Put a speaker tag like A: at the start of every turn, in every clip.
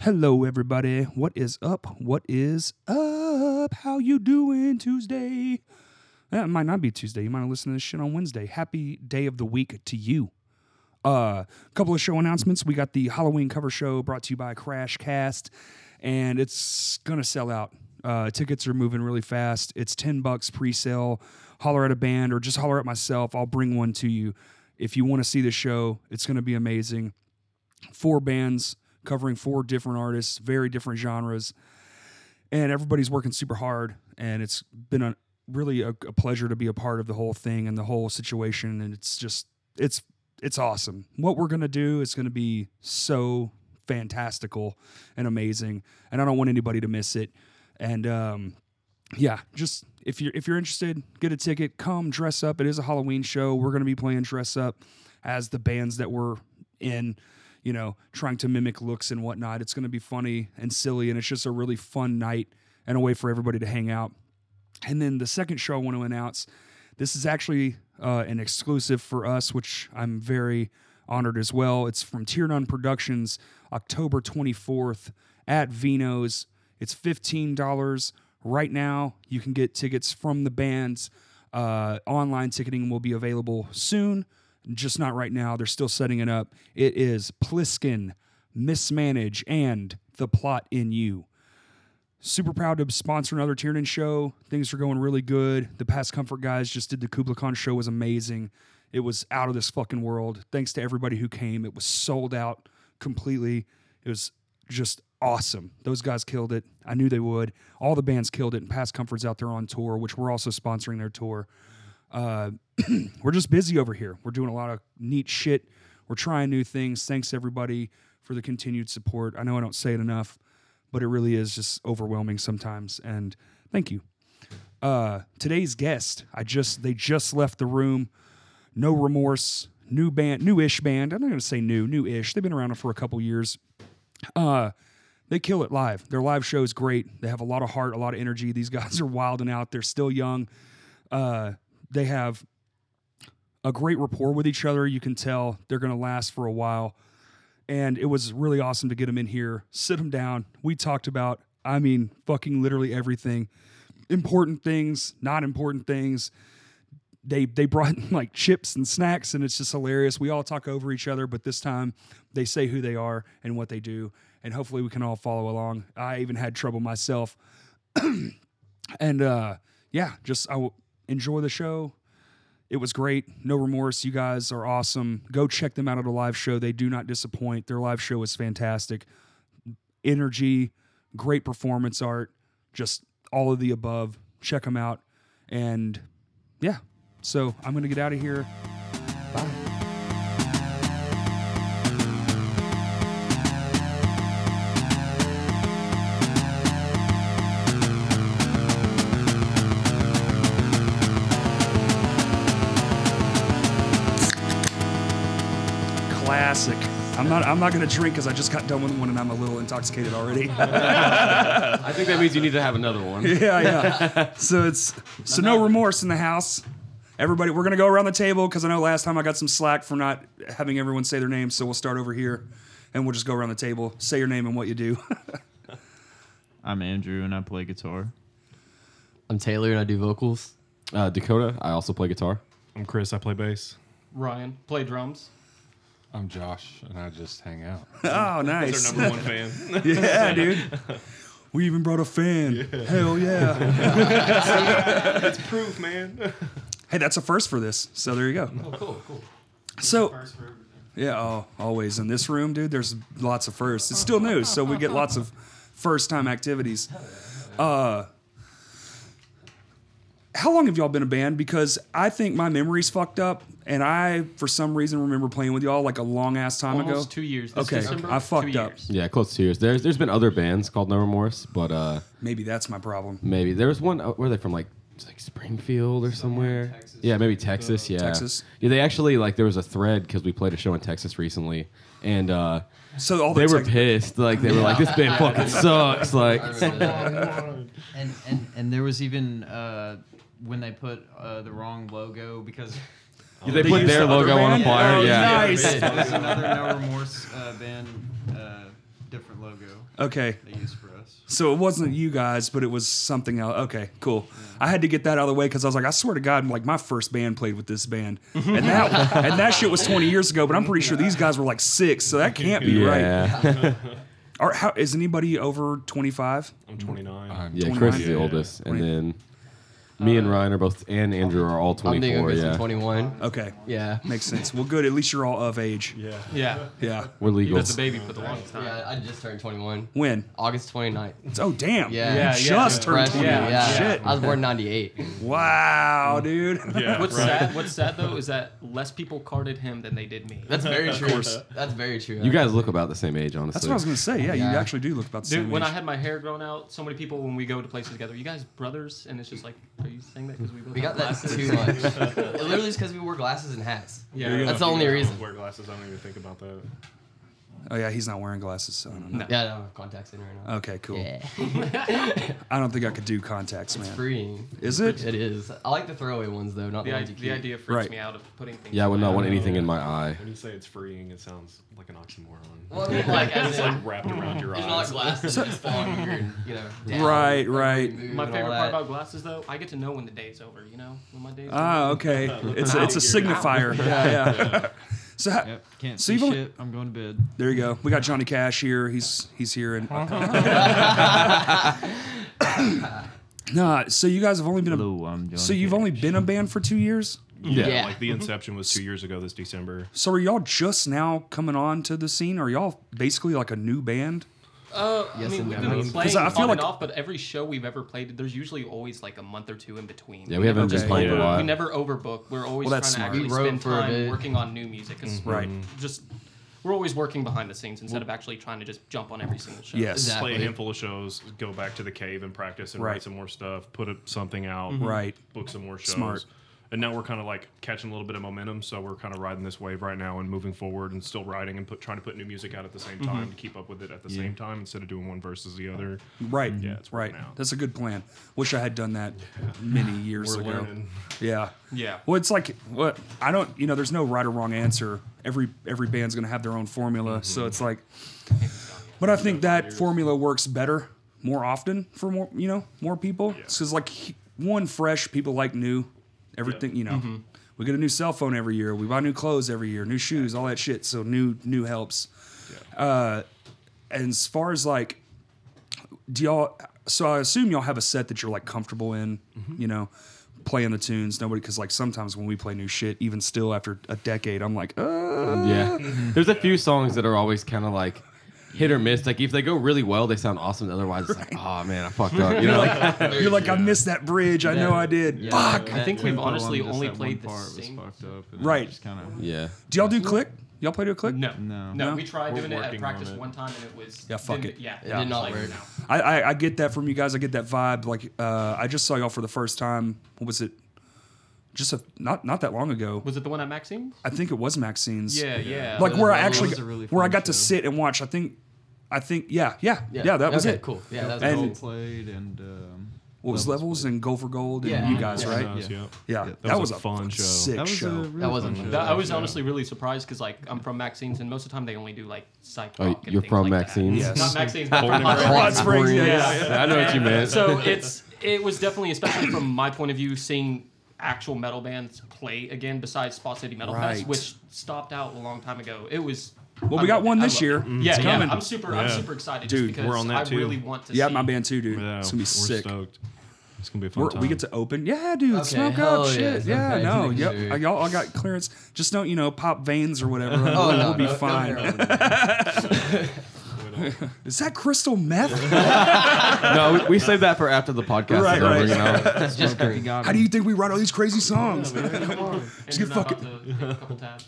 A: Hello, everybody. What is up? What is up? How you doing Tuesday? Eh, It might not be Tuesday. You might have listened to this shit on Wednesday. Happy day of the week to you. A uh, couple of show announcements. We got the Halloween cover show brought to you by Crashcast, and it's gonna sell out. Uh, tickets are moving really fast. It's ten bucks pre-sale. Holler at a band or just holler at myself. I'll bring one to you. If you want to see the show, it's gonna be amazing. Four bands covering four different artists, very different genres and everybody's working super hard and it's been a really a, a pleasure to be a part of the whole thing and the whole situation and it's just it's it's awesome what we're going to do is going to be so fantastical and amazing and i don't want anybody to miss it and um yeah just if you're if you're interested get a ticket come dress up it is a halloween show we're going to be playing dress up as the bands that we're in you know trying to mimic looks and whatnot it's going to be funny and silly and it's just a really fun night and a way for everybody to hang out and then the second show i want to announce this is actually uh, an exclusive for us which i'm very honored as well it's from tier none productions october 24th at vino's it's $15 right now. You can get tickets from the bands. Uh, online ticketing will be available soon, just not right now. They're still setting it up. It is Pliskin, Mismanage, and The Plot in You. Super proud to sponsor another Tiernan show. Things are going really good. The Past Comfort guys just did the Kubla Khan show was amazing. It was out of this fucking world. Thanks to everybody who came. It was sold out completely. It was just awesome. Those guys killed it. I knew they would. All the bands killed it. And Past Comfort's out there on tour, which we're also sponsoring their tour. Uh, we're just busy over here. We're doing a lot of neat shit. We're trying new things. Thanks everybody for the continued support. I know I don't say it enough, but it really is just overwhelming sometimes. And thank you. Uh, today's guest, I just they just left the room. No remorse. New band, new-ish band. I'm not gonna say new, new-ish. They've been around for a couple years. Uh, they kill it live. Their live show is great. They have a lot of heart, a lot of energy. These guys are wilding out. They're still young. Uh, they have a great rapport with each other. You can tell they're going to last for a while. And it was really awesome to get them in here, sit them down. We talked about, I mean, fucking literally everything important things, not important things. They, they brought like chips and snacks, and it's just hilarious. We all talk over each other, but this time they say who they are and what they do. And hopefully we can all follow along. I even had trouble myself. and uh, yeah, just I w- enjoy the show. It was great. No remorse. You guys are awesome. Go check them out at a live show. They do not disappoint. Their live show is fantastic. Energy, great performance art, just all of the above. Check them out. And yeah, so I'm going to get out of here. Bye. Classic. I'm not. I'm not gonna drink because I just got done with one and I'm a little intoxicated already.
B: I think that means you need to have another one.
A: yeah, yeah. So it's so no remorse in the house. Everybody, we're gonna go around the table because I know last time I got some slack for not having everyone say their name. So we'll start over here, and we'll just go around the table. Say your name and what you do.
C: I'm Andrew and I play guitar.
D: I'm Taylor and I do vocals.
B: Uh, Dakota, I also play guitar.
E: I'm Chris. I play bass.
D: Ryan, play drums.
F: I'm Josh, and I just hang out.
A: oh, nice.
E: Their number one fan.
A: Yeah, dude. We even brought a fan. Hell yeah.
E: That's proof, man.
A: hey, that's a first for this. So there you go.
D: Oh, cool, cool.
A: So, yeah, oh, always in this room, dude. There's lots of firsts. It's still new, so we get lots of first-time activities. Uh, how long have y'all been a band? Because I think my memory's fucked up, and I, for some reason, remember playing with y'all like a long ass time ago.
D: Almost two years. This
A: Okay,
D: December,
A: I fucked
D: two
A: up.
D: Years.
B: Yeah, close to yours. There's there's been other bands called No Remorse, but uh,
A: Maybe that's my problem.
B: maybe there was one. Uh, where are they from? Like it's like Springfield or somewhere. yeah, maybe Texas. Yeah,
A: Texas.
B: Yeah, they actually like there was a thread because we played a show in Texas recently, and uh,
A: So all the
B: they were
A: tech-
B: pissed. Like they were like, this band fucking sucks. Like
D: And and and there was even uh, when they put uh, the wrong logo because
B: they put
A: used
B: their
A: the other
B: logo
A: band?
B: on a flyer.
A: Oh,
B: yeah.
A: nice.
D: there's another No Remorse uh, band. Uh, different logo
A: Okay.
D: they used for us.
A: So it wasn't you guys, but it was something else. Okay, cool. I had to get that out of the way because I was like, I swear to God, like my first band played with this band, and that and that shit was 20 years ago. But I'm pretty sure these guys were like six, so that can't be right.
B: yeah.
A: Or how is anybody over 25?
E: I'm 29.
B: Yeah, Chris is the
A: 29.
B: oldest, and
A: Right.
B: then me and Ryan are both, and Andrew are all
G: I'm thinking
B: 24.
G: it's
B: Yeah,
G: 21.
A: Okay,
G: Yeah.
A: makes sense. Well, good. At least you're all of age.
E: yeah.
D: Yeah.
A: Yeah.
B: we're legal.
D: That's a baby for the longest time.
G: Yeah, I just turned 21.
A: When?
G: August 29th.
A: Oh damn.
G: Yeah.
A: You
G: Yeah,
D: yeah.
A: just turned
G: Freshman.
A: 20.
G: Yeah.
A: Shit.
G: I was born in 98.
A: Wow, dude.
E: Yeah,
H: What's
E: right.
H: sad? What's sad though is that less people carded him than they did me.
G: That's very true. That's very true.
B: You guys look about the same age, honestly.
A: That's what I was gonna say. Yeah, you
G: Yeah.
A: actually do look about the
H: Dude,
A: same
H: when
A: age.
H: I had my hair grown out, so many people when we go to places together, you guys brothers, and it's just like, are you saying that because we both
G: We got
H: have
G: that
H: glasses?
G: too much. it literally is because we wore glasses and hats.
H: Yeah.
G: That's the only
E: I don't
G: reason.
E: Wear glasses. I don't even think about that.
A: oh yeah, he's not wearing glasses, so I don't know.
G: Yeah, I don't have contacts in right now.
A: Okay, cool.
G: Yeah.
A: I don't think I could do contacts, man.
G: It's freeing.
A: Is it?
G: It is. I like the throwaway ones though, not the,
H: The,
G: ones
H: idea,
G: you
H: the
G: keep.
H: idea freaks
A: Right.
H: me out of putting things.
B: yeah, I would not
H: away.
B: want anything in my eye.
E: When you say it's freeing, it sounds like an oxymoron.
G: Well, I mean, like, as
E: it's
G: in,
E: like wrapped around your
G: there's not like
E: eyes.
G: glasses that just fall on your, you know. down,
A: Right,
G: like,
A: right.
G: you move
H: My
G: and
H: favorite
G: all
H: part
G: that.
H: about glasses though, I get to know when the day's over. You know, when my day's
A: Ah, okay. It's a, it's a signifier. Yeah, yeah. So ha-
C: Yep. Can't
A: So
C: see
A: you've only-
C: shit. I'm going to bed.
A: there you go. We got Johnny Cash here. He's he's here and Nah, so you guys have only been a,
C: Hello, I'm John.
A: so you've only been a band for 2 years?
E: Yeah,
G: Yeah.
E: like the inception was two years ago this December.
A: So are y'all just now coming on to the scene? Are y'all basically like a new band?
H: Uh, I mean, we've been playing
A: 'Cause I feel
H: on
A: like-
H: and off, but every show we've ever played, there's usually always like a month or two in between.
B: Yeah, we haven't
A: Okay.
B: just played in a
E: Yeah.
B: while.
H: We never overbook. We're always
A: Uh, Well,
H: trying
A: that's
H: to
A: smart.
H: actually
G: We wrote
H: spend
G: for a
H: time
G: bit.
H: working on new music. 'cause
A: Right.
H: Just we're always working behind the scenes instead of actually trying to just jump on every single show.
A: Yes.
G: Exactly.
E: Play a handful of shows, go back to the cave and practice and
A: Right.
E: write some more stuff, put up something out,
G: Mm-hmm.
A: Right.
E: book some more shows.
A: Smart.
E: And now we're kind of like catching a little bit of momentum, so we're kind of riding this wave right now and moving forward and still writing and put, trying to put new music out at the
G: Mm-hmm.
E: same time to keep up with it at the same time instead of doing one versus the other.
A: Right.
E: Yeah, it's
A: right.
E: working out.
A: That's a good plan. Wish I had done that many years
E: We're
A: ago.
E: learning.
A: Yeah.
H: Yeah.
A: Well, it's like what I don't. You know, there's no right or wrong answer. Every every band's gonna have their own formula,
E: Mm-hmm.
A: so it's like. But I think that formula works better more often for more you know more people. Because like he- one fresh, people like new, everything you know.
E: Mm-hmm.
A: We get a new cell phone every year. We buy new clothes every year, new shoes, all that shit. So new new helps. Uh, and as far as like do y'all so i assume y'all have a set that you're like comfortable in you know playing the tunes nobody because like sometimes when we play new shit even still after a decade i'm like uh
B: Yeah. There's a few songs that are always kind of like hit or miss. Like if they go really well, they sound awesome. Otherwise, it's like, oh man, I fucked up. You know, like
A: you're like i missed that bridge i know i did fuck
H: I think
D: That-
H: we've
D: that
H: honestly
D: one- just
H: only
D: that one
H: played the
D: part was
H: same-
C: fucked up. and
A: Right.
C: Just kind of.
B: yeah.
A: do y'all do click y'all play to a click
H: No.
C: No.
H: No.
A: No?
H: We tried
E: We're
H: doing it at
E: working
H: practice
E: on it.
H: one time and it was.
A: Yeah, fuck
H: didn't-
A: it.
H: Yeah.
G: did not
H: like,
G: work.
H: no.
A: I, I i get that from you guys i get that vibe like uh i just saw y'all for the first time what was it just a not not that long ago
H: Was it the one at Maxime?
A: i think it was maxine's
H: Yeah. Yeah.
A: like
H: It was
A: where i
H: the-
A: actually
D: was a really
A: where i
D: fun
A: got to
D: show.
A: sit and watch i think i think yeah yeah yeah, that was
G: okay,
A: it
G: Cool. Yeah, that was
A: And-
G: cool.
C: Gold played and. Um,
A: What was levels and goal for gold and
G: Yeah.
A: you guys,
G: Yeah.
A: right?
E: Nice,
C: Yeah.
E: yep.
A: Yeah, that, was, a fun show. Sick
C: that was
A: show.
C: a really
G: That wasn't
A: Mm-hmm.
C: fun
G: fun.
C: show.
H: That, I was honestly really surprised because like I'm from Maxine's and most of the time they only do like psych
B: Oh,
H: rock and
B: you're
H: things
B: from
H: like that.
B: Maxine's?
A: Yes.
H: Not Maxine's, but
E: Born
H: from
E: and
H: Hot
E: raised.
H: Springs.
A: Hot Springs, yeah.
B: I know what you meant.
H: So it's it was definitely, especially from my point of view, seeing actual metal bands play again besides Spot City Metal
A: Right.
H: Fest, which stopped out a long time ago. It was
A: Well, we got one this year.
H: Mm-hmm. Yeah,
A: It's
H: yeah,
A: coming.
H: I'm super, I'm
E: Yeah.
H: super excited
A: Dude,
H: just because
E: we're on that
H: I
E: too.
H: really want to.
A: Yeah,
H: see
A: my band too, dude.
E: Yeah,
A: it's gonna be
E: we're
A: sick.
E: stoked. It's gonna be a fun
A: We're,
E: time.
A: we get to open. Yeah, dude.
G: Okay,
A: smoke
G: hell
A: up,
G: yeah,
A: shit. Yeah,
G: okay,
A: no,
G: making
A: yep.
G: sure.
A: I- Y'all, I got clearance. Just don't, you know, pop veins or whatever.
G: Oh,
A: we'll
G: no,
A: be
G: no, no,
A: fine.
G: no,
A: Is that crystal meth?
B: no, we, we saved that for after the podcast
A: Right,
B: is over.
A: right.
B: You know,
G: That's just great.
A: How do you think we write all these crazy songs?
H: And
A: Just get
H: you're not
A: fucking.
H: about to take a couple tabs.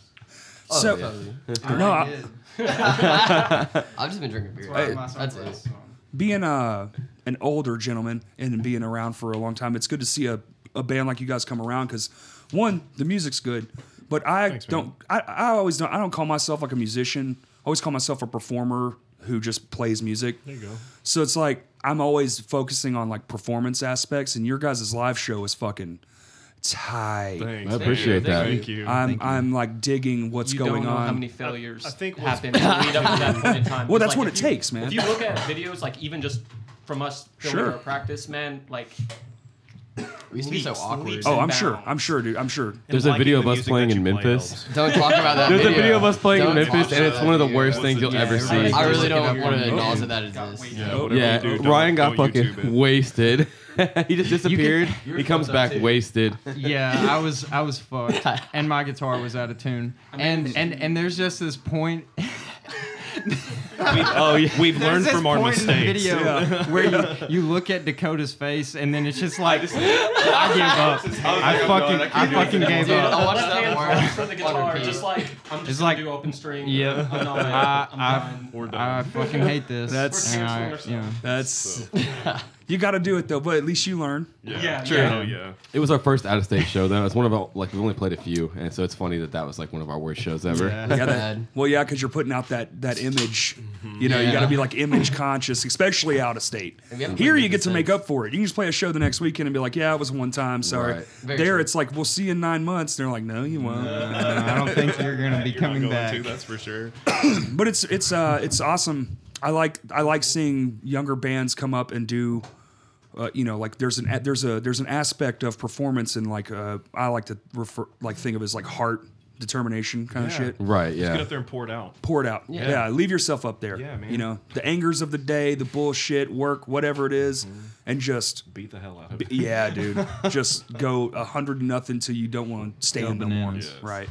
A: so,
G: Totally.
A: no,
D: I
A: I-
D: did.
G: I've just been drinking beer.
D: Borrowed my
G: That's
D: sunglasses
G: it.
D: on.
A: being a an older gentleman and being around for a long time, it's good to see a, a band like you guys come around because one, the music's good, but I don't. I, I always don't. I don't call myself like a musician. I always call myself a performer who just plays music. There you
E: go.
A: So it's like I'm always focusing on like performance aspects, and your guys' live show is fucking. tight.
E: Thanks.
B: I appreciate
E: man.
B: that.
E: Thank you.
A: I'm I'm like digging what's
H: you
A: going
H: don't know
A: on.
H: how many failures
E: I think what's-
H: happen to lead up to that point in time.
A: Well,
H: 'Cause,
A: that's
H: like,
A: what
H: if
A: it
H: you-
A: takes, man.
H: If you look at videos, like even just from us filming
A: Sure.
H: our practice, man, like
G: We used to be so
H: Leaps,
G: awkward.
H: leaps.
A: oh,
H: and
A: I'm sure.
H: bounds.
A: I'm sure, dude. I'm sure.
E: And
B: There's a
E: liking
B: video
E: the
B: of us
E: music that
B: playing
E: you
B: in
E: play
B: Memphis.
E: helps.
G: Don't talk about that.
B: There's a video of us playing in
G: Don't talk
B: Memphis, and
G: about
B: it's
G: that
B: one of the
G: video.
B: worst things you'll
E: Yeah,
B: ever
E: everybody-
B: see.
G: I really
E: Dude,
G: don't want to
E: okay.
G: acknowledge that that
H: Got
G: exists.
H: way
E: Yeah, whatever
B: Yeah,
E: you do, don't-
B: Ryan got
E: don't
B: fucking
E: YouTube it.
B: wasted. he just disappeared. he comes
G: fucked up
B: back
G: too.
B: wasted.
D: yeah, I was I was fucked, and my guitar was out of tune, and and and there's just this point.
B: oh yeah.
E: We've
D: There's
E: learned
D: this
E: from our
D: point in the
E: mistakes.
D: video where you, you look at Dakota's face, and then it's just like I give up. I fucking I fucking gave
G: Dude,
D: up.
G: I watched
H: left hand
G: that
H: flips for
G: more.
H: the guitar,
G: repeat.
H: just like I'm just
D: It's
H: gonna
D: like-
H: do open string.
D: Yeah.
H: I'm not.
D: I-
H: I'm
C: Ah,
D: I-
H: done.
E: We're done.
D: I fucking hate this.
A: That's-
D: And I-
H: We're canceling
D: yeah.
A: That's you got to do it though. But at least you learn.
H: yeah,
E: ah. True.
H: yeah.
E: Hell yeah.
B: It was our first out of state show though. It's one of our like we've only played a few, and so it's funny that that was like one of our worst shows ever.
A: Yeah, that,
G: bad.
A: well, yeah, because you're putting out that that image. You know, you got to be like image conscious, especially out of state.
G: And we haven't
A: Here,
G: played
A: you get to
G: Memphis
A: make
G: since.
A: up for it. You can just play a show the next weekend and be like, "Yeah, it was one time." Sorry.
B: Right.
G: Very
A: There,
G: true.
A: it's like we'll see you in nine months. And they're like, "No, you won't."
D: I don't think you're gonna be
E: You're not
D: coming
E: going
D: back.
E: to, that's for sure.
A: but it's it's uh it's awesome. I like I like seeing younger bands come up and do, uh, you know, like there's an a- there's a there's an aspect of performance and like uh I like to refer like think of it as like heart determination kind of
E: Yeah.
A: shit.
B: Right?
E: Get
B: Yeah.
E: up there and pour it out.
A: Pour it out. Yeah. leave yourself up there.
E: Yeah, man.
A: You know the angers of the day, the bullshit, work, whatever it is,
G: Mm-hmm.
A: and just
E: Beat the hell out of it.
A: yeah, dude, just go a hundred nothing till you don't want to stand no more.
D: bananas.
A: Right.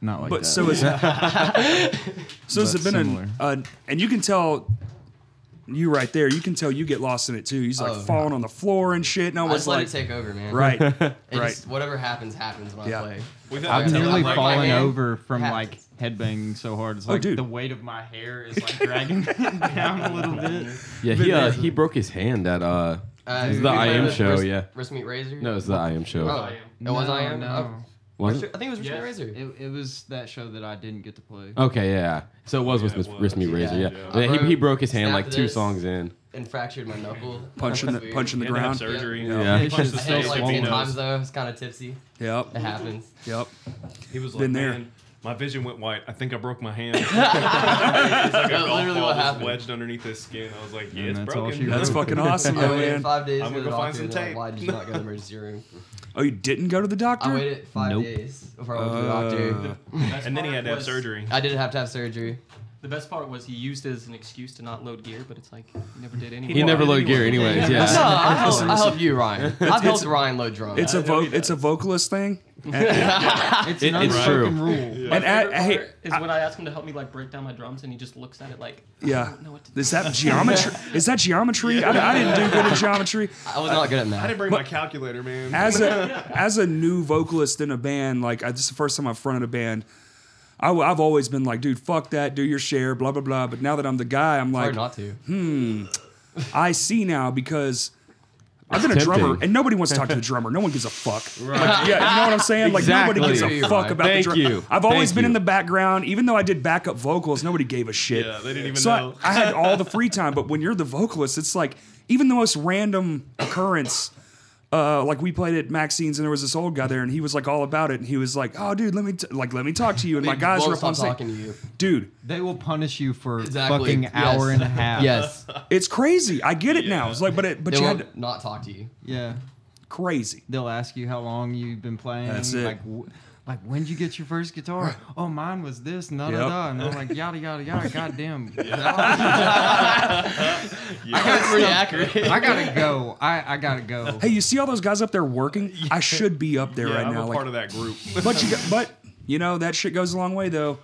D: Not like
A: But
D: that.
A: so is so has
D: But
A: it been
D: similar.
A: an, an and you can tell you right there. You can tell you get lost in it too. He's like
G: Oh,
A: falling on the floor and shit, and I
G: I
A: was
G: just let
A: like,
G: it take over, man.
A: right,
G: It
A: right.
G: Just, whatever happens, happens when
A: Yeah.
G: I play.
E: We've
G: I've
E: had-
G: never-
D: nearly
G: like, my
D: fallen
G: hand
D: over from
G: happens.
D: like headbanging so hard. It's like
A: dude.
D: the weight of my hair is like dragging me down a little bit.
B: Yeah. He uh, he broke his hand at uh.
G: Uh,
B: it was
G: we
B: the
G: played
B: I Am
G: with
B: show.
G: Wrist-
B: yeah.
G: Wrist Meat Razor.
B: No, it was the I Am show.
G: Oh,
H: I Am.
G: it was I Am.
D: No.
G: Oh,
B: was
G: I
B: it?
G: think it was Wrist Meat
H: Yes.
G: Razor.
D: It, it was that show that I didn't get to play.
B: Okay. Yeah. So it was
E: Yeah,
B: with
E: it
B: Miss Wrist Me
E: was.
B: Razor.
G: Yeah.
B: Yeah.
G: Yeah.
B: Yeah, He, he broke his hand
G: Snap
B: like
G: to
B: two
G: this.
B: songs in.
G: and fractured my knuckle.
A: punch in the punch in the
E: Had to have
A: ground.
E: surgery.
B: Yeah.
E: Punched
D: It's
E: the
G: I hit it
E: stage
G: like
E: with
G: ten
E: Thanos.
G: times though. I was kind of tipsy. It
A: Yep,
G: happens.
A: yep.
E: He was like,
A: Been there.
E: man, my vision went white. I think I broke my hand. it's like a
G: That's
E: golf
G: literally
E: ball
G: what
E: just
G: happened.
E: wedged underneath his skin. I was like, yeah,
C: And
E: it's
C: that's all
E: broken.
C: she
A: That's
C: wrote.
A: fucking awesome,
G: I
A: though,
G: waited
A: man.
G: five days
E: I'm
G: for
E: gonna
G: the
E: go find
G: doctor.
E: some
G: and they're like,
E: tape.
G: Why did you not go to the emergency room?
A: Oh, you didn't go to the doctor?
G: I waited five
D: Nope.
G: days before I went to the
A: Uh,
G: doctor.
E: And then he had to have
H: was-
E: surgery.
G: I did have to have surgery.
H: The best part was he used it as an excuse to not load gear, but it's like he never did anyway.
B: He never loaded gear, anyways.
G: No,
B: Yeah.
G: I help, I help you, Ryan. I've helped Ryan load drums.
A: it's a vo- it's a vocalist thing. And,
D: It's
B: It-
D: an
B: it's
D: unspoken
B: true.
D: rule.
A: and I,
H: Favorite
A: Ah, hey,
H: part is when I ask him to help me like break down my drums, and he just looks at it like, I
A: yeah.
H: don't know what to do.
A: Is that geometry? Is that geometry? I, I didn't do good at geometry.
G: I was not good at
E: I didn't
G: math.
E: bring my calculator, man.
A: as a as a new vocalist in a band, like I, this is the first time I've fronted a band. I, have always been like, dude, fuck that, do your share, blah blah blah. But now that I'm the guy, I'm like,
G: Hard not to.
A: I see now because I've been
B: It's
A: a drummer
B: tempting.
A: and nobody wants to talk to the drummer. No one gives a fuck. Like, yeah, you know what I'm saying? Like nobody
B: Exactly.
A: gives a fuck about
B: Thank
A: the drummer.
B: you.
A: I've always
B: Thank
A: been in the
B: you.
A: background, even though I did backup vocals. Nobody gave a shit.
E: Yeah, they didn't even
A: so I-
E: know.
A: I, had all the free time, but when you're the vocalist, it's like even the most random occurrence. Uh, like we played at Maxine's and there was this old guy there and he was like all about it and he was like, "Oh, dude, let me t- like let me talk to you." And my
G: They
A: guys
G: won't
A: were up
G: stop
A: on stage.
G: talking to you.
A: Dude,
D: They will punish you for
G: Exactly.
D: fucking
G: Yes.
D: hour and a half.
G: Yes.
A: it's crazy. I get it now. It's like, but it, but
G: They
A: you had
G: won't
A: to,
G: not talk to you.
D: Yeah.
A: crazy.
D: They'll ask you how long you've been playing.
A: That's it.
D: Like, wh- like when would you get your first guitar? Oh, mine was this, and da
A: Yep.
D: da da. And I'm like, yada yada yada. Goddamn.
G: That's pretty accurate.
D: I gotta go. I, I gotta go.
A: Hey, you see all those guys up there working? I should be up there
E: yeah,
A: right
E: I'm
A: now.
E: a
A: like-
E: part of that group.
A: but you got, but you know that shit goes a long way though.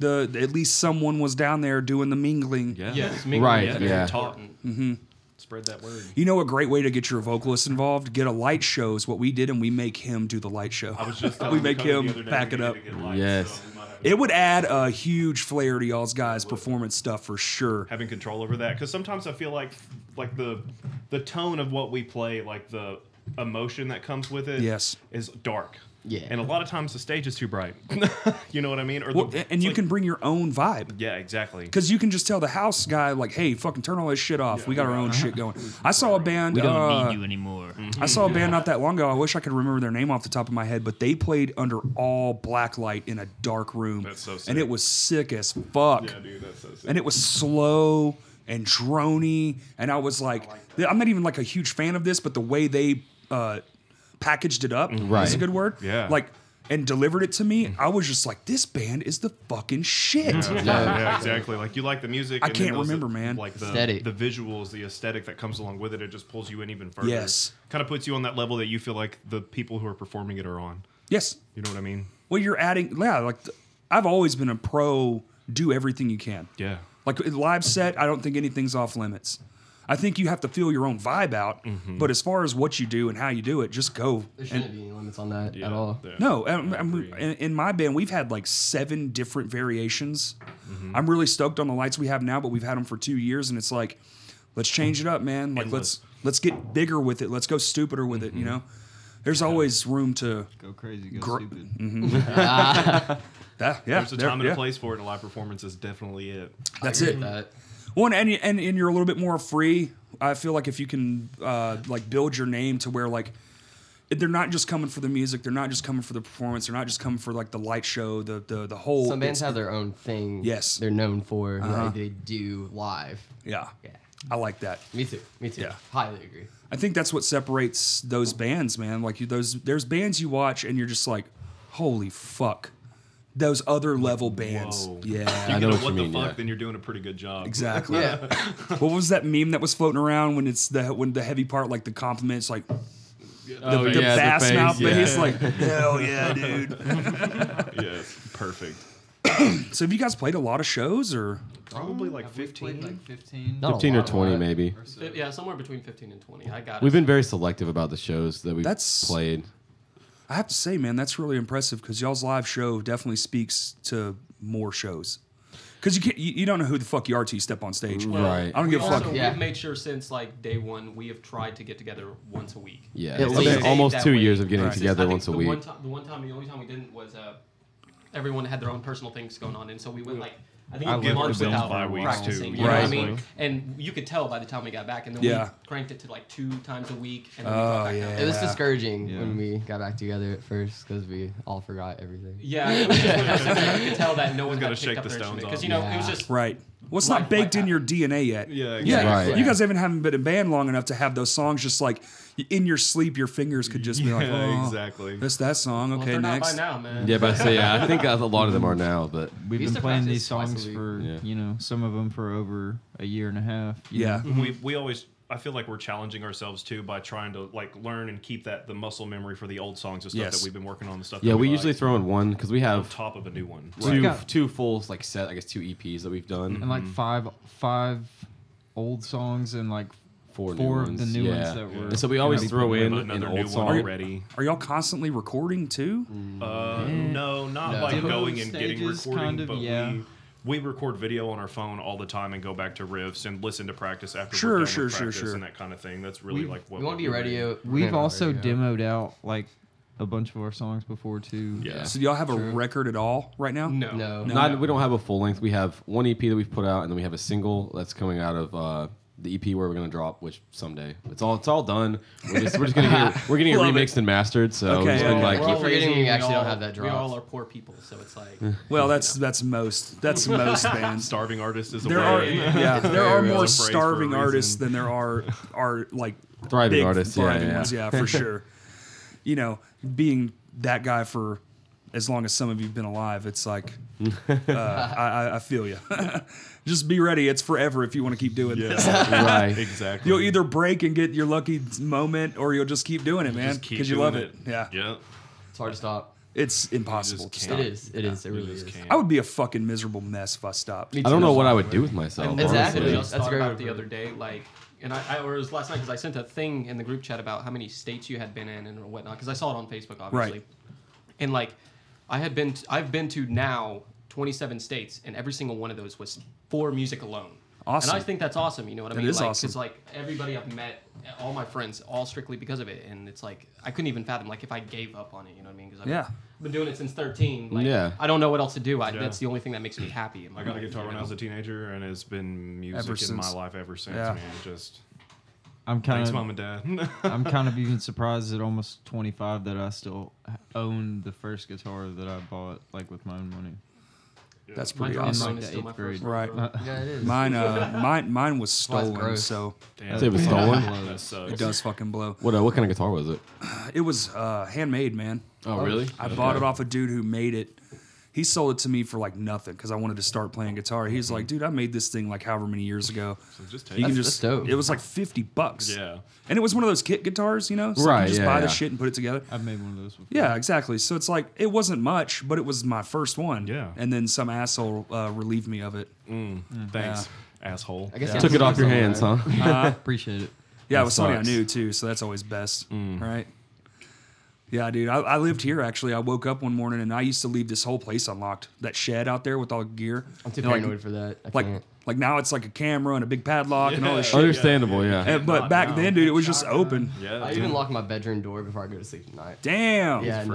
A: The at least someone was down there doing the mingling.
H: Yes, mingling
B: Right,
H: is very
B: yeah.
H: important.
A: Mm-hmm.
E: Spread that word.
A: You know a great way to get your vocalist involved? Get a light show is what we did, and we make him do the light show.
E: I was just
A: we
E: telling
A: make
E: Dakota the
A: him
E: other day
A: back
E: we
A: it
E: need
A: up.
E: to get lights,
B: Yes.
E: so we might have-
A: It would add a huge flair to y'all's guys' performance stuff for sure.
E: having control over that because sometimes I feel like like the the tone of what we play, like the emotion that comes with it,
A: Yes.
E: is dark.
G: Yeah.
E: And a lot of times the stage is too bright. you know what I mean? Or the,
A: Well, a- and
E: it's
A: you
E: like-
A: can bring your own vibe.
E: Yeah, exactly.
A: Because you can just tell the house guy, like, hey, fucking turn all this shit off. we got our own shit going. I saw a band.
C: We don't
A: uh,
C: need you anymore.
A: I saw a band not that long ago. I wish I could remember their name off the top of my head, but they played under all black light in a dark room.
E: That's so
A: And
E: sick.
A: it was sick as fuck.
E: Yeah, dude, that's so sick.
A: and it was slow and drony. And I was like, I'm not even like a huge fan of this, but the way they uh, packaged it up is a
G: Right.
A: good word.
E: Yeah.
A: Like, and delivered it to me. I was just like, this band is the fucking shit.
E: yeah, yeah, exactly. Like you like the music.
A: I
E: and then
A: can't
E: those-
A: remember, man.
E: Like the
G: Aesthetic.
E: the visuals, the aesthetic that comes along with it, it just pulls you in even further.
A: Yes.
E: kind of puts you on that level that you feel like the people who are performing it are on.
A: Yes.
E: You know what I mean?
A: Well, you're adding, yeah. Like, th- I've always been a pro. Do everything you can.
E: Yeah.
A: Like a live set, I don't think anything's off limits. I think you have to feel your own vibe out.
E: Mm-hmm.
A: But as far as what you do and how you do it, just go.
G: There shouldn't be any limits on that at all.
E: Yeah.
A: No, I'm, I'm, in, in my band, we've had like seven different variations.
E: Mm-hmm.
A: I'm really stoked on the lights we have now, but we've had them for two years, and it's like, let's change it up, man. Like let's let's get bigger with it. Let's go stupider with it. You
E: Mm-hmm.
A: know, there's always room to.
C: Go crazy, go
A: Gr- Mm-hmm.
C: stupid.
A: Yeah, yeah,
E: There's a
A: there-
E: time and
A: yeah,
E: a place for it. and A live performance is definitely it.
A: That's
G: I
A: it.
G: agree with that.
A: Well, and, and and you're a little bit more free. I feel like if you can uh, like build your name to where like they're not just coming for the music, they're not just coming for the performance, they're not just coming for like the light show, the the the whole.
G: Some bands
A: it's-
G: have their own thing.
A: Yes. Uh-huh.
G: They're known for like, they do live.
A: yeah,
G: Yeah.
A: I like that.
G: Me too. Me too.
A: Yeah.
G: Highly agree.
A: I think that's what separates those bands, man. Like you, those there's bands you watch and you're just like, holy fuck, those other level bands.
E: Whoa.
A: Yeah,
E: You
B: know
E: know
B: what
E: what
B: you
E: the
B: mean,
E: fuck?
B: yeah.
E: Then you're doing a pretty good job.
A: exactly.
G: Yeah.
A: What was that meme that was floating around when it's the when the heavy part, like the compliments, like
B: Oh,
A: the
B: yeah,
A: bass
B: face,
A: mouth, but
B: yeah.
A: he's like, hell yeah, dude.
E: Yes. Perfect.
A: So have you guys played a lot of shows or
E: Probably like
D: Have we played,
E: 15.
D: Like 15.
G: Not a
B: 15 or
G: lot,
B: 20
G: lot.
B: maybe.
D: or so.
H: Fi- Yeah, somewhere between 15 and 20. I got
B: We've
H: it.
B: been very selective about the shows that we've
A: That's-
B: played.
A: I have to say, man, that's really impressive because y'all's live show definitely speaks to more shows. Cause you can't you, you don't know who the fuck you are till you step on stage.
B: Well, Right.
A: I don't
H: We
A: give a fuck.
H: also-
G: Yeah.
H: We've made sure since like day one, we have tried to get together once a week.
B: Yeah.
G: At
B: It's
G: least.
B: been
G: Stayed
B: almost
H: that
B: two
H: way.
B: years of getting
A: Right.
H: I
B: together
H: think
B: once a
H: the
B: week.
H: One ti- the one time, the only time we didn't was uh, everyone had their own personal things going on, and so we went like I think
C: I
H: a
C: lived
H: month
C: with them
H: without
E: by weeks, too.
H: practicing. You
A: Right.
H: know what I mean? And you could tell by the time we got back, and then
A: Yeah.
H: we cranked it to like two times a week, and then we
A: Oh
H: brought back down.
A: yeah.
G: It was discouraging
C: Yeah.
G: when we got back together at first because we all forgot everything.
H: Yeah, it was just one of those things that you could tell that no one
E: gotta
H: had
E: shake
H: picked up
E: the
H: their
E: stones
H: instrument because
E: off.
H: you know it was
G: Yeah.
H: just
A: Right. Well, it's
H: Right,
A: not baked
H: right.
A: in your DNA yet.
E: Yeah,
A: Yeah.
B: exactly. Right.
A: You guys haven't haven't been in band long enough to have those songs just like in your sleep. Your fingers could just be like,
E: Yeah,
A: oh,
E: exactly.
A: That's that song.
H: well, if
A: Okay,
H: they're
A: next.
H: not by now, man.
B: Yeah, but I say, yeah, I think a lot of them are now, but
C: We've
G: We used
C: been
G: to
C: playing
G: practice
C: these
G: twice a
C: songs
G: week.
C: for,
B: Yeah.
C: you know, some of them for over a year and a half. you
A: Yeah.
C: know.
E: Mm-hmm. we we always I feel like we're challenging ourselves too by trying to like learn and keep that the muscle memory for the old songs and stuff
A: Yes.
E: that we've been working on the stuff.
B: yeah,
E: that
B: we
E: like,
B: usually throw in one because we
E: on
B: have
E: top of a new one.
B: two
C: Right.
B: two full like set, I guess two EPs that we've done.
C: And like five five old songs and like
B: Four, new
C: four of
B: ones.
C: the new
B: yeah.
C: ones that were.
B: And so we always
C: you know,
B: throw in an
E: Another new
B: old
E: one
B: song.
E: already.
A: Are y'all constantly recording too?
E: Uh, no, not
G: No.
E: like
C: Demo
E: going and getting
C: stages,
E: recording,
C: kind of,
E: but
C: yeah.
E: we. We record video on our phone all the time and go back to riffs and listen to practice after
A: Sure,
E: we're done
A: sure,
E: with
A: sure,
E: practice
A: sure.
E: and that kind of thing. That's
C: We-
E: really like what
G: We want to
E: we're
G: be
E: doing.
G: radio.
C: We've also
G: radio.
C: demoed out like a bunch of our songs before too.
E: Yeah.
A: So do y'all have a record at all right now?
H: No.
G: No.
B: Not we don't have a full length. We have one EP that we've put out, and then we have a single that's coming out of uh, the EP where we're gonna drop, which someday it's all it's all done. We're just, we're just gonna get, we're getting it
A: Love it.
B: remixed and mastered. So
A: Okay,
B: it's been
A: okay.
B: like
H: We're
G: keep
H: all
G: forgetting
H: lazy,
G: we actually don't
H: all-
G: have that
H: We
G: drop.
H: all are poor people, so it's like
A: Well, that's that's most that's most bands.
E: Starving artist is a
A: There
E: word.
A: are yeah, there are
E: real.
A: more
E: It's a phrase for a
A: starving
E: reason.
A: artists than there are are like
B: Thriving
A: big
B: artists, yeah,
A: thriving
B: yeah.
A: ones, yeah, for sure. You know, being that guy for as long as some of you've been alive, it's like uh, I, I- I feel you. Just be ready; it's forever if you want to keep doing this.
B: right.
E: Exactly.
A: You'll either break and get your lucky moment, or you'll just keep doing it, man,
E: Just keep
A: because you
E: doing
A: love it. Yeah.
E: Yeah.
G: It's hard to stop.
A: it's impossible to stop.
G: It is. It is. It really is.
E: Just can't.
A: I would be a fucking miserable mess if I stopped.
B: I don't know what I would do with myself.
G: Exactly.
B: honestly.
H: literally just
G: That's
H: thought
G: a great
H: about it
G: way
H: the
G: to
H: other day, like, and I, I or it was last night because I sent a thing in the group chat about how many states you had been in and whatnot because I saw it on Facebook, obviously.
A: Right.
H: And like, I had been, t- I've been to now 27 states, and every single one of those was for music alone.
A: Awesome.
H: And I think that's awesome. You know what I
A: That
H: mean?
A: is
H: like,
A: awesome.
H: It's like everybody I've met, all my friends, all strictly because of it. And it's like I couldn't even fathom like if I gave up on it. You know what I mean? Because I've
A: Yeah.
H: been doing it since 13. Like,
B: Yeah.
H: I don't know what else to do. I,
E: Yeah.
H: That's the only thing that makes me happy. In my
E: I got a
H: life,
E: guitar
H: you
E: when I
H: know?
E: was a teenager, and it's been music
A: Ever
E: in my
A: since.
E: life ever since,
A: Yeah.
E: man. Just
D: I'm kind
E: thanks,
D: of
E: mom and dad.
D: I'm kind of even surprised at almost 25 that I still own the first guitar that I bought like with my own money.
A: That's
H: My
A: pretty
H: drum
A: awesome.
H: set
D: Like
H: is still my
D: eighth
H: first
D: grade.
H: love,
A: Right.
H: bro.
G: Yeah, it is.
A: Mine, uh, mine, mine was stolen.
G: gross.
A: So
E: Damn.
B: Say it was stolen?
E: That sucks.
A: it does fucking blow.
B: What uh, what kind of guitar was it?
A: It was uh, handmade, man.
B: Oh, really?
A: I bought it off a dude who made it. He sold it to me for like nothing because I wanted to start playing guitar. He was like, "Dude, I made this thing like however many years ago.
E: So just take
A: You
E: it.
A: can
G: That's-
A: just
G: that's dope.
A: it was like fifty bucks.
E: Yeah.
A: and it was one of those kit guitars, you know. So You
B: Right,
A: can just
B: yeah,
A: buy the
B: yeah.
A: shit and put it together.
D: I've made one of those before.
A: Yeah, exactly. So it's like it wasn't much, but it was my first one.
E: Yeah.
A: and then some asshole uh, relieved me of it.
E: Thanks, asshole.
G: I guess
B: Took it off your hands, huh?
D: Appreciate it.
A: Yeah,
B: That
A: it was somebody I
B: sucks. Mm.
A: knew too, so that's always best, right? Yeah, dude. I, I lived here actually. I woke up one morning and I used to leave this whole place unlocked. That shed out there with all the gear.
G: I'm too
A: And, like,
G: paranoid for that. I
A: like
G: can't.
A: like now it's like a camera and a big padlock and all this shit.
B: Understandable, yeah.
A: And- but back then, dude, it was just open.
E: Yeah.
G: I even lock my bedroom door before I go to sleep at night.
A: Damn.
G: yeah, no.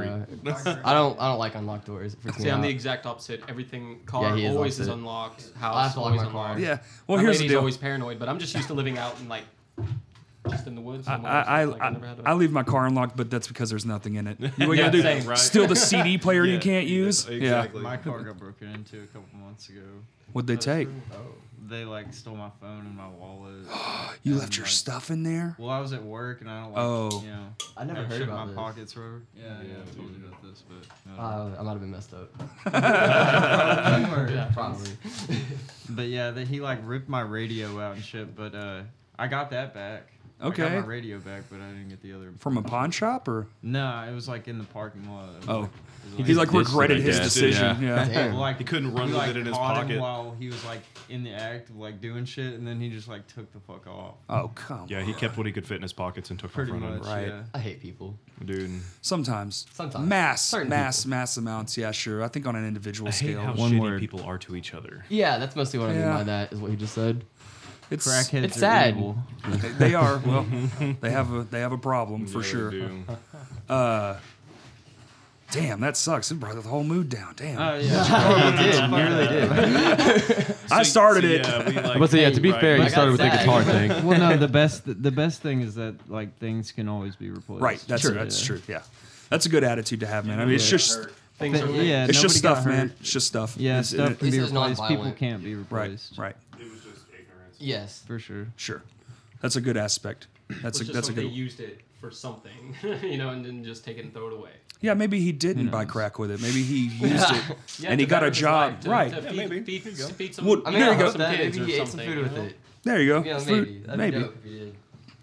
G: I don't. I don't like unlocked doors. It freaks me
H: See, I'm
G: out.
H: the exact opposite. Everything car
G: he is
H: always is
G: opposite.
H: unlocked.
G: I have
H: House
G: to lock
H: always
G: my car.
H: unlocked.
A: Yeah. Well,
H: My
A: here's the
H: lady's
A: deal.
H: always paranoid, but I'm just used to living out in like just in the woods.
A: I,
H: somewhere.
A: I,
H: Like,
A: I,
H: never had a-
A: I leave my car unlocked, but that's because there's nothing in it. You know what you gotta
H: Yeah,
A: do?
H: same,
E: right.
A: Still the CD player you can't use?
E: Exactly.
D: My car got broken into a couple months ago.
A: Yeah. What'd they take?
D: They like stole my phone and my wallet.
A: You
D: And,
A: left your
D: like-
A: stuff in there?
D: Well, I was at work and I don't like.
A: Oh.
D: You know,
G: I never
D: have
G: heard
D: shit in
G: about
D: my
G: this.
D: pockets, or Yeah, yeah. I told you about this, but. no.
G: Uh, I might have been messed up. Uh,
D: Yeah.
G: Probably.
D: But yeah, that he like ripped my radio out and shit. But uh, I got that back. I
A: Okay.
D: got my radio back, but I didn't get the other.
A: From a pawn shop or?
D: Nah, it was like in the parking lot. It was,
A: Oh.
D: like- it was,
A: He
D: like,
A: like regretted his
B: guess.
A: decision. Yeah.
D: Yeah,
G: Damn.
D: like
E: He couldn't run
D: he,
E: with
D: like,
E: it in his
D: caught him
E: pocket.
D: while he was like in the act of like doing shit, and then he just like took the fuck off.
A: Oh come.
E: Yeah, he kept what he could fit in his pockets and took
D: Pretty
E: my
D: much,
E: front
A: Right.
D: yeah.
G: I hate people.
E: end. Dude.
A: Sometimes.
G: Sometimes.
A: Mass,
G: Certain
A: mass, mass amounts. Yeah, sure. I think on an individual scale.
D: One word.
E: people are to each other.
G: Yeah, that's mostly what I mean
A: Yeah.
G: by that. Is what he just said.
A: it's
D: Crackheads
G: It's
D: are
G: sad.
D: evil.
A: they, they are. Well, they have a they have a problem for sure. Damn, that sucks. It brought the whole mood down. Damn.
C: Uh,
D: Oh yeah,
G: You did. You really did.
A: I started it.
E: Yeah, we like,
B: But yeah, to be
E: right.
B: fair,
G: I
B: you
G: got
B: started with the
G: sad.
B: guitar thing.
D: well, no, the best the best thing is that like things can always be replaced.
A: Right. That's
D: true.
A: that's true. Yeah. That's a good attitude to have, man. I mean, it's just
H: things are weird.
D: yeah,
A: it's just
D: nobody got
A: stuff, man.
D: hurt.
A: It's just stuff.
D: Yeah,
A: It's-
D: stuff
A: it-
D: can
G: least
D: be
G: it was
D: replaced. People
G: nonviolent.
D: can't be
A: right.
D: replaced.
A: Right.
G: Yes.
D: For sure.
A: Sure. That's a good aspect.
H: It's
A: That's a
H: just
A: that's a
H: like they
A: good.
H: used it for something, you know, and then just take it and throw it away.
A: Yeah, maybe he didn't buy crack with it. Maybe he used it
H: Yeah,
A: and
H: to
A: he got
H: better
A: a
H: his
A: job.
H: life, to-
A: right.
H: To feed, feed, feed some,
A: Well,
G: I mean,
A: There
G: I
A: you go.
G: hope
H: some
G: that
H: kids
G: maybe
H: or
G: he ate some
H: something,
G: food
H: you
G: with
H: know?
G: it.
A: There you go.
G: Yeah,
A: Food-
G: maybe. That'd
A: maybe.
G: Be dope if he did.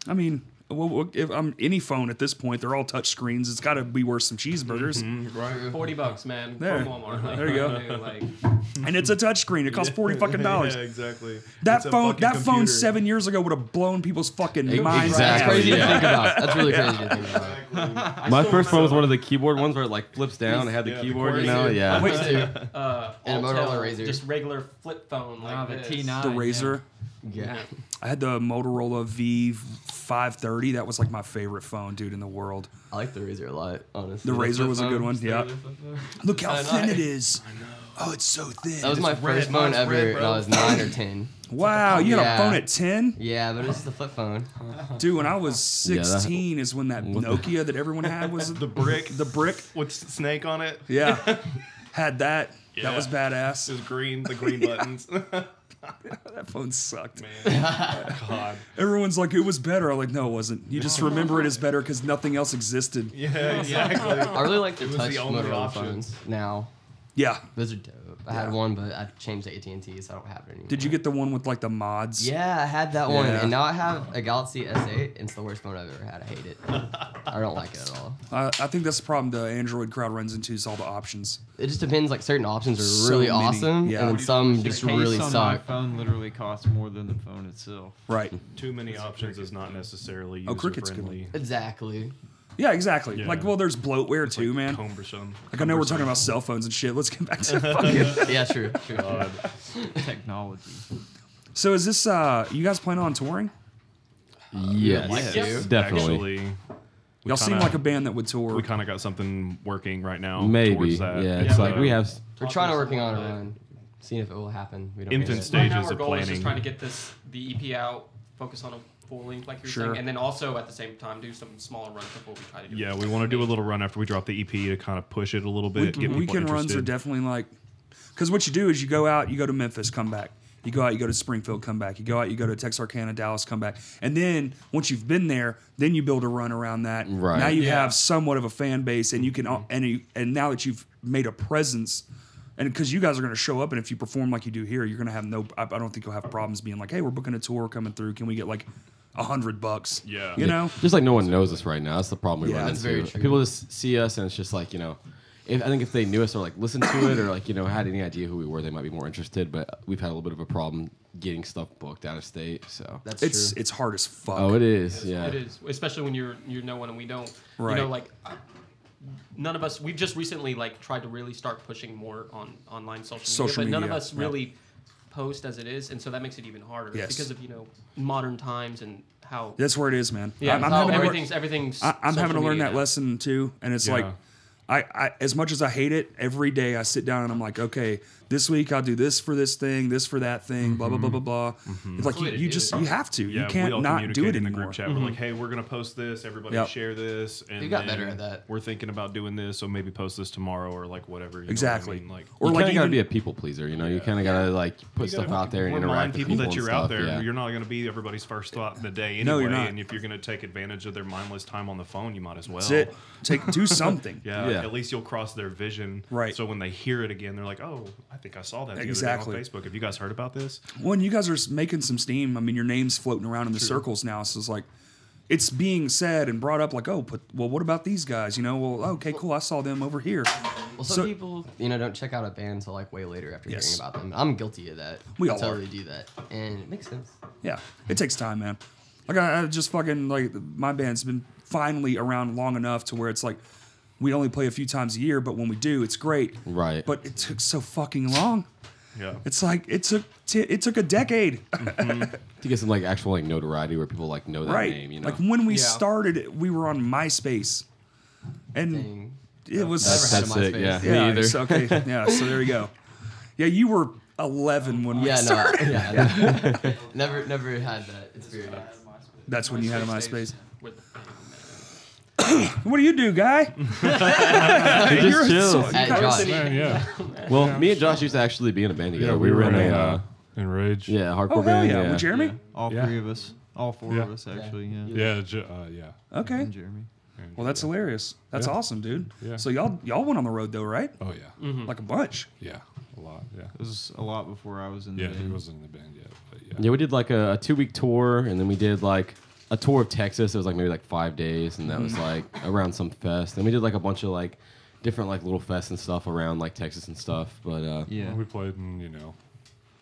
A: I mean, well, well, if I'm any phone at this point, they're all touch screens. It's got to be worth some cheeseburgers,
H: Forty bucks, man,
A: There.
H: from Walmart. Like,
A: There you go.
H: dude, like,
A: and it's a touch screen. It costs forty fucking dollars.
E: Yeah, exactly.
A: That
E: It's a
A: phone,
E: fucking
A: that phone,
E: computer.
A: seven years ago would have blown people's fucking minds.
B: Exactly.
G: That's
A: out.
G: crazy
B: yeah.
G: to think about. That's really crazy to think about.
B: My first one was one of the keyboard ones where it like flips down and had the
E: Yeah, the
B: keyboard, you
E: QWERTY.
B: know? Yeah.
G: Wait, too.
H: uh,
G: And a
H: Altel,
G: Motorola Razr.
H: just regular flip phone like
D: Wow, the
H: this.
D: T9.
A: The
D: Yeah.
A: Razor.
G: Yeah.
A: I had the Motorola V530. That was like my favorite phone, dude, in the world.
G: I like the razor a lot, honestly.
A: The Razor was a good one. Yeah. Look how
G: I know.
A: thin it is. Oh, it's so thin.
G: That was my first phone ever when I was nine or ten.
A: wow, you had
G: Yeah.
A: a phone at ten.
G: Yeah, but it's the flip phone.
A: Dude, when I was
B: Yeah, that-
A: 16 is when that Nokia that everyone had was the
E: brick.
A: the brick.
E: with s- snake on it.
A: Yeah. had that. That
E: Yeah.
A: was badass.
E: It was green, the green buttons.
A: That phone sucked.
E: God.
A: Everyone's like, it was better. I'm like, no, it wasn't. You just remember it as better because nothing else existed.
E: Yeah, exactly.
G: I really like the
E: was
G: touch
E: the only
G: Motorola
E: option.
G: phones now.
A: Yeah.
G: Those are dope. I had one, but I changed to AT and T, so I don't have it anymore.
A: Did you get the one with like the mods?
G: Yeah, I had that one,
A: Yeah.
G: and now I have a Galaxy S8. and It's the worst phone I've ever had. I hate it. I don't like it at all.
A: I, I think that's the problem the Android crowd runs into is all the options.
G: It just depends. Like certain options are
A: So
G: really
A: many.
G: awesome,
A: Yeah.
G: and then some just
D: the case
G: really
D: on
G: suck.
D: my phone literally costs more than the phone itself.
A: Right.
E: Too many options is not necessarily user
A: Oh, Cricut's good.
E: friendly.
G: Exactly.
A: Yeah, exactly.
E: Yeah.
A: Like, well, there's bloatware too, man. Like,
E: Cumbersome.
A: I know we're talking about cell phones and shit. Let's get back to fucking.
G: Yeah, true. true, true.
D: Technology.
A: So is this uh you guys plan on touring?
B: Yes,
H: Yes.
B: definitely.
E: Actually, we
A: Y'all seem
E: kinda-
A: like a band that would tour.
E: we kind of got something working right now.
B: Maybe.
E: towards that.
B: Yeah, it's like we have. s-
G: We're
H: Talk
G: trying
H: to
G: to
H: us
G: working on
H: about
G: our
H: it.
G: own, seeing if it will happen. We don't
E: Infant
G: know yet.
E: stage.
H: Right now,
E: stages
H: our
E: of
H: goal is just
E: planning.
H: trying to get this the EP out, focus on a full length, like you were
A: Sure.
H: saying, and then also at the same time do some smaller runs before we try to do.
E: Yeah, we want to do a little run after we drop the EP to kind of push it a little bit. get people
A: Weekend runs are
E: interested.
A: definitely like, because what you do is you go out, you go to Memphis, come back. You go out, you go to Springfield, come back. You go out, you go to Texarkana, Dallas, come back. And then once you've been there, then you build a run around that.
B: Right.
A: Now you
H: Yeah. Mm-hmm.
A: have somewhat of a fan base, and you can al- and you, and now that you've made a presence. And because you guys are going to show up, and if you perform like you do here, you're going to have no. I, I don't think you'll have problems being like, "Hey, we're booking a tour coming through. Can we get like a hundred bucks?"
E: Yeah.
A: you know.
B: just like no one knows us right now. That's the problem we
A: Yeah,
B: run
A: that's
B: into.
G: very true.
B: People just see us and it's just like you know. If, I think if they knew us or like listened to it or like you know had any idea who we were, they might be more interested. But we've had a little bit of a problem getting stuff booked out of state. So
G: That's
A: It's
G: true.
A: it's hard as fuck.
B: oh, it is. Yeah,
H: It is, especially when you're you're no one and we don't.
A: Right.
H: You know, like I- none of us. We've just recently like tried to really start pushing more on online social media,
A: Social
H: but none of
A: media,
H: us
A: yeah.
H: really post as it is, and so that makes it even harder
A: Yes.
H: because of you know modern times and how.
A: That's where it is, man.
H: Yeah,
A: I'm- I'm
H: how
A: having to work-
H: everything's everything's.
A: I, I'm
H: social
A: having to learn
H: media
A: that
H: now.
A: lesson too, and it's like,
E: Yeah.
A: I, I as much as I hate it, every day I sit down and I'm like, okay, this week I'll do this for this thing, this for that thing, blah blah blah blah blah. It's like
H: That's the
A: you,
H: way to
A: you
H: do
A: just
H: it.
A: you have to,
E: Mm-hmm. Yeah,
A: you
E: we all
A: can't not do
E: communicate
A: it
E: in the
A: anymore. Mm-hmm.
E: group chat. We're like, hey, we're gonna post this. Everybody
A: Yep.
E: share this. And
G: We got
E: then
G: better at that.
E: We're thinking about doing this, so maybe post this tomorrow or like whatever. you know what I
A: Exactly.
E: mean? Like,
A: or
B: you
A: like
B: kind of gotta
A: even-
B: be a people pleaser. You know, you kind of gotta like put
E: You gotta
B: stuff out there and
E: remind
B: interact
E: people,
B: with people
E: that
B: and
E: you're
B: stuff,
E: out there.
B: Yeah.
E: You're not going to be everybody's first thought in the day anyway.
A: No, you're not.
E: And if you're going to take advantage of their mindless time on the phone, you might as well.
A: That's it. Take do something.
E: Yeah,
B: Yeah.
E: At least you'll cross their vision.
A: Right.
E: So when they hear it again, they're like, "Oh, I think I saw that the
A: Exactly.
E: other day on Facebook. Have you guys heard about this?"
A: One, you guys are s- making some steam. I mean, your name's floating around in the circles now, so it's like. It's being said and brought up like, oh, but well, what about these guys? You know, well, okay, cool. I saw them over here.
G: Well, some
A: so-
G: people, you know, don't check out a band until like way later after
A: Yes.
G: hearing about them. I'm guilty of that.
A: We
G: I
A: all
G: totally do that, and it makes sense.
A: Yeah, it takes time, man. Like I, I just fucking like my band's been finally around long enough to where it's like we only play a few times a year, but when we do, it's great.
B: Right.
A: But it took so fucking long.
E: Yeah.
A: It's like it took t- it took a decade,
B: to get some like actual like notoriety where people like know that
A: right?
B: name. You know,
A: Like when we
H: Yeah.
A: started, it, we were on MySpace, and
G: Dang.
A: it was
G: Never had a
B: that's it.
G: MySpace.
B: Yeah,
A: yeah,
B: me either.
A: it's okay, yeah. So there you go. Yeah, you were 11 when we
G: Yeah, no,
A: started.
G: I- yeah, never, never had that. It's weird.
A: That's when you had a
H: MySpace
A: MySpace.
H: days with-
A: What do you do, guy? You're a-
B: chill.
A: you
G: At
A: guys-
G: Josh.
F: Man, yeah.
B: Well, me and Josh used to actually be in a band together.
F: Yeah,
B: we, were in a
F: uh,
B: uh,
F: Enrage.
B: yeah hardcore
A: Oh hell
B: band.
A: yeah, with Jeremy.
C: All
F: Yeah.
C: three of us. All four
F: Yeah.
C: of us, actually. Yeah.
F: Yeah, J- uh, yeah.
A: Okay.
C: And Jeremy.
A: Well, that's hilarious. That's
F: Yeah.
A: awesome, dude.
F: Yeah.
A: So y'all y'all went on the road though, right?
F: Oh yeah.
A: Like a bunch.
F: Yeah, a lot. Yeah.
C: It was a lot before I was in
F: Yeah,
C: the
F: he
C: band.
F: wasn't in the band yet, but yeah.
B: Yeah, we did like a, a two week tour, and then we did like a tour of Texas. It was like maybe like five days, and that
A: Mm.
B: was like around some fest. And we did like a bunch of like different like little fests and stuff around like Texas and stuff. But uh, yeah,
C: Yeah.
F: We played in, you know,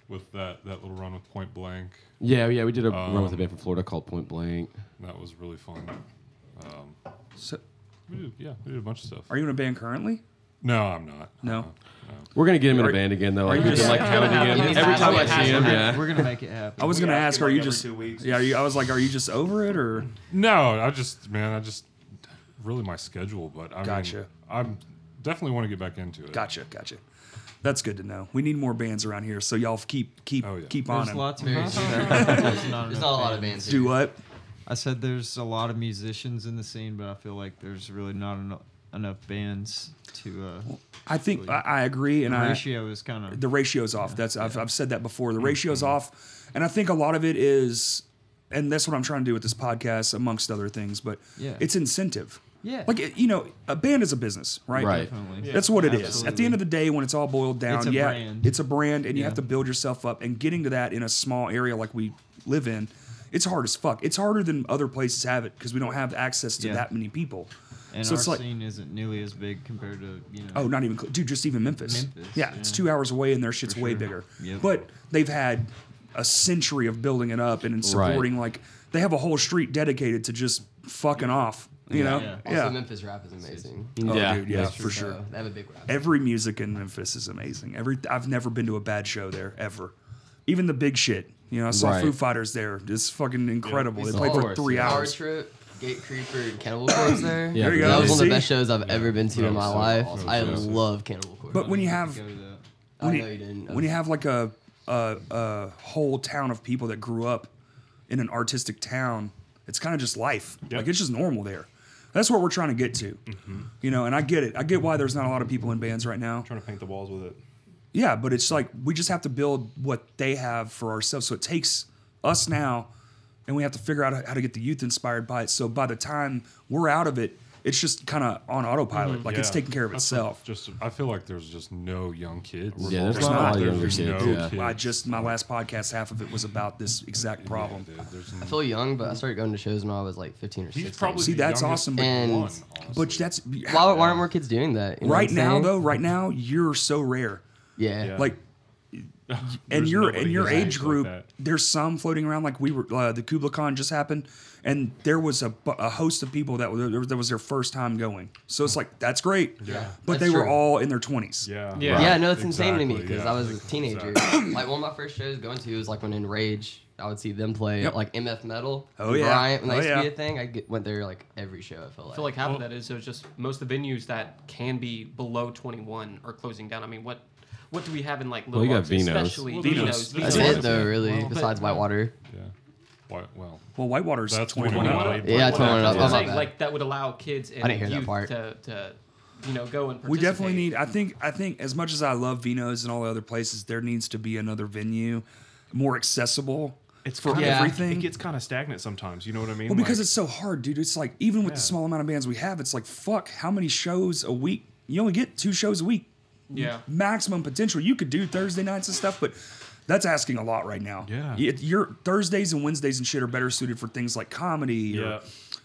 F: with that, that little run with Point Blank.
B: yeah, we did a run with a
F: Um,
B: band from Florida called Point Blank.
F: That was really fun.
A: So
F: We did, yeah, we did a bunch of stuff.
A: are you in a band currently?
F: no, I'm not.
A: No.
B: We're gonna get him in a band again though. Like, we've been, like counting him
G: He's
B: every time I
G: actually-
B: see him. Yeah.
C: We're gonna make it happen.
A: I was gonna
E: Yeah,
A: ask,
E: like
A: are you
E: every
A: just
E: two weeks.
A: yeah? Are you, I was like, are you just over it or
F: No, I just, man, I just really my schedule, but I
A: Gotcha.
F: I'm definitely want to get back into it.
A: gotcha, gotcha. That's good to know. We need more bands around here, so y'all keep keep
F: Oh, yeah.
A: keep on
C: There's
A: it.
C: lots of
G: Very
C: musicians.
G: soon.
C: There's not,
G: There's
C: enough
G: not a lot of bands.
A: Do
G: here.
A: what?
C: I said there's a lot of musicians in the scene, but I feel like there's really not eno- enough bands to. Uh,
A: I think I, I agree, and
C: the
A: I
C: ratio is kind of.
A: the ratio's off. That's I've, I've said that before. The
C: Mm-hmm.
A: ratio's off, and I think a lot of it is, and that's what I'm trying to do with this podcast, amongst other things. But
C: Yeah.
A: it's incentive.
C: Yeah.
A: like it- you know, a band is a business, right?
B: Right.
C: Definitely.
A: That's what it is. At the
C: Absolutely.
A: end of the day, when it's all boiled down,
C: It's a
A: yeah,
C: brand.
A: it's a brand, and you
C: Yeah.
A: have to build yourself up. And getting to that in a small area like we live in, it's hard as fuck. It's harder than other places have it because we don't have access to
C: Yeah.
A: that many people.
C: And
A: so
C: our
A: it's like,
C: scene isn't nearly as big compared to you know.
A: Oh, not even, cl- dude. Just even Memphis.
C: Memphis,
A: yeah, it's
C: yeah.
A: two hours away, and their shit's way
C: sure.
A: bigger.
C: Yep.
A: But they've had a century of building it up and in
B: Right.
A: supporting. Like they have a whole street dedicated to just fucking off. You know, yeah.
C: Yeah.
G: Also, Memphis rap is amazing.
A: Oh,
B: yeah,
A: dude, yeah,
B: that's
A: for sure.
G: So, they have a big rap.
A: Every music in Memphis is amazing. Every I've never been to a bad show there ever. even the big shit. You know, I saw
B: Right.
A: Foo Fighters there. It's fucking incredible. They
B: Of
A: played for
B: course,
A: three
B: yeah.
G: Power
A: hours.
G: Trip, Gate Creeper, and Cannibal Corpse there.
B: Yeah, There you
G: That
B: go,
G: was one of
A: see?
G: the best shows I've ever been to
B: That
G: in
B: was
G: my
B: so
G: life.
B: awesome.
G: I
B: Yeah.
G: love Cannibal Corpse.
A: But when you have
D: Go to that.
G: I
A: when
G: know
A: you-
G: you didn't.
A: when you have like a, a a whole town of people that grew up in an artistic town, it's kind of just life. Like it's just normal there. That's what we're trying to get to,
F: Mm-hmm.
A: you know. And I get it. I get why there's not a lot of people in bands right now.
E: Trying to paint the walls with it.
A: Yeah, but it's like we just have to build what they have for ourselves. So it takes us now, and we have to figure out how to get the youth inspired by it. So by the time we're out of it, it's just kind of on autopilot. Like it's
F: Mm-hmm. Yeah.
A: taking care of itself.
F: Just, I feel like there's just no young kids.
B: Yeah, there's
A: There's
B: not a
A: not.
B: lot of younger
F: There's
B: kids.
F: no
B: yeah.
F: kid.
A: I just my last podcast, half of it was about this exact problem.
F: Dude, there's
G: I feel young, but I started going to shows when I was like 15 or 16.
F: He's probably
A: See,
F: the
A: that's
F: youngest
A: awesome,
G: And-
F: one, honestly.
A: But that's
G: why, why aren't more kids doing that? You know what
A: right
G: I'm
A: now
G: saying?
A: though. Right now, you're so rare.
G: eh? Yeah.
E: Yeah.
A: Like, and
E: There's
A: your
E: nobody
A: and your
E: who's
A: age
E: like
A: group,
E: that.
A: there's some floating around. Like we were, uh, the Kubla Khan just happened, and there was a, bu- a host of people that was that was their first time going. So it's like that's great. Yeah, but
G: That's
A: they were
G: true.
A: all in their twenties.
E: Yeah.
H: Yeah.
G: Yeah, no, it's insane to me
F: Exactly,
G: because
F: yeah.
G: I was a teenager. Like one of my first shows going to was like when Enrage, I would see them play
A: Yep.
G: like MF Metal.
A: Oh, yeah.
G: Bryant, when
A: Oh,
G: that used to be
A: yeah.
G: a thing, I get, went there like every show. I feel like.
H: I feel like half of that is there's just most of the venues that can be below 21 are closing down. I mean, what what do we have in like Little
B: you got
H: Rocks,
B: Vino's.
H: especially
F: Well,
H: Vino's?
F: Vino's.
G: that's
H: Vino's.
G: it though, really.
H: Well, but-
G: besides Whitewater,
F: Yeah. Why, well,
A: Well, Whitewater's
F: That's
A: twenty
F: when we
A: one.
F: went.
H: Well,
G: Yeah,
H: well,
G: twenty one
H: that's
G: up.
H: what I'm
G: Oh, my
H: saying,
G: bad.
H: like that would allow kids and
G: I didn't hear that
H: youth
G: part.
H: to to you know go and
A: We
H: participate.
A: definitely need. I think. I think as much as I love Vino's and all the other places, there needs to be another venue, more accessible.
E: It's
A: for
E: kinda-
A: everything.
E: It gets kind of stagnant sometimes. You know what I mean?
A: Well, because
E: Like,
A: it's so hard, dude. It's like even with the small amount of bands we have, it's like fuck. How many shows a week? You only get two shows a week.
H: yeah.
A: maximum potential. You could do Thursday nights and stuff, but that's asking a lot right now.
E: Yeah.
A: Y- Your Thursdays and Wednesdays and shit are better suited for things like comedy
E: Yeah.
A: or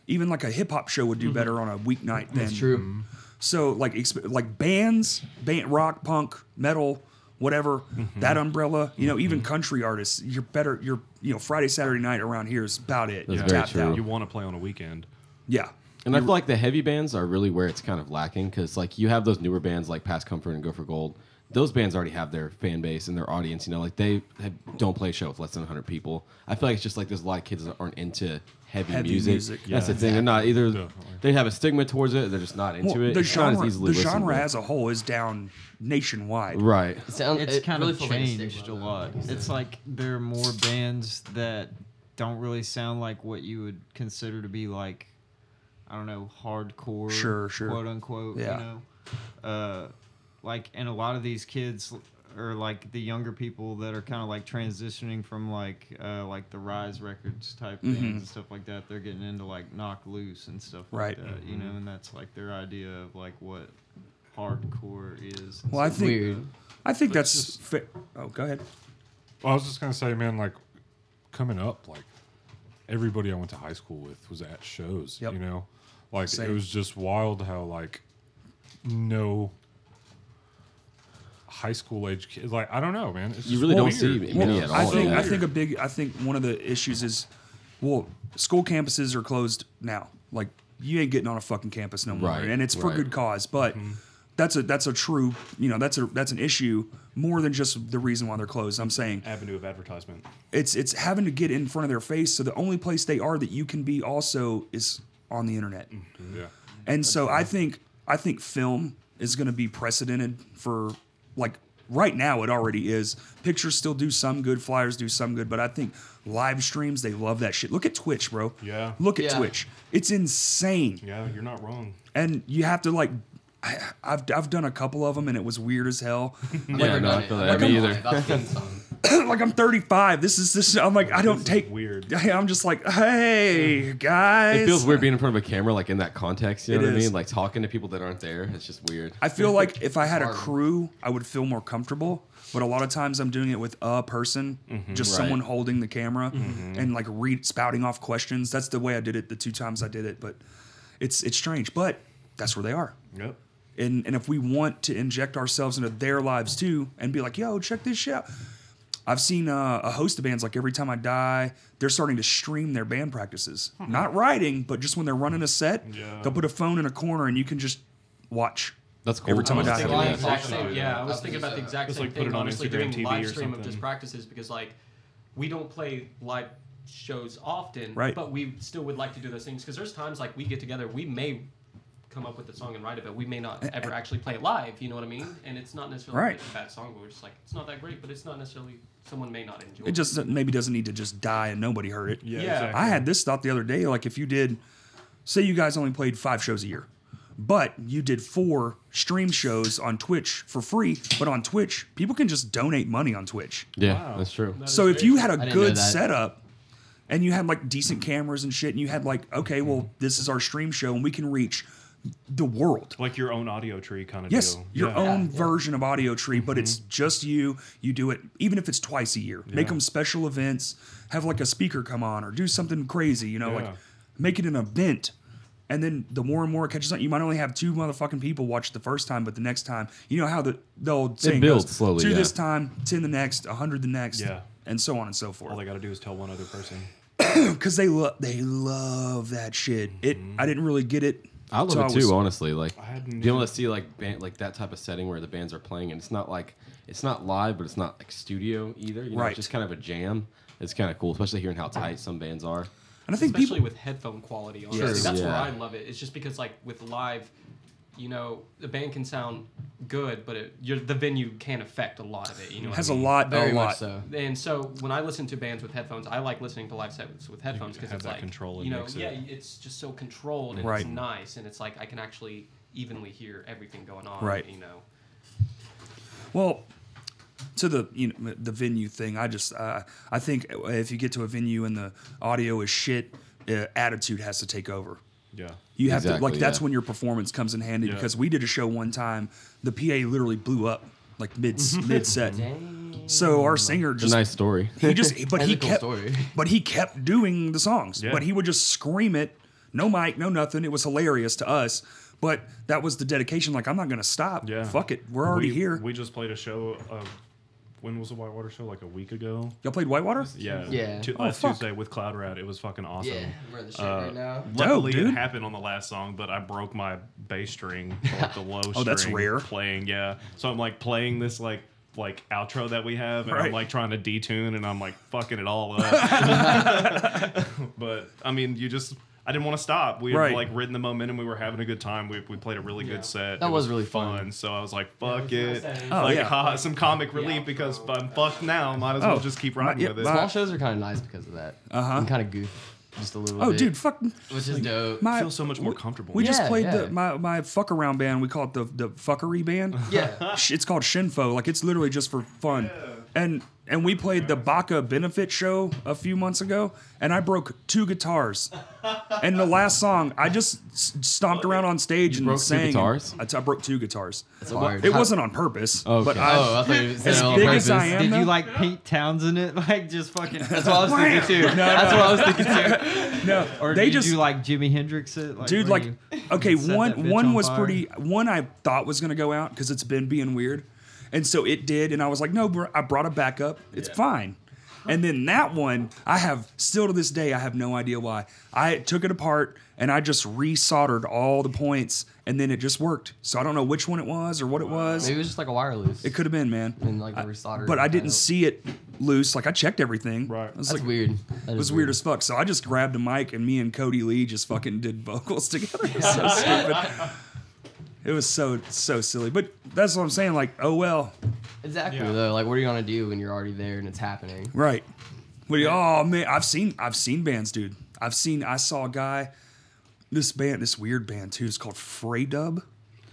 A: even like a hip hop show would do better on a weeknight than
G: it's true.
A: so like exp- like bands, band rock, punk, metal, whatever, that umbrella, you know, even country artists, you're better you're you know, Friday, Saturday night around here is about it.
B: That's
A: You're
B: very
A: tapped
B: true.
A: out.
E: you want to play on a weekend.
A: Yeah.
B: And I feel like the heavy bands are really where it's kind of lacking because like you have those newer bands like Past Comfort and Go for Gold. Those bands already have their fan base and their audience. You know, like they have, don't play a show with less than 100 people. I feel like it's just like there's a lot of kids that aren't into heavy,
A: Heavy
B: music.
A: music,
B: That's the
A: yeah.
B: thing. They're not either. They have a stigma towards it. They're just not into
A: Well,
B: it.
A: the
B: it's not
A: genre
B: as easily
A: the genre
B: listenable.
A: as a whole is down nationwide.
B: right.
G: It sounds,
D: It's
G: it
D: kind
G: really
D: of
G: feels like a
D: changed a
G: stigma, though.
D: lot.
C: It's like there are more bands that don't really sound like what you would consider to be like, I don't know, hardcore.
A: Sure, sure.
C: Quote unquote.
A: Yeah.
C: You know, uh, like, and a lot of these kids are like the younger people that are kind of like transitioning from like uh, like the Rise Records type
A: Mm-hmm.
C: things and stuff like that. They're getting into like Knock Loose and stuff
A: Right. Mm-hmm.
C: like that. You know, and that's like their idea of like what hardcore is. and
A: Well, I
C: stuff.
A: think
G: Weird.
A: I think that's fa- Oh, go ahead.
F: I was just gonna say, man, like coming up, like everybody I went to high school with was at shows.
A: Yep.
F: You know, like
A: Same.
F: it was just wild how like no high school age kid. Like I don't know, man. It's
B: You
F: just
B: really don't
F: weird.
B: see many at all.
A: I think
B: yeah.
A: I think a big I think one of the issues is well, school campuses are closed now. Like you ain't getting on a fucking campus no more,
B: Right,
A: and it's for
B: right.
A: good cause. But that's a that's a true you know that's a that's an issue more than just the reason why they're closed. I'm saying
E: Avenue of advertisement.
A: it's it's having to get in front of their face. So the only place they are that you can be also is on the internet.
F: Yeah.
A: And so I think I think film is going to be precedented for like right now it already is. Pictures still do some good, flyers do some good, but I think live streams they love that shit. Look at Twitch, bro.
E: Yeah.
A: Look at
G: Yeah.
A: Twitch. It's insane.
E: Yeah, you're not wrong.
A: And you have to like I, I've I've done a couple of them and it was weird as hell.
G: I've
B: Yeah,
G: never
B: no, I
G: done
B: feel
G: it.
B: that. Me either.
G: That's been some.
A: like I'm 35. This is this I'm like I don't
E: This is
A: take
E: weird.
A: I'm just like, "Hey, guys."
B: It feels weird being in front of a camera, like in that context. You know
A: It
B: what I
A: is.
B: mean? Like talking to people that aren't there. It's just weird.
A: I feel like if I had a
G: Harder.
A: crew, I would feel more comfortable. But a lot of times I'm doing it with a person, just
B: Right.
A: someone holding the camera and like read spouting off questions. That's the way I did it the two times I did it, but it's it's strange, but that's where they are.
E: Yep.
A: And and if we want to inject ourselves into their lives too and be like, "Yo, check this shit out." I've seen uh, a host of bands like Every Time I Die, they're starting to stream their band practices. Not writing, but just when they're running a set,
E: Yeah.
A: they'll put a phone in a corner and you can just watch.
B: That's cool.
A: Every time I
B: was
A: got
B: thinking
A: it,
B: that.
H: the
A: yeah.
H: exact same.
G: Awesome.
H: Yeah, I was
G: That's
H: thinking
G: just,
H: about the
G: uh,
H: exact
E: just,
H: same
E: like, put
H: thing.
E: it on
H: honestly,
E: Instagram
H: doing
E: TV or
H: live stream of just
E: something.
H: practices because like we don't play live shows often,
A: Right.
H: But we still would like to do those things because there's times like we get together, we may come up with a song and write it, but we may not ever actually play it live. You know what I mean? And it's not necessarily
A: Right.
H: a bad song, but we're just like it's not that great, but it's not necessarily someone may not enjoy.
A: It just maybe doesn't need to just die and nobody heard it.
H: Yeah. exactly.
A: I had this thought the other day. Like, if you did, say you guys only played five shows a year, but you did four stream shows on Twitch for free, but on Twitch, people can just donate money on Twitch.
B: Yeah, that's true.
A: so if you had a
G: didn't know
A: good
G: that.
A: setup and you had like decent cameras and shit, and you had like, okay, well, this is our stream show and we can reach the world.
E: Like your own audio tree kind of
A: Yes,
E: deal.
A: your
E: Yeah.
A: own
G: Yeah, yeah.
A: version of Audio Tree, but it's just you. You do it, even if it's twice a year. Make 'em Make them special events. Have like a speaker come on, or do something crazy. You know,
E: Yeah.
A: like make it an event. And then the more and more it catches on, you might only have two motherfucking people watch it the first time, but the next time, you know how the the old saying
B: builds
A: goes,
B: slowly,
A: Two
B: yeah.
A: this time, ten the next, hundred the next,
E: Yeah.
A: and so on and so
E: All
A: forth.
E: they got to do is tell one other person.
A: Because they love they love that shit. It I didn't really get it.
B: I love
A: till
B: it too,
A: was-
B: honestly. Like
E: hadn't
B: being able to see like band, like that type of setting where the bands are playing, and it's not like it's not live, but it's not like studio either. You know,
A: Right.
B: it's just kind of a jam. It's kind of cool, especially hearing how tight some bands are.
A: and I think
H: especially
A: people.
H: with headphone quality. Honestly,
A: Yes.
H: that's where
B: Yeah.
H: I love it. It's just because like with live, you know, the band can sound good, but it, you're, the venue can affect a lot of it. You know, what
A: Has
H: I
A: a
H: mean?
A: lot,
G: Very
A: a
G: much
A: lot.
G: so.
H: And so when I listen to bands with headphones, I like listening to live sets with headphones because
E: have
H: it's
E: that
H: like
E: control and
H: you know,
E: mix it.
H: yeah, it's just so controlled and
A: Right.
H: it's nice, and it's like I can actually evenly hear everything going on.
A: Right.
H: You know.
A: Well, to the you know the venue thing, I just uh, I think if you get to a venue and the audio is shit, uh, attitude has to take over.
E: Yeah.
A: You have to
B: Exactly,
A: like that's
B: yeah.
A: when your performance comes in handy
E: Yeah.
A: because we did a show one time, the PA literally blew up like mid mid set. So our singer
B: It's
A: just
B: a nice story.
A: he just but
G: That's
A: he
G: a cool
A: kept
G: story.
A: but he kept doing the songs.
E: Yeah.
A: But he would just scream it, no mic, no nothing. It was hilarious to us. But that was the dedication. Like I'm not gonna stop.
E: Yeah.
A: Fuck it. We're already
E: we,
A: here.
E: We just played a show. Of, when was the Whitewater show? Like a week ago.
A: Y'all played Whitewater?
E: Yeah.
G: Yeah.
E: Tu-
A: Oh,
E: last
A: fuck.
E: Tuesday with Cloud Rat. It was fucking awesome.
G: Yeah, we're in the shit
E: Uh,
G: right now.
E: Luckily,
A: dude.
E: it happened on the last song, but I broke my bass string, like the low string.
A: Oh, that's rare.
E: Playing, yeah. So I'm like playing this like like outro that we have, and
A: Right.
E: I'm like trying to detune, and I'm like fucking it all up. but I mean, you just. I didn't want to stop. We had
A: Right.
E: like ridden the momentum. We were having a good time. We, we played a really good set.
G: That
E: It
G: was really fun.
E: So I was like, fuck
H: Yeah, it was
E: it.
H: nice.
A: Oh,
E: like,
A: yeah.
E: haha, some comic relief because I'm fucked now. Might as well
A: Oh,
E: just keep riding
A: yeah,
E: with it.
A: my-
G: Small shows are kind of nice because of that. Uh
A: Uh-huh.
G: And kind of goof, just a little.
A: Oh,
G: bit,
A: dude, fuck.
G: which is dope.
A: My,
E: I feel so much more comfortable.
A: we just
G: Yeah,
A: played
G: yeah.
A: the, my my fuck around band. We call it the the fuckery band.
G: yeah,
A: Sh- it's called Shinfo. Like it's literally just for fun. And and we played the Baka benefit show a few months ago, and I broke two guitars. and the last song, I just s- stomped around on stage and
B: broke two
A: sang. and-
B: guitars?
A: I t- I broke two guitars.
G: it's hard.
A: It wasn't on purpose, but
B: Okay.
A: I,
G: Oh, I thought you said
A: as
G: it on
A: big
G: purpose.
A: as I am,
C: Did
A: though-
C: you like Pete Townsend it? Like just fucking.
G: That's what I was thinking too. That's what I was thinking too.
A: no,
C: or
A: they
C: did
A: just
C: you like Jimi Hendrix it? Like,
A: dude
C: where
A: like
C: you-
A: okay
C: set that
A: one
C: bitch
A: one
C: on
A: was
C: fire.
A: pretty one i thought was gonna go out because it's been being weird and so it did and i was like no bro i brought it back up it's fine and then that one i have still to this day i have no idea why i took it apart and i just re-soldered all the points and then it just worked so i don't know which one it was or what it was
G: Maybe it was just like a wire loose.
A: it could have been man
G: And, like,
A: I-
G: re-soldered
A: but
G: it
A: i
G: back
A: didn't
G: up.
A: see it loose like i checked everything
E: Right.
A: I was
G: That's
A: like,
G: weird.
A: it was weird as fuck. So I just grabbed a mic and me and Cody Lee just fucking did vocals together. It was so stupid. It was so so silly. But that's what I'm saying. Like, oh well,
G: Exactly
E: Yeah.
G: though. Like, what are you gonna do when you're already there and it's happening?
A: right? What do you, oh man, I've seen I've seen bands, dude. I've seen I saw a guy, this band, this weird band too. It's called Frey Dub.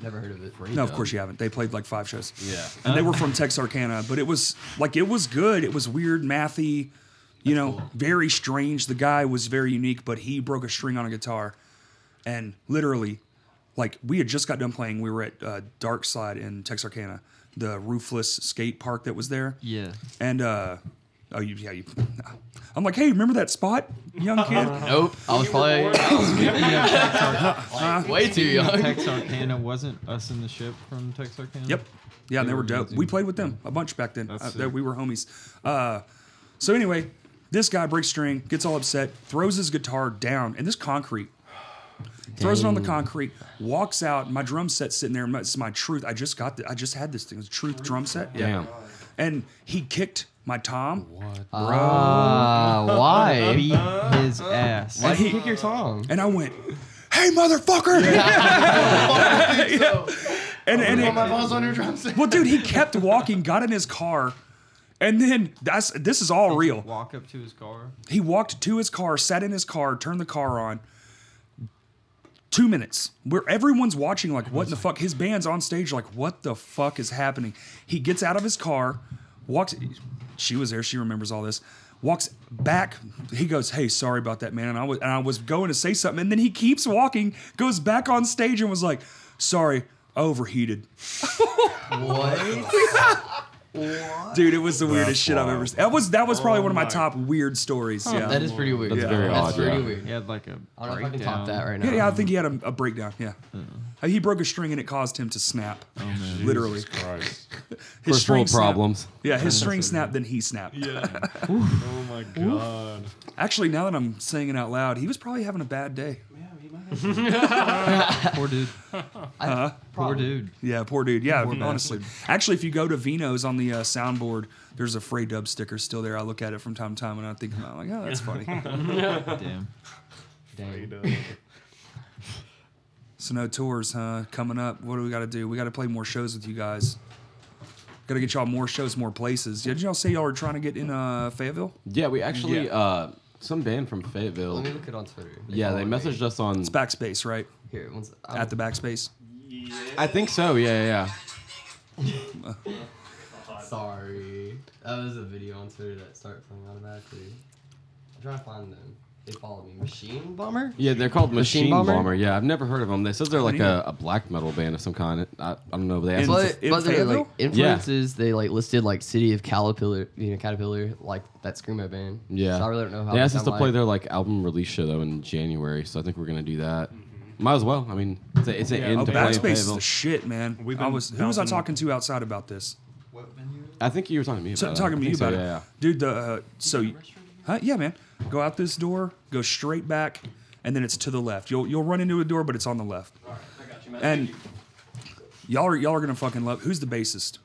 G: Never heard of it.
A: No, of course you haven't. They played like five shows.
B: Yeah.
A: and they were from Texarkana, but it was like it was good. It was weird, mathy, you know, very strange. The guy was very unique, but he broke a string on a guitar, and literally, like we had just got done playing. We were at uh, Dark Side in Texarkana, the roofless skate park that was there.
D: Yeah.
A: and uh, oh, you, yeah, you. I'm like, hey, remember that spot, young kid?
G: Nope. I was probably way too young.
C: Texarkana wasn't us in the ship from Texarkana.
A: Yep. Yeah, and they were dope. We played with them a bunch back then. Uh, that we were homies. Uh, so anyway, this guy breaks string, gets all upset, throws his guitar down, and this concrete throws it on the concrete, walks out. My drum set's sitting there. It's my truth. I just got. The, I just had this thing. It was a truth drum set. Yeah.
B: Damn.
A: And he kicked my tom.
G: Ah, why?
D: Beat his ass.
G: Why do you kick your tongue?
A: And I went, "Hey, motherfucker!" Yeah. And and it,
C: my balls on your drum set.
A: well, dude, he kept walking, got in his car, and then that's this is all real.
C: Walk up to his car.
A: He walked to his car, sat in his car, turned the car on. Two minutes where everyone's watching, like, what in the fuck? His band's on stage, like, what the fuck is happening? He gets out of his car, walks, she was there, she remembers all this, walks back. He goes, Hey, sorry about that, man. And I was, and I was going to say something. And then he keeps walking, goes back on stage, and was like, Sorry, I overheated.
G: What?
A: Dude, it was the weirdest shit I've
F: wild.
A: ever seen. That was, that was probably one of my, top weird stories. yeah.
G: That is pretty weird.
B: That's very
G: That's
B: odd,
G: pretty
B: yeah.
G: weird.
C: He had like a
G: I don't know if I can
C: breakdown.
G: top that right now.
A: Yeah, yeah, I think he had a, a breakdown. Yeah, Uh, he broke a string and it caused him to snap. Literally,
F: Christ.
A: his
B: First world
A: snapped.
B: problems.
A: Yeah, his string snapped, then he snapped.
F: Oh my god.
A: Actually, now that I'm saying it out loud, he was probably having a bad day.
D: Poor dude.
A: Uh-huh.
D: Poor dude.
A: Yeah, poor dude. Yeah, honestly. Actually, if you go to Vino's on the uh, soundboard, there's a Frey Dub sticker still there. I look at it from time to time and I think about it, like, oh, that's funny.
D: Damn.
A: so no tours, huh? Coming up, what do we got to do? We got to play more shows with you guys. Got to get y'all more shows, more places. Did y'all say y'all were trying to get in uh, Fayetteville?
B: Yeah, we actually
A: Yeah.
B: uh some band from Fayetteville.
G: Let me look it on Twitter.
B: Yeah, they
G: message.
B: messaged us on.
A: Backspace, right?
G: Here, one sec.
A: At the backspace.
B: I think so. Yeah, yeah, yeah.
G: I'm sorry. That was a video on Twitter that started playing automatically. I'm trying to find them. They follow me. Machine Bomber?
B: Yeah, they're called Machine,
G: Machine Bomber?
B: Bomber? Yeah, I've never heard of them. They said they're like
A: either.
B: a, a black metal band of some kind. I, I don't know. They
A: And-
B: actually,
G: But,
A: in
G: but they
A: Fayetteville?
G: like influences. They like listed like City of Caterpillar, you know, Caterpillar, like that screamo band.
B: yeah,
G: So I really don't know how.
B: They
G: much
B: asked us
G: I
B: to play
G: like-
B: their like album release show though in January, so I think we're gonna do that. Might as well. I mean, it's, a, it's an end
A: Oh,
B: to play in
A: Backspace is
B: Fayetteville.
A: the shit, man.
E: We've
A: I
E: been
A: was who was I
E: bouncing-
A: talking to outside about this?
B: I think you were talking to me. About
A: So,
B: it.
A: talking
B: I
A: to you
B: think so,
A: about it,
B: yeah, yeah.
A: dude. The uh, so, huh? Yeah, man. Go out this door, go straight back, and then it's to the left. You'll you'll run into a door, but it's on the left. And y'all are y'all are gonna fucking love. Who's the bassist?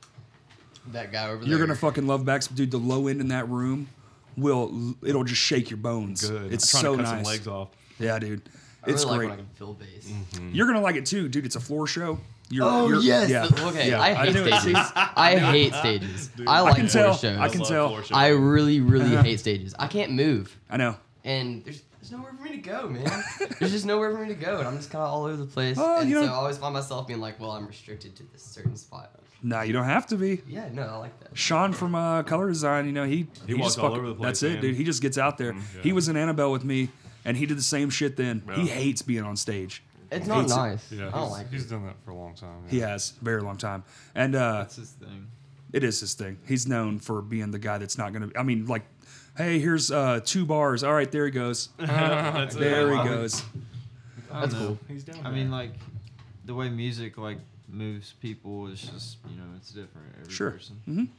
G: that guy over there.
A: You're gonna fucking love backs, dude. The low end in that room will it'll just shake your bones.
E: Good.
A: It's
E: I'm
A: so
E: trying to cut
A: nice.
E: some legs off.
A: Yeah, dude.
G: I
A: It's
G: really like
A: great.
G: when I can fill bass.
A: You're gonna like it too, dude. It's a floor show. You're,
G: Oh
A: you're-
G: yes.
A: yeah,
G: okay.
A: yeah,
G: I hate
A: knew it, dude.
G: stages. I hate stages. I
A: I
G: like
A: can
G: floor
A: tell.
G: shows.
A: I can
E: Love
A: tell.
E: floor show.
G: I really, really
A: Uh-huh.
G: hate stages. I can't move,
A: I know.
G: and there's there's nowhere for me to go, man. there's just nowhere for me to go, and I'm just kind of all over the place.
A: Oh,
G: and
A: you
G: so
A: know-
G: I always find myself being like, well, I'm restricted to this certain spot.
A: Nah, you don't have to be.
G: Yeah, no, I like that.
A: Sean from uh, Color Design, you know, he
E: He
A: just
E: walks all
A: fucking-
E: over the place,
A: That's it,
E: man. Mm-hmm.
A: dude. He just gets out there.
E: yeah.
A: He was in Annabelle with me, and he did the same shit. Then he
E: Yeah.
A: hates being on stage.
G: It's not
A: Hates it.
G: nice.
F: Yeah,
G: I don't
F: he's-
G: like
F: He's
G: it.
F: done that for a long time.
A: He has a very long time, and uh,
C: That's his thing.
A: it is his thing. He's known for being the guy that's not gonna. I mean, like, hey, here's uh, two bars. All right, there he goes.
E: That's it.
A: There he goes.
C: I don't know. I mean, like the way music like moves people is just you know it's different. Every
A: Sure. Mm-hmm.
C: Person.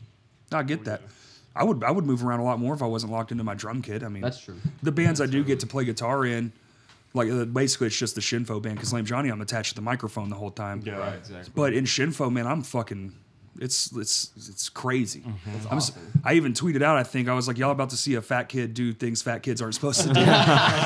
A: I get that. I would I would move around a lot more if I wasn't locked into my drum kit. I mean,
G: That's true.
A: the bands I do get to play guitar in, like uh, basically it's just the Shinfo band because Lame Johnny, I'm attached to the microphone the whole time.
E: Yeah.
C: Right. Exactly.
A: But in Shinfo, man, I'm fucking. It's it's it's crazy.
G: It's
A: I'm s-
G: awesome.
A: I even tweeted out. I think I was like, "Y'all about to see a fat kid do things fat kids aren't supposed to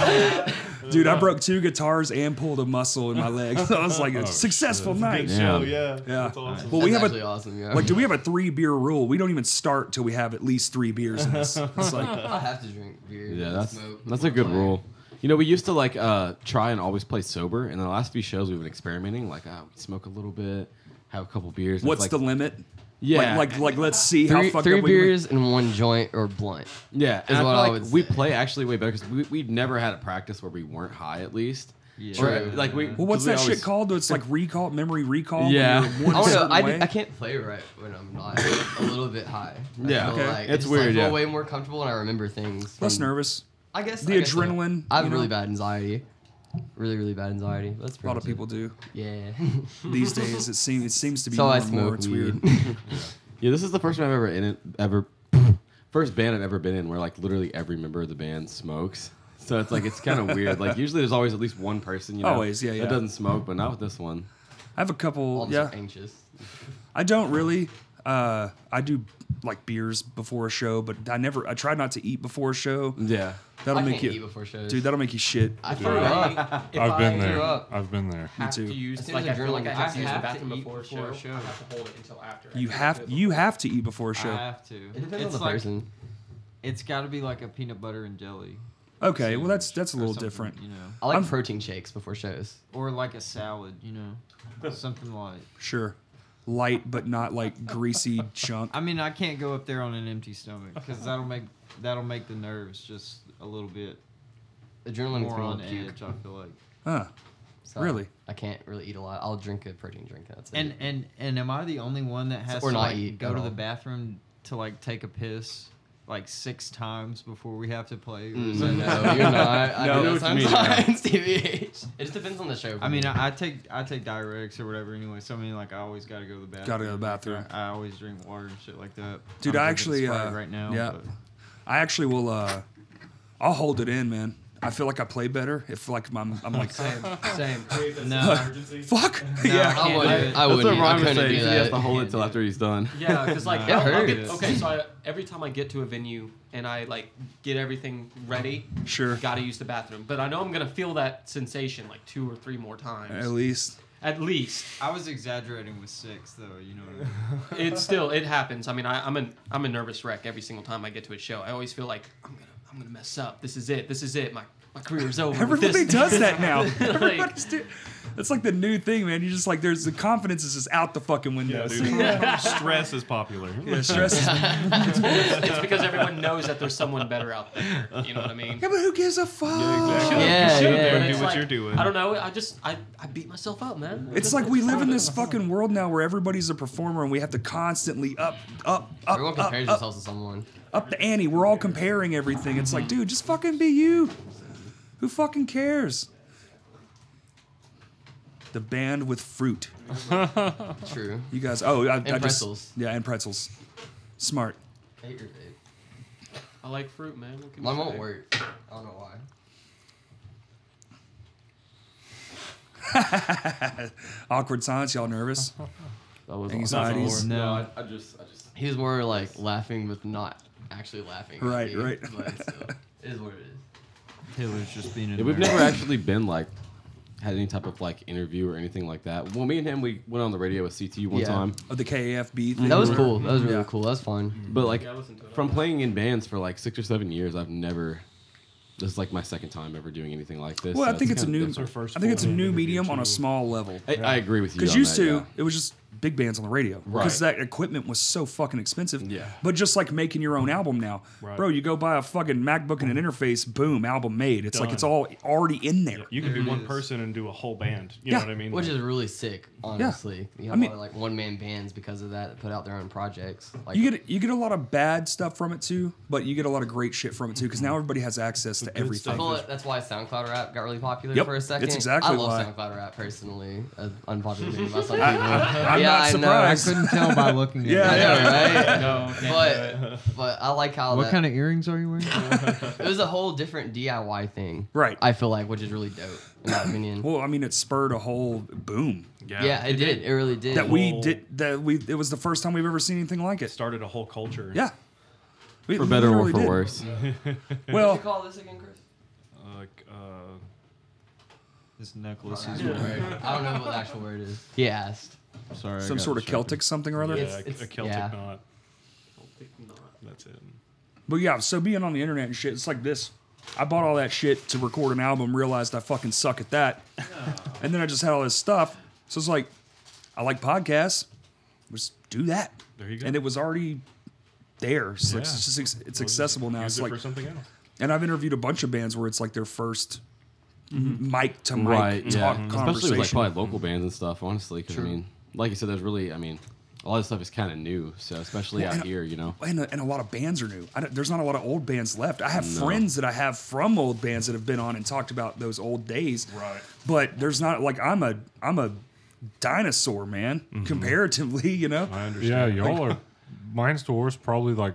A: do." Dude, I broke two guitars and pulled a muscle in my leg. So I was like, a "Successful night."
B: Yeah.
E: yeah.
A: Yeah.
E: That's awesome.
A: Well, we
G: That's
A: have
G: actually
A: a
G: awesome. Yeah.
A: like, do we have a three beer rule? We don't even start till we have at least three beers in us. It's like,
G: I have to drink beer.
B: Yeah,
G: and
B: that's
G: smoke
B: that's
G: before
B: a good
G: playing.
B: rule. You know, we used to like uh, try and always play sober. And the last few shows, we've been experimenting. Like, ah, we smoke a little bit, have a couple beers. and
A: what's
B: it's like,
A: the limit?
B: Yeah.
A: Like, like, like let's see how
G: Three,
A: fucked
G: three
A: up we can-
G: beers and one joint or blunt.
B: Yeah, and
G: is
B: I
G: what
B: feel
G: I
B: like
G: would
B: we
G: say.
B: play actually way better because we, we've never had a practice where we weren't high at least.
C: Yeah.
B: Or,
G: True.
B: like we.
A: Well, what's
B: 'cause we
A: that
B: always-
A: shit called? It's like recall, memory recall. when
B: Yeah.
A: you're one
G: I don't know.
A: certain
G: I,
A: way?
G: d- I can't play right when I'm not a little bit high. I
B: Yeah.
G: feel
B: Okay.
G: like,
B: It's
G: just,
B: weird,
G: Like, feel
B: yeah.
G: way more comfortable and I remember things.
A: Less
G: from-
A: nervous.
G: I guess
A: The
G: I guess so.
A: adrenaline,
G: I have
A: you know?
G: really bad anxiety. Really, really bad anxiety. but That's
A: A lot of people do
G: Yeah.
A: these days. It seems it seems to be
G: so
A: more
G: I
A: and more.
G: smoke
A: It's weird.
G: weed.
B: Yeah, this is the first time I've ever in it ever. First band I've ever been in where like literally every member of the band smokes. So it's like it's kind of weird. Like usually there's always at least one person. You know,
A: Always, yeah, yeah.
B: That doesn't smoke, but not with this one.
A: I have a
G: All
A: couple.
G: just
A: Yeah,
G: anxious.
A: I don't really. Uh, I do like beers before a show, but I never. I try not to eat before a show.
B: Yeah.
A: That'll
G: I
A: make
G: can't eat
A: you,
G: before shows.
A: dude. That'll make you shit.
G: I threw up.
H: If
F: I've been
H: I
F: there.
G: threw up.
F: I've been there.
H: have
A: too.
H: to use,
G: It's
H: like I feel like I
G: adrenaline.
H: have to
G: I
H: use the
G: have to
H: bathroom
G: eat
H: before a
G: before
H: show.
G: a
H: I
G: show.
H: have to hold it until after. I
A: You
H: can't
A: have
H: do it
A: you
H: before.
A: have to eat before a
C: I
A: show.
C: have to.
G: It depends
C: it's
G: on the
C: like,
G: person.
C: It's got to be like a peanut butter and jelly.
A: Okay, well
C: sandwich
A: that's that's a
C: or
A: little
C: something,
A: different.
C: you know,
G: I like
A: I'm-
G: protein shakes before shows.
C: or like a salad, you know, something like.
A: Sure, light but not like greasy chunk.
C: I mean, I can't go up there on an empty stomach because that'll make that'll make the nerves just a little bit
G: Adrenaline makes
C: more
G: me
C: on
G: want to puke.
C: edge. I feel like.
A: Huh.
G: So
A: Really?
G: I can't really eat a lot. I'll drink a protein drink. That's it.
C: And and and am I the only one that has
G: Or
C: to
G: not
C: like,
G: eat
C: go
G: at
C: to the
G: all.
C: bathroom to like take a piss like six times before we have to play? Or
G: Mm,
C: is
G: no,
C: that-
G: you're not. I
B: No, I
G: do
B: know
G: that
B: what you mean,
G: sometimes, TBH. It just depends on the show. for
C: I mean,
G: me.
C: I, I take I take diuretics or whatever anyway. So I mean, like I always got to go to the bathroom.
A: Gotta go to the bathroom.
C: I, I always drink water and shit like that.
A: Dude,
C: I'm
A: I
C: drinking
A: actually
C: Sprite
A: uh,
C: right now.
A: Yeah,
C: but-
A: I actually will. uh I'll hold it in, man. I feel like I play better if like my, I'm like
C: Same.
H: That's
C: No.
H: an emergency.
A: fuck.
C: I
A: yeah,
C: can't
G: I
C: do
G: wouldn't.
C: it.
G: I
B: That's
G: wouldn't.
B: what Ryan
G: I
B: was
G: couldn't
B: saying.
G: do
B: He has
G: that.
B: to hold it
C: Can't
B: till
C: do
B: after he's done.
H: Yeah, because like
C: It
H: I'll- I'll get-
G: hurts.
H: okay, so I, every time I get to a venue and I like get everything ready,
A: Sure.
H: gotta use the bathroom. But I know I'm gonna feel that sensation like two or three more times
A: at least.
H: at least.
C: I was exaggerating with six though. You know. What I mean?
H: It still it happens. I mean, I, I'm an I'm a nervous wreck every single time I get to a show. I always feel like I'm gonna I'm gonna mess up. This is it. This is it. My my career's over.
A: Everybody
H: This-
A: does that now.
H: Like-
A: Everybody's do. That's like the new thing, man. You just like there's the confidence is just out the fucking window.
E: Yeah,
A: So,
E: dude. Stress is popular.
A: yeah, stress. is- yeah,
H: it's because everyone knows that there's someone better out there. You know what I mean?
A: but who gives a fuck?
E: exactly.
G: Yeah,
H: Shoot,
G: yeah.
H: but
E: Do
H: it's
E: what
H: like-
E: you're doing.
H: I don't know. I just I, I beat myself up, man.
A: It's like we live in this fucking world now where everybody's a performer and we have to constantly up, up, up,
G: Everyone
A: up,
G: compares
A: up,
G: themselves to someone.
A: up the ante. We're all comparing everything. It's like, dude, just fucking be you. Who fucking cares? The band with fruit.
G: True.
A: You guys. Oh, I, I
G: pretzels.
A: Just, yeah, and pretzels. Smart.
G: I hate your vape.
H: I like fruit, man. What can you
G: Mine won't
H: say?
G: work. I don't know why.
A: Awkward silence. Y'all nervous?
B: That was
A: Anxieties.
C: No.
B: I just, I just.
G: He was more like laughing, but not actually laughing. at
A: Right,
G: me,
A: right.
G: But still, it is what it is.
C: Taylor's just being.
B: Yeah, we've never actually been like had any type of like interview or anything like that. Well, me and him we went on the radio with CTU one
G: Yeah.
B: time,
A: Of Oh, the KAFB thing.
G: That was
A: or-
G: cool. That was really
A: Yeah.
G: cool. That was fun.
B: but like
H: Yeah, I listened to it.
B: from playing in bands for like six or seven years, I've never. This is like my second time ever doing anything like this.
A: Well,
B: so
A: I think it's a
B: kinda
A: new.
B: different.
A: I think it's a new medium on a small level.
B: I, I agree with you.
A: Because
B: on
A: used
B: that,
A: to,
B: yeah.
A: it was just big bands on the radio. Because
B: Right.
A: that equipment was so fucking expensive.
B: Yeah.
A: But just like making your own album now,
E: Right.
A: bro, you go buy a fucking MacBook and an interface, boom, album made. It's like it's
E: Done.
A: all already in there.
E: You can
C: There
E: be
C: it
E: one
C: is.
E: person and do a whole band. You
A: Yeah,
E: know what I mean?
G: Which
E: Like,
G: is really sick, honestly. You have
A: I mean-
G: a lot of like one man bands because of that that put out their own projects. Like
A: You get you get a lot of bad stuff from it too, but you get a lot of great shit from it too. Because now everybody has access to
G: I
A: everything.
G: feel like that's why SoundCloud rap got really popular
A: Yep,
G: for a
A: it's
G: second.
A: exactly
G: I love
A: why.
G: SoundCloud rap personally. Uh, unpopular opinion by some people.
A: I'm
G: Oh, Yeah,
A: not
G: I know.
C: I
A: surprised.
C: couldn't tell by looking.
A: Yeah,
G: I
A: yeah.
G: know, right?
H: No,
G: But but I like how
C: What
G: that,
C: kind of earrings are you wearing?
G: it was a whole different DIY thing.
A: Right.
G: I feel like, which is really dope in my opinion.
A: Well, I mean, it spurred a whole boom
E: yeah.
G: yeah, it did. It really did.
A: that we
E: Whole-
A: did. That we it was the first time we've ever seen anything like it.
E: started a whole culture.
A: Yeah, We
B: for better or
A: literally
B: for
A: did.
B: worse.
A: Well,
G: call this again, Chris?
E: Like, uh,
C: this necklace
G: I
C: is.
G: don't know what the actual word is. He asked.
C: Sorry. I
A: some
C: got
A: sort of
C: distracted.
A: Celtic something or other.
E: yeah,
G: It's-
E: a-
G: it's-
E: a Celtic
G: yeah.
E: knot.
H: not.
E: That's it.
A: But yeah, so being on the internet and shit, it's like this. I bought all that shit to record an album, realized I fucking suck at that. and then I just had all this stuff. So it's like, I like podcasts. Just do that.
E: There you go.
A: And it was already there. So it's
E: Yeah.
A: just it's, it's accessible now.
E: Use
A: It's
E: it
A: like
E: for something else.
A: and I've interviewed a bunch of bands where it's like their 1st mic to mic
B: Mm-hmm. Right, yeah.
A: talk
B: Especially
A: conversation.
B: with like probably local bands and stuff, honestly. 'cause, I mean, like you said, there's really, I mean, a lot of stuff is kind of new. So especially
A: Well,
B: out
A: and-
B: here, you know.
A: and a, and a lot of bands are new. I don't, there's not a lot of old bands left. I have friends that I have from old bands that have been on and talked about those old days.
E: Right.
A: But there's not like I'm a I'm a dinosaur man comparatively. You know.
E: I
F: Yeah,
E: understand.
F: y'all are. Mine's to War's probably like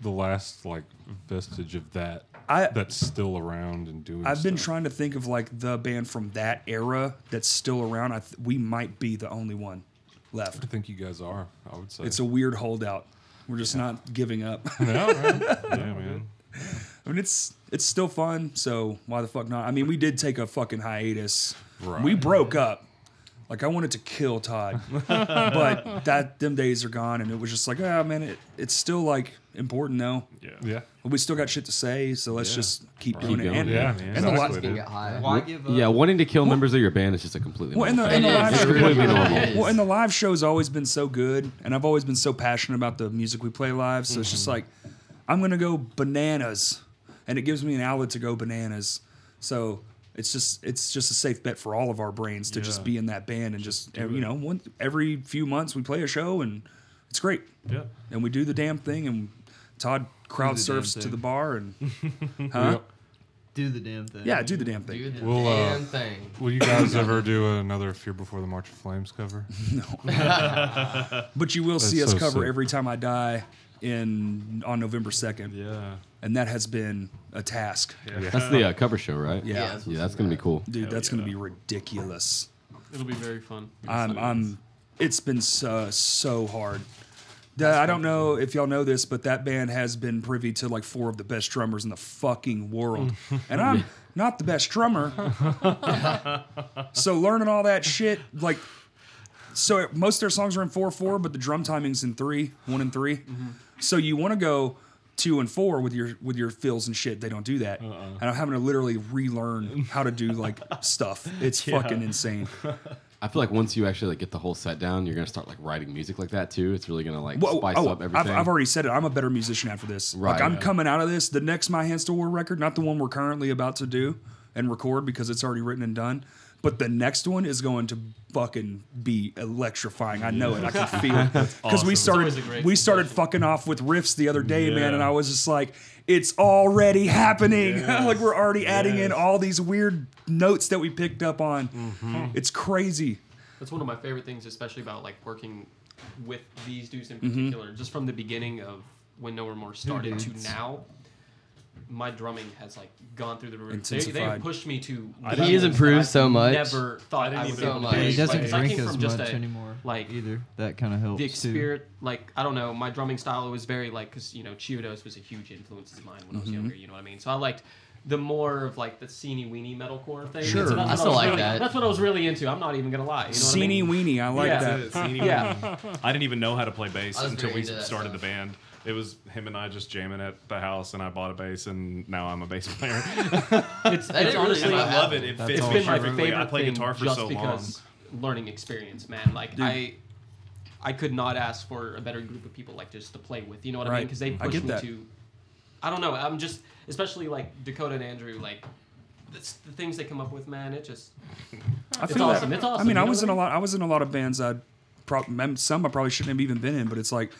F: the last like vestige of that
A: I
F: that's still around and doing.
A: I've been
F: stuff.
A: trying to think of like the band from that era that's still around. I th- we might be the only one left.
F: I think you guys are. I would say
A: It's a weird holdout. We're just not giving up. I
F: no, man. yeah, man.
A: mean, it's it's still fun. So why the fuck not? I mean, we did take a fucking hiatus. We
F: Right.
A: broke up. Like I wanted to kill Todd, but that them days are gone, and it was just like, ah, man, it, it's still like important though.
E: Yeah.
F: Yeah,
A: But we still got shit to say, so let's just keep doing it.
B: going,
A: And,
F: yeah,
A: and
F: man.
A: the
F: Exactly,
A: li-
G: Can
F: dude.
G: get high.
C: Why give up?
B: Yeah, wanting to kill members of your band is just a completely
A: Well, and
B: normal
A: the,
B: thing.
A: and the
G: It
A: live
G: is.
B: it's
A: show,
B: completely normal.
G: It is.
A: well, and the live show's always been so good, and I've always been so passionate about the music we play live. So it's just like I'm gonna go bananas, and it gives me an outlet to go bananas. So it's just it's just a safe bet for all of our brains to just
E: Yeah.
A: be in that band and just, you know one, every few months we play a show and it's great,
E: Yeah.
A: and we do the damn thing, and Todd crowd surfs to
C: thing.
A: the bar and huh
F: Yep.
C: Do the damn thing.
A: yeah do the damn thing.
G: Do the
F: We'll, uh,
G: damn thing.
F: Will you guys ever do another Fear Before the March of Flames cover?
A: But you will see
F: That's
A: us
F: so
A: cover
F: sick.
A: every time I die in on November second.
E: Yeah.
A: and that has been a task.
B: That's the uh, cover show, right?
A: Yeah. Yeah,
G: that's
B: yeah, that's gonna be cool.
A: Dude,
E: Hell
A: that's
E: yeah.
A: gonna be ridiculous.
H: It'll be very fun.
A: I'm, I'm. It's been so so hard. The- I don't know if y'all know this, but that band has been privy to like four of the best drummers in the fucking world, and I'm not the best drummer. so learning all that shit, like, so it, most of their songs are in four four, but the drum timings in three, one and 3
H: Mm-hmm.
A: So you want to go two and four with your with your fills and shit. They don't do that, and I'm having to literally relearn how to do like stuff. It's fucking insane.
B: I feel like once you actually like get the whole set down, you're gonna start like writing music like that too. It's really gonna like
A: Whoa,
B: spice
A: oh,
B: up everything.
A: I've, I've already said it. I'm a better musician after this. Like
B: Right.
A: I'm
B: Yeah.
A: coming out of this. The next My Hands to War record, not the one we're currently about to do and record because it's already written and done. But the next one is going to fucking be electrifying. I know it. I can feel it. Because we
H: always a
A: started
H: great
A: we started fucking off with riffs the other day, man, and I was just like, it's already happening. like we're already adding in all these weird notes that we picked up on.
B: Mm-hmm.
A: It's crazy.
H: That's one of my favorite things, especially about like working with these dudes
G: Mm-hmm.
H: in particular. Just from the beginning of when No More started to
C: dudes.
H: now, my drumming has like gone through the roof. They, they
A: Intensified.
H: pushed me to.
G: He has improved so much.
H: Never thought
E: didn't
H: I, would
E: even-
H: so
G: So much.
H: much.
G: Yeah,
C: He doesn't
H: like, I
C: drink
H: came
C: as
H: from just
C: much
H: a-
C: anymore.
H: Like
C: either. That kind of helps.
H: the
C: too.
H: experience, like I don't know, my drumming style was very like because you know Chiodos was a huge influence of mine when
G: Mm-hmm.
H: I was younger. You know what I mean? So I liked the more of like the seeny weeny metalcore thing.
A: Sure.
H: That's what
A: I
H: was
G: still like
H: really-
G: that.
H: That's what I was really into. I'm not even gonna lie. You know what I
A: Seeny
H: mean?
A: weenie, I like
H: Yeah.
A: that.
H: Yeah,
E: I didn't even know how to play bass
G: I was
E: until we
G: very into that
E: started the
G: stuff.
E: band. It was him and I just jamming at the house, and I bought a bass, and now I'm a bass player.
H: it's,
G: That
H: it's
G: didn't really
H: honestly
G: know
E: I love
G: happened.
E: it. It
F: That's
E: fits
H: it's
E: me
H: been my
E: perfectly.
H: favorite
E: I played
H: thing
E: guitar for
H: just
E: so long.
H: because learning experience, man. Like I, I could not ask for a better group of people like just to play with. You know what I mean?
A: Right.
H: Because they
A: I
H: push
A: get
H: me
A: that.
H: to. I don't know. I'm just especially like Dakota and Andrew. Like that's the things they come up with, man. It just
A: I
H: It's
A: feel that.
H: awesome. It's awesome.
A: I mean,
H: You
A: I
H: know
A: was
H: what
A: in
H: I
A: a
H: mean?
A: lot. I was in a lot of bands. I, prob- some I probably shouldn't have even been in, but it's like,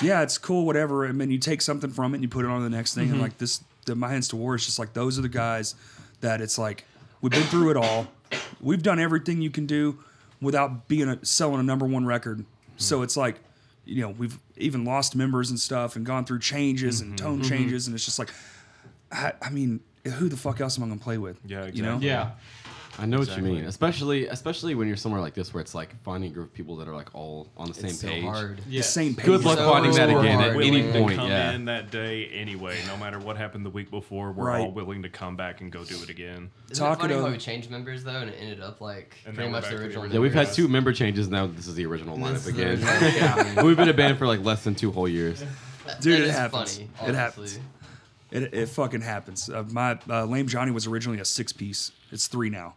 A: yeah, it's cool, whatever. And then you take something from it and you put it on to the next thing.
H: Mm-hmm.
A: And like this, the my hands to war is just like those are the guys that it's like we've been through it all. We've done everything you can do without being a, selling a number one record.
H: Mm-hmm.
A: So it's like, you know, we've even lost members and stuff and gone through changes and
H: Mm-hmm.
A: tone changes, and it's just like, I, I mean, who the fuck else am I gonna play with?
E: Yeah,
A: You know?
E: exactly.
H: yeah.
B: I know what you mean, especially especially when you're somewhere like this where it's like finding a group of people that are like all on the same
G: It's so
B: page.
G: hard.
A: The same page.
B: Good luck
G: So
B: finding that again at
G: hard.
B: any
G: Willing
E: to
B: point.
E: come
B: Yeah,
E: in that day anyway, no matter what happened the week before. We're
A: Right.
E: all willing to come back and go do it again.
G: Isn't it funny
A: Talkative.
G: how we changed members though, and it ended up like
E: And
G: pretty
E: now we're
G: much
E: back
G: the
E: to the
G: original.
E: original.
B: yeah. We've had
G: members.
B: two member changes now. This is the original lineup
G: This is the
B: again.
G: original- yeah.
B: we've been a band for like less than two whole years.
A: Dude,
G: That
A: it
G: is
A: happens.
G: funny,
A: it
G: honestly.
A: happens. It, it fucking happens. Uh, my uh, lame Johnny was originally a six piece. It's three now.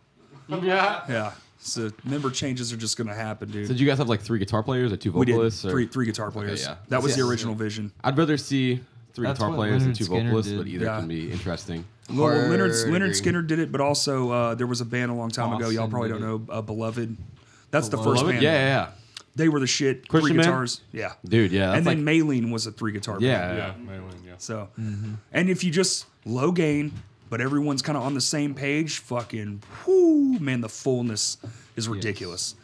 H: Yeah.
A: Yeah. So member changes are just gonna happen, dude.
B: So did you guys have like three guitar players or two
A: we did
B: vocalists? or-
A: three three guitar players.
B: yeah.
A: That was
G: Yeah.
A: the original vision.
B: I'd rather see three
C: That's
B: guitar
C: what
B: players and
C: Leonard
B: two
C: Skinner
B: vocalists,
C: did.
B: but either
A: Yeah.
B: can be interesting.
A: Well, well, Leonard
G: Hard
A: Leonard
G: agree.
A: Skinner did it, but also uh, there was a band a long time ago. Y'all
C: Austin
A: probably don't
C: did
A: know. Uh, Beloved. That's the
C: Beloved?
A: first
B: Love it?
A: band.
B: Yeah, yeah, yeah.
A: They were the shit.
B: Christian
A: three
B: band?
A: guitars. Yeah.
B: Dude, yeah. That's
A: and
B: like,
A: then Maylene was a three guitar. band.
B: yeah,
F: Yeah, mainly, yeah.
A: So,
C: Mm-hmm.
A: and if you just low gain, but everyone's kind of on the same page, fucking, whoo, man, the fullness is ridiculous.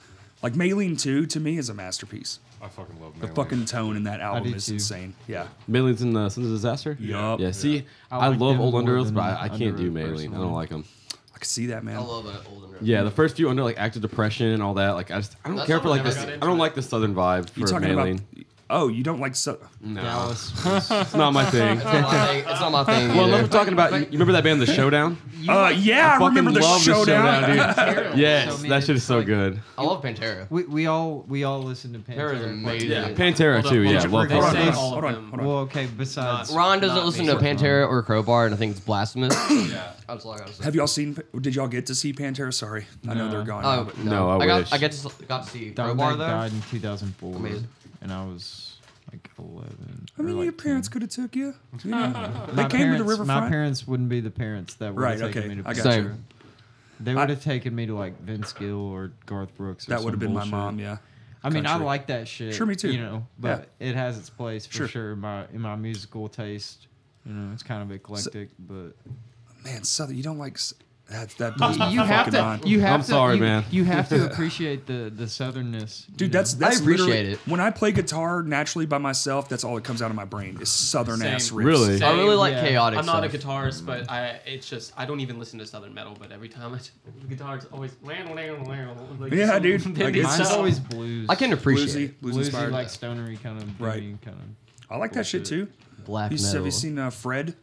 A: Like Maylene 2 to me is a masterpiece.
F: I fucking love
A: The
F: Melee.
A: fucking tone in that album
C: do
A: is
C: too.
A: insane. Yeah.
B: Melee's in the Sons of Disaster.
A: Yup.
B: Yeah. See,
C: I
B: I,
C: like
B: love
C: them
B: old
C: more
B: Under Oath,
C: than
B: but I, I can't
C: Under
B: do
C: Oath
B: Melee. I
C: personally.
B: don't like them.
A: I can see that, man.
G: I love an old and
B: Yeah, the first few under like active depression and all that. Like I just I don't
H: That's
B: care
H: why
B: for
H: I
B: like
H: never
B: this.
H: got
B: I
H: into
B: don't
H: it.
B: like the Southern vibe for
A: you talking
B: Melee.
A: about? Oh, you don't like so?
B: No,
G: Dallas. was-
B: it's not my thing.
G: It's not my thing. It's not my thing.
B: Well, unless
G: either.
B: we're talking about you, you remember that band, The Showdown?
A: uh, yeah, I,
B: fucking
A: remember the
B: love The
A: showdown.
B: Showdown, dude. yes,
C: So, I mean,
B: that shit is
C: it's
B: so
C: like-
B: good.
G: I love Pantera.
C: We, we all we all listen to
G: Pantera is
C: Pantera.
G: amazing.
B: Yeah, Pantera too. Yeah,
A: Hold
B: love
A: on,
B: Pantera.
A: hold on,
H: all of
A: hold on,
H: them.
A: hold on.
C: Well, okay. Besides,
G: Ron doesn't
H: Not
G: listen
H: me.
G: to Pantera or Crowbar, and I think it's blasphemous. yeah, that's all I gotta say.
A: Have y'all seen? Did y'all get to see Pantera? Sorry, I know they're gone. now,
G: Oh
A: but-
G: no,
B: No, I
G: I,
B: wish.
G: got I got to, got to see
C: Dimebag
G: Crowbar though.
C: died in 2004,
G: Amazing.
C: and I was like 11.
A: I mean,
C: or, like,
A: your parents
C: 10.
A: could have took you. Yeah. they
C: My
A: came
C: parents,
A: to the
C: My
A: riverfront.
C: parents wouldn't be the parents that would
A: Right.
C: have taken
A: Okay.
C: me to
A: I got
G: Same.
A: you.
C: They
A: I-
C: would have taken me to like Vince Gill or Garth Brooks. Or
A: That would have
C: some
A: been
C: bullshit.
A: my mom. Yeah.
C: I mean, I
A: country.
C: like that shit.
A: Sure, me too.
C: You know, but it has its place for
A: Sure.
C: sure. in my in my musical taste. You know, it's kind of eclectic, but
A: Man, Southern, you don't like s- that. That blows my
C: you have
A: fucking
C: to.
A: mind.
C: You have
B: I'm
C: to.
B: sorry,
C: you,
B: man.
C: You have to appreciate the the southernness, you
A: Dude,
C: know?
A: that's that's
G: appreciate
A: literally-
G: it.
A: When I play guitar naturally by myself, that's all that comes out of my brain is southern ass riffs.
B: Really?
G: I really like
C: Yeah.
G: chaotic.
H: I'm not a
G: stuff.
H: guitarist, but I it's just I don't even listen to southern metal. But every time I t- the guitar, it's always like,
A: Yeah, dude.
H: some
A: Like,
H: bendy
A: it's
C: mine's
H: stuff.
A: just-
C: always blues.
G: I can appreciate
A: Bluesy,
G: it.
A: blues
C: bluesy,
A: inspired.
C: like stonery kind of
A: Right.
C: boomy kind of.
A: I like that shit too.
G: black
A: You,
G: metal.
A: have you seen uh, Fred?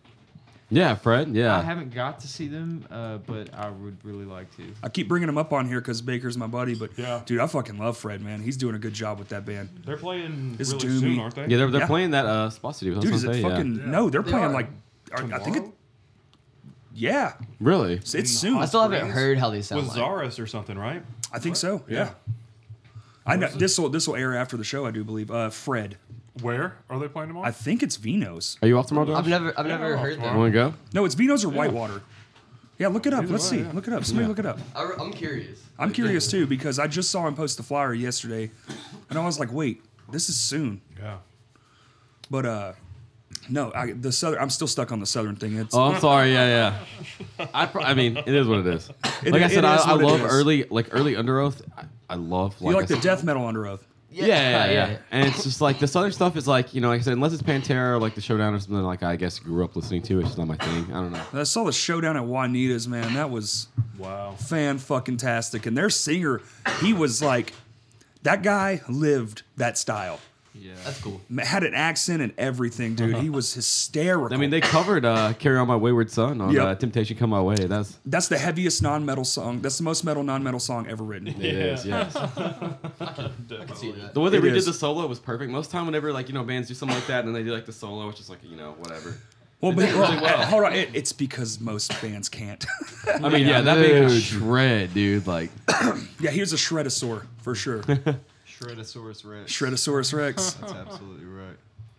B: Yeah, Fred.
C: I
B: Yeah.
C: haven't got to see them, uh, but I would really like to.
A: I keep bringing him up on here because Baker's my buddy, but
E: Yeah.
A: dude, I fucking love Fred, man. He's doing a good job with that band.
E: They're playing
A: It's
E: really
A: doomy.
E: soon, aren't they?
B: Yeah, they're, they're
A: Yeah.
B: playing that uh, Spasity.
A: Dude, is it fucking no? They're
G: They
A: playing
G: are.
A: like, I- I think it.
E: Tomorrow?
A: Yeah,
B: Really?
A: it's, it's soon.
G: I still haven't heard how they sound.
E: With
G: Like.
E: Zaris or something, right?
A: I think so. Yeah. I know this will this will air after the show, I do believe. Uh, Fred,
E: Where are they playing tomorrow?
A: I think it's Vinos.
B: Are you off tomorrow?
G: I've
B: Josh?
G: never I've never
E: Yeah,
G: heard
E: well,
G: them.
B: Want to go?
A: No, it's Vinos or Whitewater. Yeah, look it up.
E: Either
A: Let's
E: way,
A: see.
E: yeah.
A: Look it up. Somebody
B: Yeah.
A: look it up.
G: I, am curious.
A: I'm curious too because I just saw him post the flyer yesterday, and I was like, wait, this is soon.
E: Yeah.
A: But uh, no, I, the southern. I'm still stuck on the southern thing. It's
B: Oh, I'm sorry. Yeah, yeah. I, pro- I mean, it is what it is.
A: It-
B: like I
A: it
B: said, I,
A: is
B: I
A: what it
B: love
A: is.
B: early, like early Under Oath. I, I love
A: you like
B: I
A: the
B: said-
A: death metal under oath.
B: Yeah, yeah, yeah, And it's just like this other stuff is like you know, like I said, unless it's Pantera or like the Showdown or something. Like I guess grew up listening to. It's just not my thing. I don't know.
A: I saw the showdown at Juanita's. Man, that was
E: Wow.
A: fan fucking tastic. And their singer, he was like, that guy lived that style.
C: Yeah.
G: That's cool.
A: M- Had an accent and everything, dude.
C: Uh-huh.
A: He was hysterical.
B: I mean, they covered uh, "Carry On My Wayward Son" on
A: Yep.
B: uh, "Temptation Come My Way." That's
A: that's the heaviest non-metal song. That's the most metal non-metal song ever written.
B: it is. Yes.
G: I can see that.
B: The way they
A: It
B: redid
A: is.
B: the solo was perfect. Most time, whenever like you know bands do something like that, and then they do like the solo, which is like you know whatever.
A: Well, but
B: did really
A: well,
B: well.
A: hold on, it, it's because most bands can't.
B: I mean, yeah, that being a shred, dude. Like,
A: yeah, he was a shredosaur for sure.
C: Shredosaurus Rex.
A: Shredosaurus Rex.
C: That's absolutely right.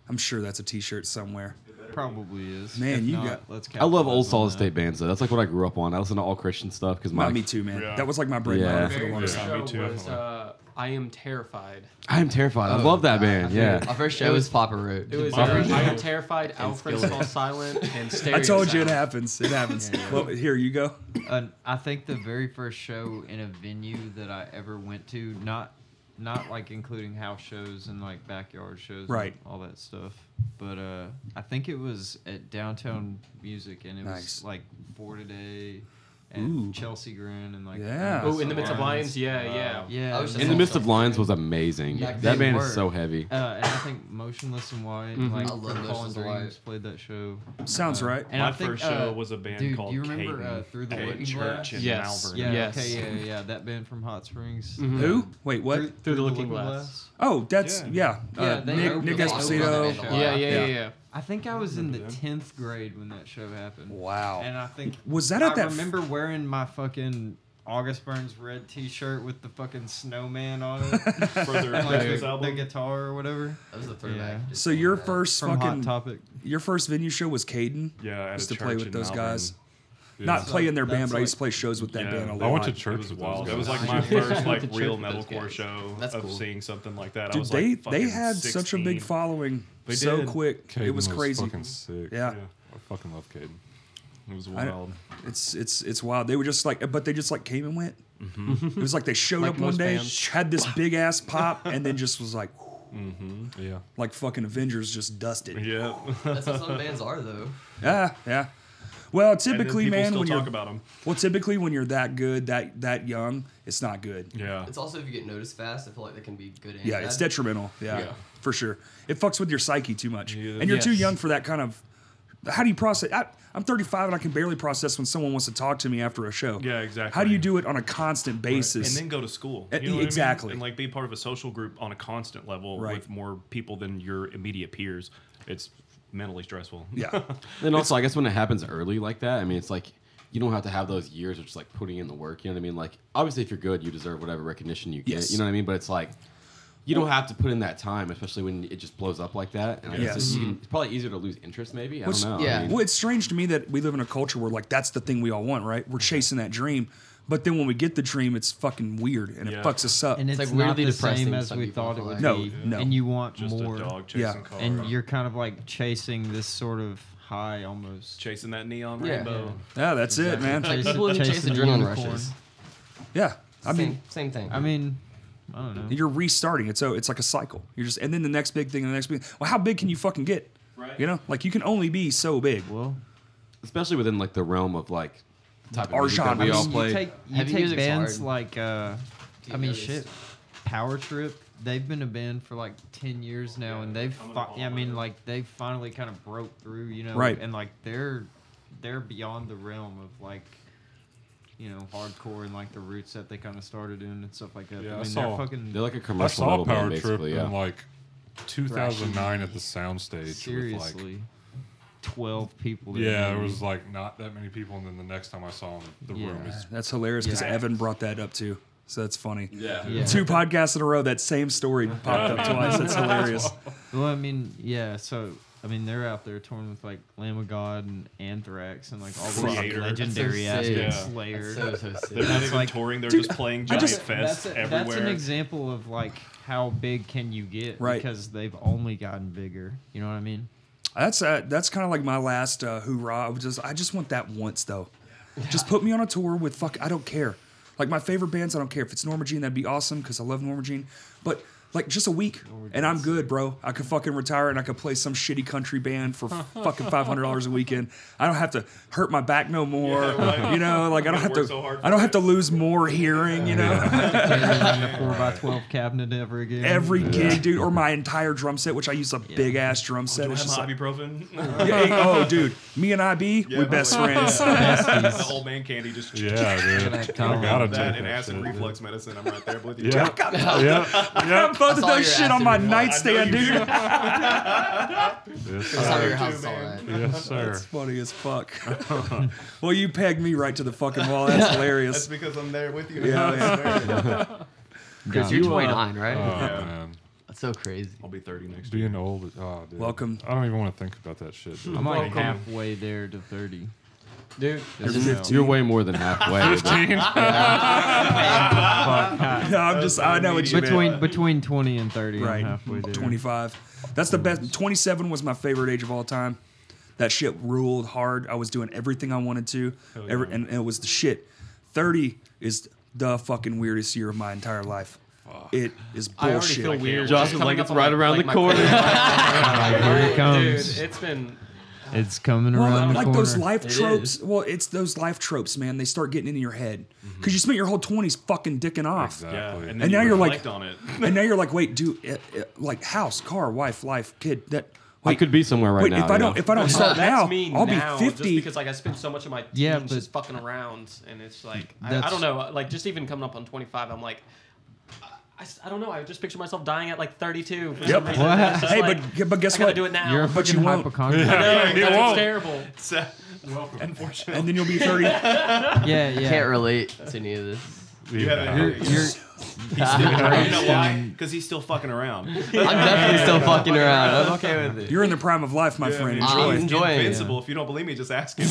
A: I'm sure that's a T-shirt somewhere.
C: Probably is.
A: Man,
C: If
A: you
C: not,
A: got-
C: Let's.
B: I love old
C: capitalize on
B: solid
C: that.
B: state bands though. That's like what I grew up on. I listen to all Christian stuff because my
A: Not me too, man.
E: Yeah.
A: That was like my bread and
B: Yeah.
A: butter for the
H: Very
A: longest
H: first
A: time.
E: Yeah, me
H: show
E: too,
H: was uh, I am terrified.
B: I am terrified.
G: Oh,
B: I love that band.
G: Our
B: Yeah.
G: first show was Papa Roach.
H: It was
E: My
H: uh,
E: first
H: I
E: show.
H: am terrified. Alfred
G: Skillet.
H: Fall Silent and Stereo.
A: I told you it
H: Silent.
A: happens. It happens. Well, here you go.
C: Uh, I think the very first show in a venue that I ever went to, not not like including house shows and like backyard shows, and
A: Right.
C: all that stuff. But uh, I think it was at Downtown Music, and it
A: Nice.
C: was like Four Today and
A: Ooh.
C: Chelsea Grin and like
A: Yeah.
H: Oh, in the midst of lions. Yeah, yeah.
C: yeah.
G: I was
C: and-
B: In the Midst of Lions was amazing.
G: Yeah,
B: that
G: they
B: band
G: were.
B: is so heavy.
C: uh, and I think Motionless and White,
H: Mm-hmm.
C: and like
G: I love
C: Fallen
G: Motionless and
C: Dreams
G: White.
C: played that show.
A: Sounds right.
C: And
E: My
C: I think,
E: first show
C: uh,
E: was a band
C: dude,
E: called
C: do you remember,
E: Caden
C: uh, Through the
E: at
C: Looking Glass?
E: Church in
H: Yes.
E: Malvern.
C: Yeah.
H: Yes.
C: Okay. Yeah. Yeah. That band from Hot Springs.
A: Who? Wait, what?
C: Through,
H: Through the Looking Glass.
A: Oh, that's yeah.
C: mm-hmm. Yeah,
A: uh,
C: they
A: Nick
C: opened
A: Nick
C: the Black
A: Esposito.
C: Lives
H: Yeah, yeah, yeah,
A: Yeah.
H: yeah.
C: I think I was in the tenth grade when that show happened.
A: Wow.
C: And I think
A: Was that at
C: I
A: that f-
C: remember wearing my fucking August Burns red T-shirt with the fucking snowman on it, like
E: Further
C: the,
E: Christmas
C: the
E: album.
C: guitar or whatever.
G: That was a throwback.
C: Yeah.
G: Just
A: So
G: going
A: your
G: back.
A: first
C: From Hot
A: fucking
C: Topic.
A: your first venue show was Caden.
E: Yeah, at
A: Just
E: a
A: to play
E: church
A: with
E: in
A: those
E: Malvern.
A: guys. Not
C: So
A: play in their band,
C: that's
A: but I used to
C: like-
A: play shows with that
E: Yeah.
A: band a
E: I
A: lot.
F: I went to
E: It
F: church
E: was
F: with
E: wild.
F: those
E: That was
F: guys.
E: like my first
H: The
E: like
H: church
E: real
H: with those
E: metalcore
H: guys.
E: show
G: That's
E: of
G: cool.
E: seeing something like that. I
A: Dude,
E: was
A: they
E: like
A: they
E: fucking
A: had such a big
E: 16.
A: following
E: They
A: so
E: did.
A: quick.
F: Caden
A: it was, crazy.
F: Fucking sick.
A: Yeah.
F: I fucking love Caden.
E: It was
A: I don't-
E: wild.
A: It's it's it's wild. They were just like, but they just like came
E: Mm-hmm.
A: and went. It was like they showed
H: Like
A: up one
H: most
A: day,
H: bands.
A: had this big ass pop, and then just was like,
F: Yeah.
A: Like fucking Avengers just dusted.
E: Yeah.
G: That's what some bands are, though.
A: Yeah, yeah. Well,
E: And then
A: typically,
E: people
A: man,
E: still
A: when
E: talk
A: you're
E: about them.
A: well, typically when you're that good, that that young, it's not good.
E: Yeah.
G: It's also if you get noticed fast, I feel like that can be good and
A: Yeah, it's
G: bad.
A: detrimental. Yeah,
E: Yeah.
A: for sure. It fucks with your psyche too much,
E: Yeah.
A: and you're too
D: Yes.
A: young for that kind of. How do you process? I, I'm 35 and I can barely process when someone wants to talk to me after a show.
E: Yeah, exactly.
A: How do you do it on a constant
E: and
A: basis?
E: then go to school.
A: Uh,
E: You know what I mean?
A: exactly.
E: And like be part of a social group on a constant level
A: Right.
E: with more people than your immediate peers. It's mentally stressful.
A: yeah,
B: Then also, I guess when it happens early like that, I mean, it's like you don't have to have those years of just like putting in the work. You know what I mean? Like, obviously, if you're good, you deserve whatever recognition you get.
A: Yes.
B: You know what I mean? But it's like you don't have to put in that time, especially when it just blows up like that. And
A: Yes.
B: it's, just, you can, it's probably easier to lose interest, maybe. I
A: What's-
B: don't know. I
G: yeah.
B: mean,
A: Well, it's strange to me that we live in a culture where like that's the thing we all want, right? We're chasing that dream, but then when we get the dream, it's fucking weird and
E: Yeah.
A: it fucks us up.
C: and it's,
G: like
C: not
G: weirdly
C: the
G: depressing
C: same as
G: some
C: we
G: people
C: thought it
G: feel
C: would
G: like.
A: No,
C: be.
A: no.
C: And you want
E: Just
C: more.
E: a dog
A: Yeah.
E: chasing car.
C: And you're kind of like chasing this sort of high almost.
E: chasing that neon
G: Yeah.
E: rainbow.
A: yeah, that's it, man.
G: Like people who chase
C: Chasing a
G: adrenaline
C: unicorn.
G: rushes.
A: Yeah, I mean,
G: same, same thing.
C: I mean, I don't know.
A: you're restarting. It's so it's like a cycle. You're just and then the next big thing, and the next big. Well, how big can you fucking get?
E: Right.
A: You know, like you can only be so big.
C: Well,
B: especially within like the realm of like the type of
A: Our
B: music that
A: genre.
B: we
A: I
B: all
A: mean,
B: play.
C: you take, you
G: Heavy
C: take
G: music's
C: bands
G: hard.
C: like, uh, I
G: Dude,
C: mean,
G: that is-
C: shit, Power Trip. They've been a band for like ten years now, and they've. Fi- I mean, like they finally kind of broke through, you know.
A: Right.
C: And like they're they're beyond the realm of like. You know, hardcore and like the roots that they kind of started in and stuff like that.
F: Yeah, I
C: I mean,
F: saw-
C: they're fucking.
B: They're like a
F: I
B: commercial
F: saw
B: metal band,
F: Power Trip
B: basically.
F: in
B: Yeah.
F: like 2009 at the soundstage. With like,
C: seriously 12 people there,
F: yeah, there
C: maybe.
F: was like not that many people, and then the next time I saw him, the room
C: Yeah.
F: is
A: That's hilarious because
C: Yeah.
A: Evan brought that up too. So that's funny.
B: Yeah.
C: yeah.
A: Two podcasts in a row, that same story popped up twice. That's hilarious.
C: well i mean yeah so i mean they're out there touring with like lamb of god and anthrax and like all these like,
E: Creator.
C: legendary
G: That's so
C: aspects
E: sick. Yeah.
C: slayer
G: That's
E: They're
G: so, so sick.
E: not
C: That's
E: even
C: like-
E: touring. They're just playing
A: I
E: giant
A: just-
E: fest
C: that's, a-
E: everywhere.
C: that's an example of like how big can you get
A: Right.
C: because they've only gotten bigger you know what i mean
A: That's uh, that's kind of like my last uh, hoorah. I was just I just want that once though. Just put me on a tour with fuck. I don't care. Like my favorite bands, I don't care if it's Norma Jean. That'd be awesome because I love Norma Jean. But like just a week and I'm good, bro. I could fucking retire and I could play some shitty country band for fucking five hundred dollars a weekend. I don't have to hurt my back no more.
E: Yeah, right.
A: You know, like I don't
E: Gotta
A: have to.
E: work so hard
A: I don't
E: for
A: have to
E: it.
A: lose more hearing. You know.
C: a 4x12 cabinet ever again
A: Every gig, dude, or my entire drum set, which I use a big ass drum set.
E: Oh, Do I
A: It's
E: have
A: just
E: my
A: like,
E: ibuprofen?
A: yeah, hey, oh, dude, me and IB, we best friends.
E: the old man candy just.
F: yeah, dude. I gotta take
E: That and
F: that
E: acid
F: shit, dude.
E: reflux medicine. I'm right there with you.
F: Yeah, yeah,
A: got both of
G: saw
A: those
G: your
A: shit
G: ass
A: on
G: in
A: my
G: your-
A: nightstand, dude.
F: yes,
G: That's how
F: sir.
G: your house is all right.
F: yes, sir.
A: That's funny as fuck. well, you pegged me right to the fucking wall. That's hilarious.
E: because I'm there with you.
A: Yeah,
G: Chris, you're 29, right?
F: Oh man,
G: That's so crazy.
E: I'll be 30 next year.
F: being old. is- Oh, dude.
A: Welcome.
F: I don't even want to think about that shit. Dude.
C: i'm like halfway there to 30
G: Dude,
B: You're way more than halfway.
A: No, I'm just, I know what you
C: between
A: meant.
C: between 20 and 30 I'm
A: Right.
C: halfway there
A: 25. That's the best. 27 was my favorite age of all time. That shit ruled hard. I was doing everything I wanted to, every, and, and it was the shit. 30 is the fucking weirdest year of my entire life. It is
H: I already
A: bullshit.
H: feel weird.
B: Josh
H: Just
B: is
H: coming
B: like,
H: up
B: it's
H: on,
B: right around the
H: my
B: corner.
C: here it comes
H: Dude, it's been.
C: it's coming
A: Well,
C: around the
A: like
C: corner
A: those life
G: It
A: tropes. Well, it's those life tropes, man. They start getting in your head because
H: Mm-hmm.
A: you spent your whole twenties fucking dicking off,
E: Yeah,
F: Exactly.
E: and, then
A: And
E: you
A: now you're like-
E: reflect on it.
A: and now you're like, wait, do it, it- like house, car, wife, life, kid. That
B: I
A: wait,
B: could be somewhere right
A: wait.
B: now.
A: if I
B: you
A: don't,
B: know?
A: if I don't
H: Oh,
A: start
H: that's
A: now,
H: me
A: I'll
H: now,
A: be
H: Just
A: fifty.
H: because like I spend so much of my teens
C: Yeah, but-
H: just fucking around, and it's like I, I
C: That's-
H: don't know. Like just even coming up on 25, I'm like, I, I don't know. I just picture myself dying at like 32. For
A: Yep.
H: some reason. It's just
A: hey,
H: like,
A: but but guess
H: I gotta
A: what?
H: do it now.
C: you're a
A: But you
C: fucking
A: won't.
C: hypochondriac
H: I know,
F: He
H: that's
F: won't.
H: terrible.
E: Welcome, unfortunately.
A: And then you'll be thirty.
C: yeah yeah
G: can't relate to any of this.
E: You
F: Yeah.
E: haven't-
C: You're- you're-
E: you know why? Because he's still fucking around.
G: I'm definitely still fucking around. I'm okay with it.
A: you're in the prime of life, my friend.
E: he's
A: Enjoy.
G: I'm- enjoying it.
E: Invincible. If you don't believe me, just ask him.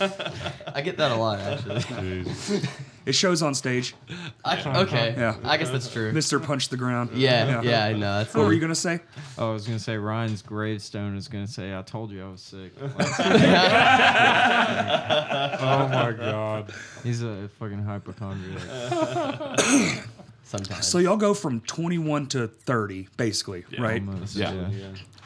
G: I get that a lot, actually.
F: Jeez.
A: It shows on stage.
G: I, okay.
A: Yeah.
G: I guess that's true.
A: Mister punched the ground.
G: Yeah, yeah, I know. That's
A: What were you gonna say?
C: Oh, I was gonna say Ryan's gravestone is gonna say, "I told you I was sick."
F: Oh my god.
H: Uh,
C: He's a fucking hypochondriac.
G: sometimes.
A: So y'all go from 21 to 30, basically, right?
B: Yeah.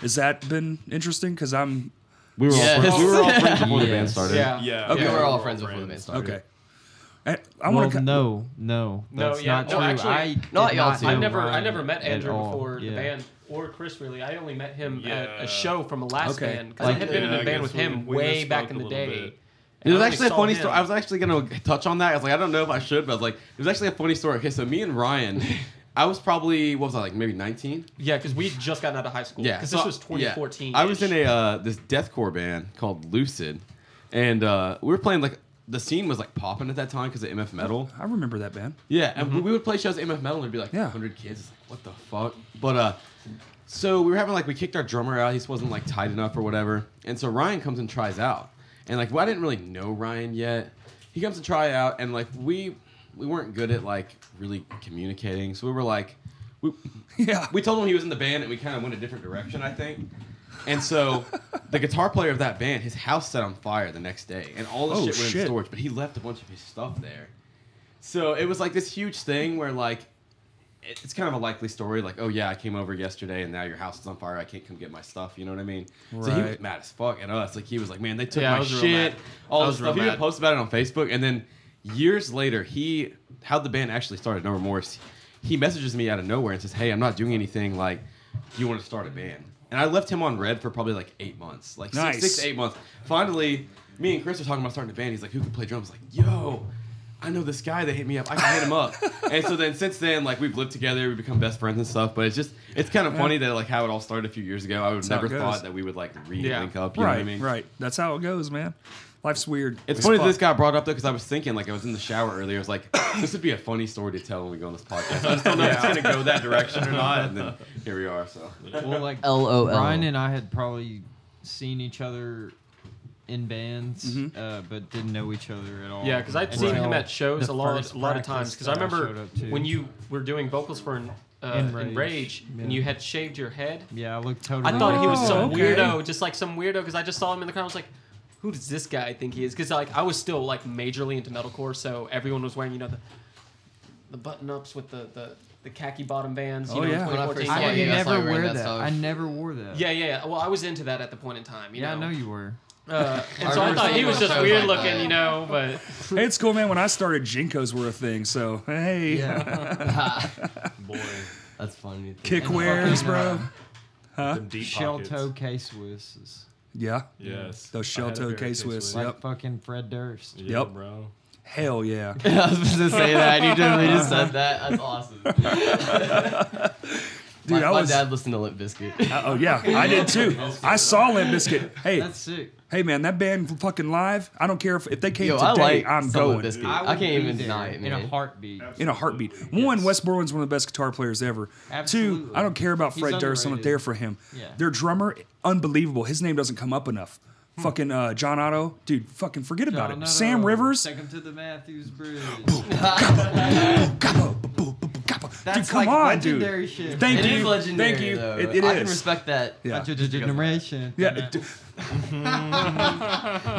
A: Has that been interesting? Because I'm
B: We were all friends, we were all friends before the band
G: Yes.
B: started.
H: Yeah.
E: Yeah.
A: Okay.
G: we were all friends before the band started.
A: okay. I, I
C: Well,
A: want to.
C: no, no,
H: No,
C: that's
H: yeah,
C: not
H: no,
C: true.
H: actually,
C: I did
G: not y'all
C: not
G: two.
H: I
C: know
H: never, I
C: Ryan
H: never met
C: at
H: Andrew
C: all.
H: before
C: Yeah.
H: the band or Chris really. I only met him at
E: Yeah.
H: a show from a last
A: Okay.
H: band because I
G: Like,
H: had been in
E: yeah,
H: a
E: I
H: band with
E: guess we-
H: him
E: we
H: way
E: misspoke
H: back
E: a
H: in the
E: little
H: day.
E: bit.
B: It
H: And
B: was
H: I only
B: actually a
H: saw
B: funny
H: him.
B: story. I was actually gonna touch on that. I was like, I don't know if I should, but I was like, it was actually a funny story. Okay, so me and Ryan, I was probably what was I like, maybe nineteen?
H: yeah, because we just gotten out of high school.
B: Yeah,
H: because
B: so-
H: this was
B: yeah.
H: 2014.
B: I was in a uh, this deathcore band called Lucid, and uh, we were playing like the scene was like popping at that time because of MF Metal.
A: I remember that band.
B: Yeah, and we- we would play shows at MF Metal and there'd be like
A: Yeah.
B: 100 kids. It's like, what the fuck? But uh, so we were having like, we kicked our drummer out. He just wasn't like tight enough or whatever. And so Ryan comes and tries out. And like, well, I didn't really know Ryan yet. He comes to try out and like, we we weren't good at like really communicating. So we were like, we,
A: Yeah.
B: we told him he was in the band and we kind of went a different direction, I think. And so the guitar player of that band, his house set on fire the next day and all the
A: Oh,
B: shit went
A: shit.
B: in storage, but he left a bunch of his stuff there. So it was like this huge thing where like it- it's kind of a likely story, like, oh yeah, I came over yesterday and now your house is on fire, I can't come get my stuff, you know what I mean? So he was
A: Right.
B: mad as fuck at us. Like he was like, Man, they took
H: Yeah, I
B: my
H: was real
B: shit,
H: mad. I
B: all this
H: was real
B: stuff. He would
H: mad.
B: post about it on Facebook and then years later he how the band actually started, No Remorse, he messages me out of nowhere and says, Hey, I'm not doing anything like do you want to start a band? And I left him on red for probably like eight months. Like
A: Nice.
B: six, six to eight months. Finally, me and Chris are talking about starting a band. He's like, who can play drums? Like, yo, I know this guy that hit me up. I can hit him up. and so then since then, like we've lived together, we've become best friends and stuff. But it's just it's kind of funny that like how it all started a few years ago. I would have
A: how it
B: never
A: goes.
B: thought that we would like re-link up. You know
A: right,
B: what I mean?
A: right. That's how it goes, man. Life's weird.
B: It's
A: as
B: funny that
A: fuck.
B: this got brought up though, because I was thinking, like, I was in the shower earlier. I was like, this would be a funny story to tell when we go on this podcast. I just don't know if it's going to go that direction or not. And then here we are. So,
C: Well, like
G: LOL.
C: Ryan and I had probably seen each other in bands,
A: Mm-hmm.
C: uh, but didn't know each other at all.
H: Yeah, because I'd seen him
C: Until
H: at shows
C: the
H: a lot,
C: first
H: a lot of
C: practice
H: times. Because I
C: that
H: remember
C: showed up to.
H: when you were doing vocals for an, uh, Enrage,
C: Enrage.
H: and
C: Yeah.
H: you had shaved your head.
C: Yeah, I looked totally.
H: I thought he was
A: Oh,
H: some
A: okay.
H: weirdo, just like some weirdo, because I just saw him in the crowd. I was like, "Who does this guy think he is?" Because like I was still like majorly into metalcore, so everyone was wearing you know the the button ups with the the, the khaki bottom bands. You
A: Oh,
H: know,
A: yeah.
H: in
A: When
G: I
H: 2014.
G: first saw
H: yeah,
C: I
G: you,
H: yeah,
G: that's
C: never
G: why I ran
C: wear
G: that
C: that.
G: stuff.
C: I never wore that.
H: yeah, yeah, yeah. Well, I was into that at the point in time. You
C: yeah, I
H: know?
C: know you were.
H: Uh, and
G: I
H: so I
G: remember
H: thought he
G: seeing
H: was
G: those
H: just
G: shows
H: weird
G: like that.
H: looking, you know. But
A: Hey, it's cool, man. When I started, Jinkos were a thing. So hey,
E: Boy,
G: That's funny. to think.
A: kickwares,
G: uh,
A: bro.
E: them deep
C: Shell
E: pockets.
C: toe K Swisses,
A: Yeah,
E: Yes.
A: those
E: I
A: shell
E: had a pair
A: toe
E: of
A: K Swiss.
E: K-Swiss.
C: like
A: Yep.
C: fucking Fred Durst.
E: Yeah,
A: Yep.
E: bro.
A: Hell yeah.
G: I was supposed to say that. You totally just said that. That's awesome.
A: Dude,
G: my,
A: I
G: my
A: was.
G: dad listened to Limp Bizkit.
A: Oh yeah, I did too. I saw Limp Bizkit. Hey,
C: That's sick.
A: hey, man, that band fucking live. I don't care if if they came
G: Yo,
A: today.
G: I like
A: I'm
G: so
A: going
G: Bizkit. I,
C: would
G: can't
C: be
G: even
C: there
G: deny it,
C: in
G: man.
C: a heartbeat.
A: in a heartbeat. One, Wes Borland's one of the best guitar players ever. Two,
C: Absolutely.
A: I don't care about
C: He's
A: Fred Durst. I'm not
C: underrated.
A: there for him.
C: Yeah.
A: Their drummer, unbelievable. His name doesn't come up enough.
C: Hmm.
A: Fucking uh, John Otto, dude. Fucking forget about it.
C: No, no,
A: Sam
C: no.
A: Rivers.
C: Take him to the Matthews Bridge.
A: dude,
C: That's
A: come
C: like
A: on, dude.
C: legendary shit.
A: Thank
G: It
A: you.
G: is legendary.
A: Thank you.
G: though.
A: It, it
G: I can
A: is.
G: respect that.
A: yeah.
C: Bunch of generation.
A: Yeah, d-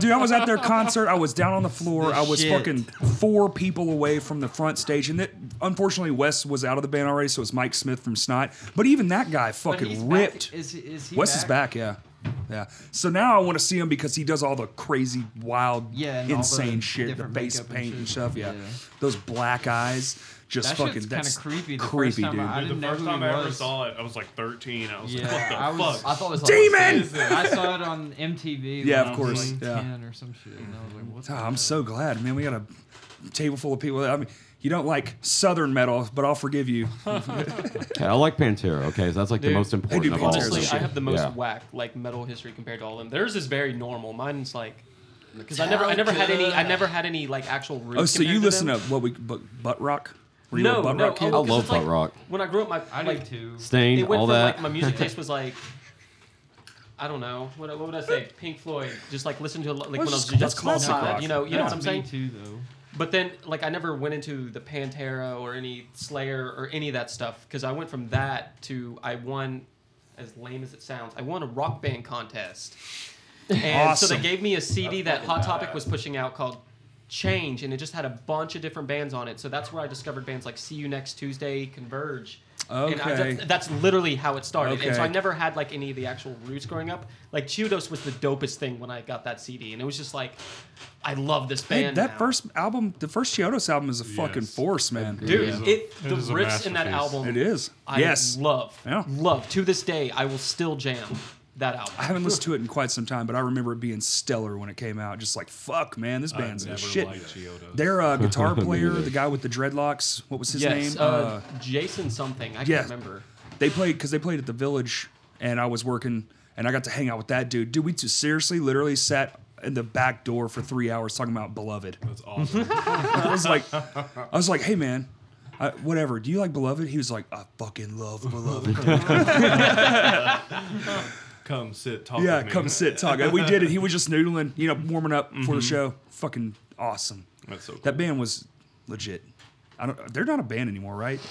A: dude, I was at their concert. I was down on the floor.
C: The
A: I was
C: shit.
A: fucking four people away from the front stage, and it, unfortunately, Wes was out of the band already, so it was Mike Smith from Snot. But even that guy
C: But he's
A: fucking
C: back.
A: ripped.
C: Is, is he
A: Wes is back, yeah. Yeah. So now I want to see him because he does all the crazy, wild,
C: Yeah, and all the
A: insane shit, the
C: different
A: face
C: makeup and
A: paint and,
C: shit.
A: stuff. Yeah.
C: Yeah.
A: Those black eyes, just
C: That
A: fucking.
C: shit's
A: that's
C: kinda creepy the first
A: creepy,
C: time
A: dude.
C: I-
E: Dude,
C: didn't
E: the
C: know
E: first
C: who
E: time
C: he
E: I ever
C: was.
E: saw it, I was like 13. I was
C: Yeah,
E: like, what the
C: I was-
E: fuck?
G: I thought it was on
A: Demon!
G: stage.
C: I saw it on MTV.
A: Yeah,
C: when
A: of
C: I was,
A: course,
C: Like
A: yeah.
C: Ten or some shit. And I was like, what?
A: Ah, I'm so glad, man. We got a table full of people. That, I mean, you don't like Southern metal, but I'll forgive you.
B: I like Pantera. Okay, so that's like
H: the Dude, most
B: important
A: do of all. Pantera's
H: honestly,
A: shit.
H: I have the most
B: Yeah.
H: whack like metal history compared to all of them. Theirs is very normal. Mine's like because I never, I never had any, I never had any like actual roots.
A: Oh, so
H: compared
A: you
H: to
A: listen
H: them.
A: to what we but, butt rock? Were you
H: No,
A: a butt
H: no,
A: rock kid?
H: oh,
B: I
H: 'cause
B: love
H: it's like,
B: butt rock.
H: When I grew up, my
C: I
H: like
C: do too.
B: Stain,
H: it went
B: all
H: from
B: that.
H: like my music taste was like. I don't know. What, what would I say? Pink Floyd. Just like listen to a lot- like
A: Well,
H: when I was
A: just-
H: just,
A: that's
H: small
A: classic
H: child,
A: rock.
H: You know, you know what I'm saying.
C: Me too, though.
H: But then, like, I never went into the Pantera or any Slayer or any of that stuff because I went from that to I won, as lame as it sounds, I won a rock band contest. And so
A: Awesome.
H: they gave me a CD that
E: fucking
H: Hot Topic
E: badass.
H: was pushing out called change, and it just had a bunch of different bands on it. So that's where I discovered bands like See You Next Tuesday, Converge. And I-
A: Okay.
H: that's, that's literally how it started. And so I
A: Okay.
H: never had like any of the actual roots growing up. Like Cheetos was the dopest thing when I got that CD, and it was just like, I love this
A: Hey,
H: band.
A: that
H: now.
A: first album, the first Chiodos album is a fucking
F: Yes.
A: force, man.
H: dude,
F: is a-
H: it,
F: it
H: the
F: is a
H: riffs in that
F: masterpiece.
H: album,
A: It is.
H: I
A: yes.
H: love,
A: Yeah.
H: love. To this day, I will still jam that album.
A: I haven't listened to it in quite some time, but I remember it being stellar when it came out. Just like, fuck, man, this band's the
F: never
A: shit.
F: liked Geodos.
A: Their uh, guitar
B: Me
A: player,
B: neither.
A: the guy with the dreadlocks, what was his
H: yes,
A: name?
H: uh, Jason something. I
A: yeah.
H: can't remember.
A: They played because they played at the Village, and I was working, and I got to hang out with that dude. Dude, we just seriously, literally sat in the back door for three hours talking about Beloved.
F: That's awesome.
A: I was like, I was like, hey man, I, whatever. Do you like Beloved? He was like, I fucking love Beloved.
E: Come sit, talk.
A: yeah,
E: with me.
A: come sit, talk. And we did it. He was just noodling, you know, warming up for the show. Fucking awesome.
E: That's so cool.
A: That band was legit. I don't. They're not a band anymore, right?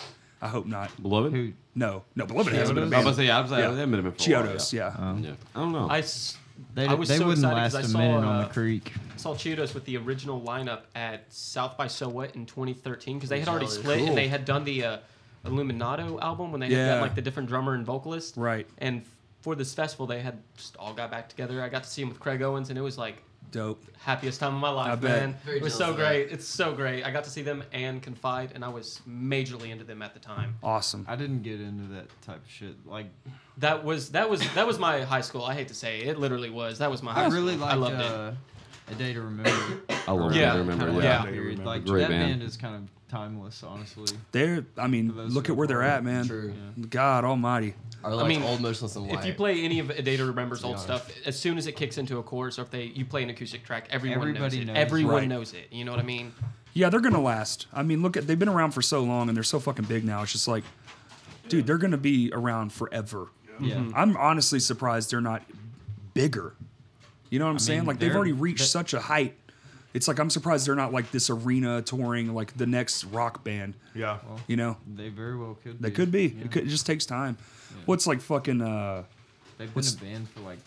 A: I hope not.
B: Beloved?
C: Who?
A: No, no. Beloved hasn't been a
B: I was about to
A: band.
B: say, yeah, I was like,
A: Yeah.
B: yeah. they haven't been a band for a while,
A: Chiodos, yeah. Uh-huh.
B: yeah. I don't know.
H: I, s-
C: They,
H: I was
C: they
H: so
C: wouldn't
H: excited
C: last
H: 'cause I
C: a
H: saw,
C: minute on
H: uh,
C: the creek.
H: saw Cheetos with the original lineup at South by So What in 2013 because they had already
G: Jealous.
H: split and they had done the uh, Illuminato album when they had
A: Yeah.
H: done like the different drummer and vocalist.
A: Right.
H: And f- for this festival, they had just all got back together. I got to see them with Craig Owens and it was like
A: Dope.
H: happiest time of my life,
A: I bet.
H: man.
G: Very
H: it was
G: jealous
H: so
G: of that.
H: great. It's so great. I got to see them and Confide, and I was majorly into them at the time.
A: Awesome.
C: I didn't get into that type of shit. Like
H: That was that was that was my high school. I hate to say it, it literally was. That was my high
C: I
H: school.
C: really liked
H: I loved it.
C: uh, A Day to Remember.
B: I love
H: Yeah.
B: yeah. I remember, yeah.
C: Kinda like
H: Yeah.
C: that period. Like
B: Great
C: that
B: band.
C: band is kind of timeless, honestly.
A: They're. I mean,
C: For those
A: look
C: who
A: at where they're
C: are-
A: at, man.
G: True.
A: God Almighty.
G: Or like
H: mean,
G: old motionless and white.
H: If you play any of A Day to Remember's
G: To be
H: old
G: honest.
H: stuff, as soon as it kicks into a chorus, or if they you play an acoustic track, everyone
C: Everybody
H: knows it.
C: knows.
H: everyone
A: Right.
H: knows it. You know what I mean?
A: Yeah, they're gonna last. I mean, look at they've been around for so long and they're so fucking big now. It's just like, dude, they're gonna be around forever.
C: Yeah.
A: I'm honestly surprised they're not bigger. You know what I'm saying?
C: mean,
A: Like they've
C: they're-
A: already reached
C: they-
A: such a height. It's like I'm surprised they're not like this arena touring like the next rock band.
E: Yeah.
A: You know,
C: They very well could.
A: they
C: be.
A: could be.
C: Yeah.
A: It, could, it just takes time. What's like fucking uh
C: They've been
A: What's-
C: a band for like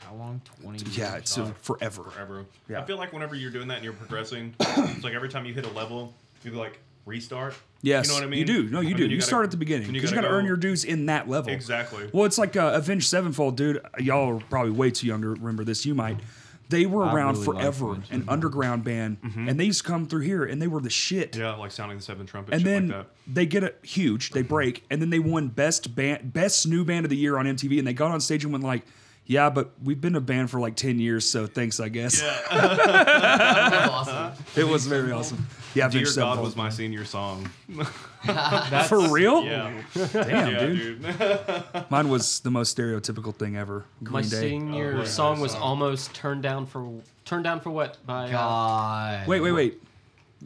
C: how long? Twenty.
A: yeah,
C: years?
A: it's uh, forever.
E: Ever.
A: Yeah.
E: I feel like whenever you're doing that and you're progressing, it's like every time you hit a level, you like restart.
A: Yes,
E: You know what I mean?
A: You do. No, you
E: And
A: do.
E: then
A: You,
E: gotta-
A: start at the beginning
E: then
A: because you got to earn your dues in that level.
E: Exactly.
A: Well, it's like uh, Avenged Sevenfold, dude. Y'all are probably way too young to remember this. You might. They were
C: I
A: around
C: really like
A: forever,
C: Avenged
A: an underground band, and they used to come through here, and they were the shit.
E: Mm-hmm. Yeah, like sounding the seven trumpet.
A: And
E: shit
A: then
E: like Mm-hmm.
A: they get a huge, they break, and then they won best band, best new band of the year on MTV, and they got on stage and went like, "Yeah, but we've been a band for like ten years, so thanks, I guess."
G: That's awesome.
A: It was very awesome. Yeah,
E: that. Dear
A: Avenged
E: God
A: Sevenfold.
E: was my senior song.
A: for real.
E: Yeah.
A: Damn,
E: yeah,
A: Oh, dude.
E: dude.
A: Mine was the most stereotypical thing ever. Green
H: My
A: Day.
H: senior
E: yeah.
H: song was almost turned down for turned down for what by. Uh,
G: God.
A: Wait, wait, wait.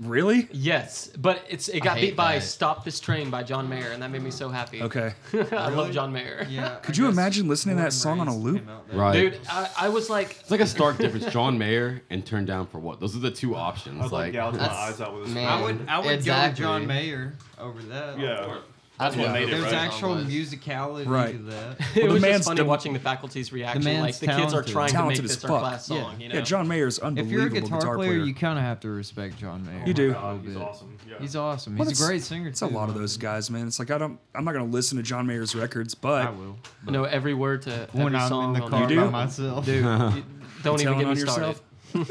A: Really?
H: Yes, but it's it got
G: hate
H: beat by
G: that.
H: "Stop This Train" by John Mayer, and that made me so happy.
A: Okay.
H: I love John Mayer,
C: Yeah.
A: Could you imagine listening to that song on a loop?
B: right.
H: dude. I, I was like,
B: It's like a stark difference. John Mayer and Turn Down for What? Those are the two options.
E: I was like,
B: like,
E: gouging my
G: that's-
E: eyes out with this.
G: man.
C: I would. I would
G: Exactly.
C: go with John Mayer over that.
E: Yeah.
G: That's
E: what made it,
C: There's
E: right?
C: actual musicality
A: Right.
C: to that.
H: it
A: the
H: was just
A: man's
H: funny
A: dem-
H: watching the faculty's reaction.
C: man's
H: like the kids are
C: talented.
H: trying
A: Talented
H: to make
A: as
H: this their
A: fuck.
H: class
C: Yeah.
H: song. You know?
A: Yeah, John Mayer's
C: If you're
A: unbelievable
C: a guitar, player, you kind of have to respect John Mayer.
A: You do.
C: a little
E: God, he's
C: bit.
E: awesome. Yeah.
C: He's awesome.
A: Well,
C: He's a
A: it's-
C: great singer.
A: It's a
C: too.
A: lot of those guys, man. It's like I don't. I'm not gonna listen to John Mayer's records, but
C: I will.
H: I know every word to
C: When
H: every
C: I'm in
H: song.
C: the
H: on
C: car
H: every
A: do?
C: by myself.
H: Dude, don't even
A: telling
H: get
A: on
H: me
A: yourself?
H: started.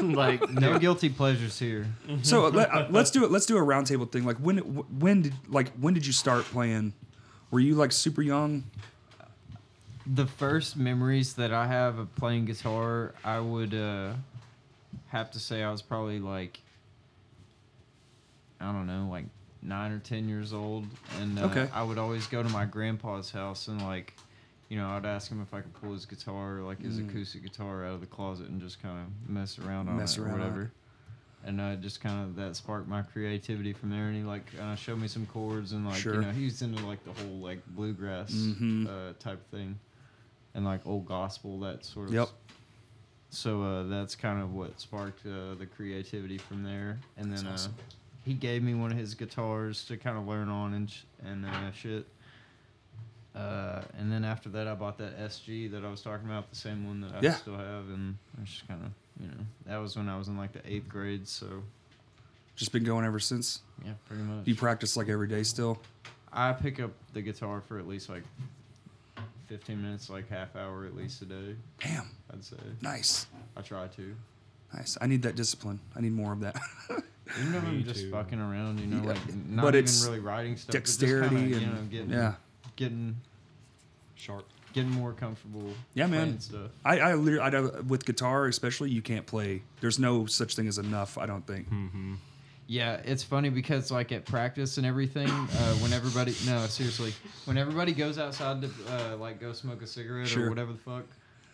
H: like,
C: No guilty pleasures here.
A: so let, uh, let's do it. Let's do a roundtable thing. Like when wh- when did like when did you start playing? Were you like super young?
C: the first memories that I have of playing guitar, I would uh, have to say I was probably like, I don't know, like nine or ten years old, and uh,
A: Okay.
C: I would always go to my grandpa's house and like, you know, I'd ask him if I could pull his guitar, like his
A: Mm.
C: acoustic guitar, out of the closet and just kind of mess around on
A: Mess
C: it
A: around
C: or
A: on it.
C: whatever. And uh, just kind of that sparked my creativity from there, and he like uh, showed me some chords and like
A: Sure. Mm-hmm.
C: you know he was into like the whole like bluegrass uh, type thing and like old gospel, that sort of.
A: Yep.
C: So uh, that's kind of what sparked uh, the creativity from there, and then
A: That's awesome.
C: uh, he gave me one of his guitars to kind of learn on and sh- and uh, shit. Uh, and then after that, I bought that SG that I was talking about, the same one that I
A: Yeah.
C: still have, and I just kind of, you know, that was when I was in like the eighth grade, so
A: Just been going ever since.
D: Yeah, pretty much.
A: Do you practice like every day still?
C: I pick up the guitar for at least like 15 minutes, like half hour at least a day.
A: Damn,
C: I'd say
A: nice,
C: I try to.
A: nice. I need that discipline. I need more of that.
C: You know, I'm just fucking around. You know,
A: Yeah,
C: like not
A: but
C: even
A: it's
C: really writing stuff. but just
A: Dexterity
C: kinda,
A: and
C: you know, getting,
A: yeah,
C: getting
F: Sharp.
C: getting more comfortable.
A: Yeah, man.
C: playing Stuff.
A: I, I, literally, I don't- with guitar especially, you can't play. There's no such thing as enough. I don't think.
C: Hmm. Yeah, it's funny because like at practice and everything, uh, when everybody no seriously, when everybody goes outside to uh, like go smoke a cigarette
A: Sure.
C: or whatever the fuck,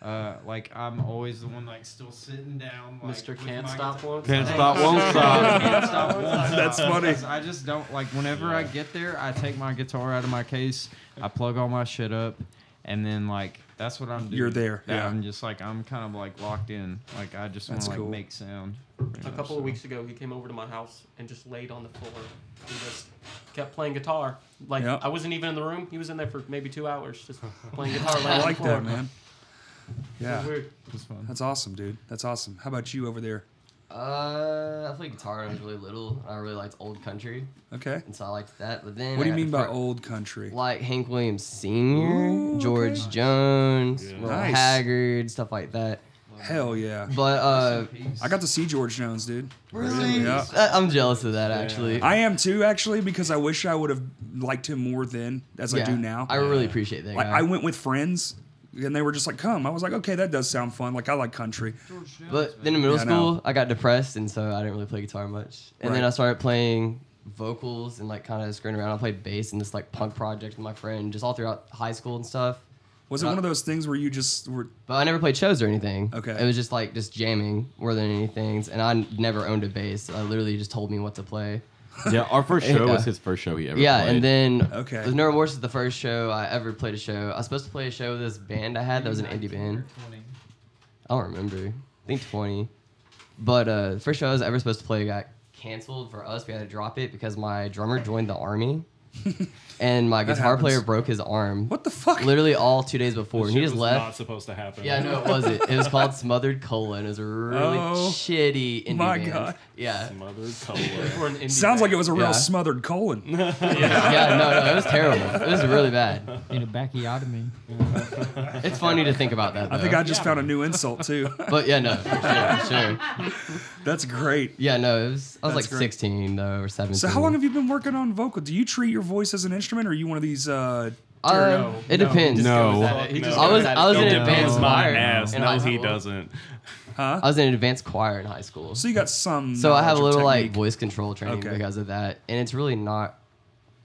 C: uh, like I'm always the one like still sitting down. Like,
H: Mr.
C: with
H: Can't
C: my
H: Stop
C: guitar-
H: Won't
B: Can't
H: Stop.
B: stop, won't stop.
C: Can't stop, won't stop.
A: That's funny.
C: Because Uh, I just don't like whenever I get there, I take my guitar out of my case, I plug all my shit up, and then like that's what I'm doing.
A: You're there, yeah.
C: I'm just like I'm kind of like locked in. Like I just want
A: That's
C: to like
A: cool.
C: make sound.
H: A couple of weeks ago, he came over to my house and just laid on the floor and just kept playing guitar. Like
A: Yeah.
H: I wasn't even in the room. He was in there for maybe two hours just playing guitar. laying
A: I
H: on the
A: like
H: floor.
A: that, man.
H: It was
A: Yeah,
H: weird.
C: It's fun.
A: that's awesome, dude. That's awesome. How about you over there?
G: Uh, I played guitar when I was really little. I really liked old country,
A: Okay.
G: and so I liked that. But then,
A: What do you
G: I got
A: mean by
G: fr-
A: old country?
G: Like Hank Williams Sr.,
A: Ooh,
G: George
A: okay.
G: Jones,
F: Yeah.
G: Merle
A: Nice.
G: Haggard, stuff like that.
A: Hell yeah.
G: But uh,
A: I got to see George Jones, dude.
G: really,
A: Yeah.
G: I- I'm jealous of that actually.
A: I am too, actually, because I wish I would have liked him more then as I
G: Yeah,
A: do now.
G: I really appreciate that.
A: like
G: guy.
A: I went with friends, and they were just like, "Come." I was like, "Okay, that does sound fun." Like I like country.
G: But then in middle
A: Yeah, I know.
G: school, I, got depressed, and so I didn't really play guitar much. And then
A: Right.
G: I started playing vocals and like kind of screwing around. I played bass in this like punk project with my friend, just all throughout high school and stuff.
A: Was it
G: Uh,
A: one of those things where you just were?
G: But I never played shows or anything.
A: Okay.
G: It was just like just jamming more than anything. And I n- never owned a bass. I literally just told me what to play.
B: Yeah, our first show
G: Yeah.
B: was his first show he ever
G: yeah,
B: played.
G: and then
A: Okay.
G: the No Remorse is the first show I ever played a show. I was supposed to play a show with this band I had that was an indie band. I don't remember. I think 20. But uh, the first show I was ever supposed to play got canceled for us. We had to drop it because my drummer joined the army, and my
A: That
G: guitar
A: happens.
G: player broke his arm.
A: What the fuck?
G: Literally all two days before, and he
E: Shit
G: just
E: was
G: left.
E: Not supposed to happen.
G: Yeah, no, it wasn't. It was called Smothered Cola, and it was a really
A: Oh,
G: shitty indie
A: my
G: band.
A: God.
G: Yeah,
E: Smothered color.
H: For an indie
A: Sounds like it
H: band.
A: was a real
G: Yeah.
A: smothered colon.
G: yeah, no, no, it was terrible. It was really bad.
D: Need a backy out of me.
G: It's funny to think about that. Though.
A: I think I just found a new insult too.
G: But yeah, no, for sure, for sure.
A: That's great.
G: Yeah, no, it was. I was
A: That's
G: like
A: great.
G: 16 though, or 17.
A: So how long have you been working on vocal? Do you treat your voice as an instrument, or are you one of these? Uh,
G: Uh,
E: no,
G: it depends.
B: no,
H: Uh, He just
G: I was
H: goes at
G: I
H: it.
G: was in an
H: Don't do
G: advanced
I: my
G: choir.
I: ass.
G: in
I: No,
G: high
I: he
G: school.
I: doesn't.
G: I was in an advanced choir in high school.
A: so you got some.
G: So I
A: knowledge
G: have a
A: of
G: little like
A: technique.
G: voice control training
A: Okay.
G: because of that, and it's really not.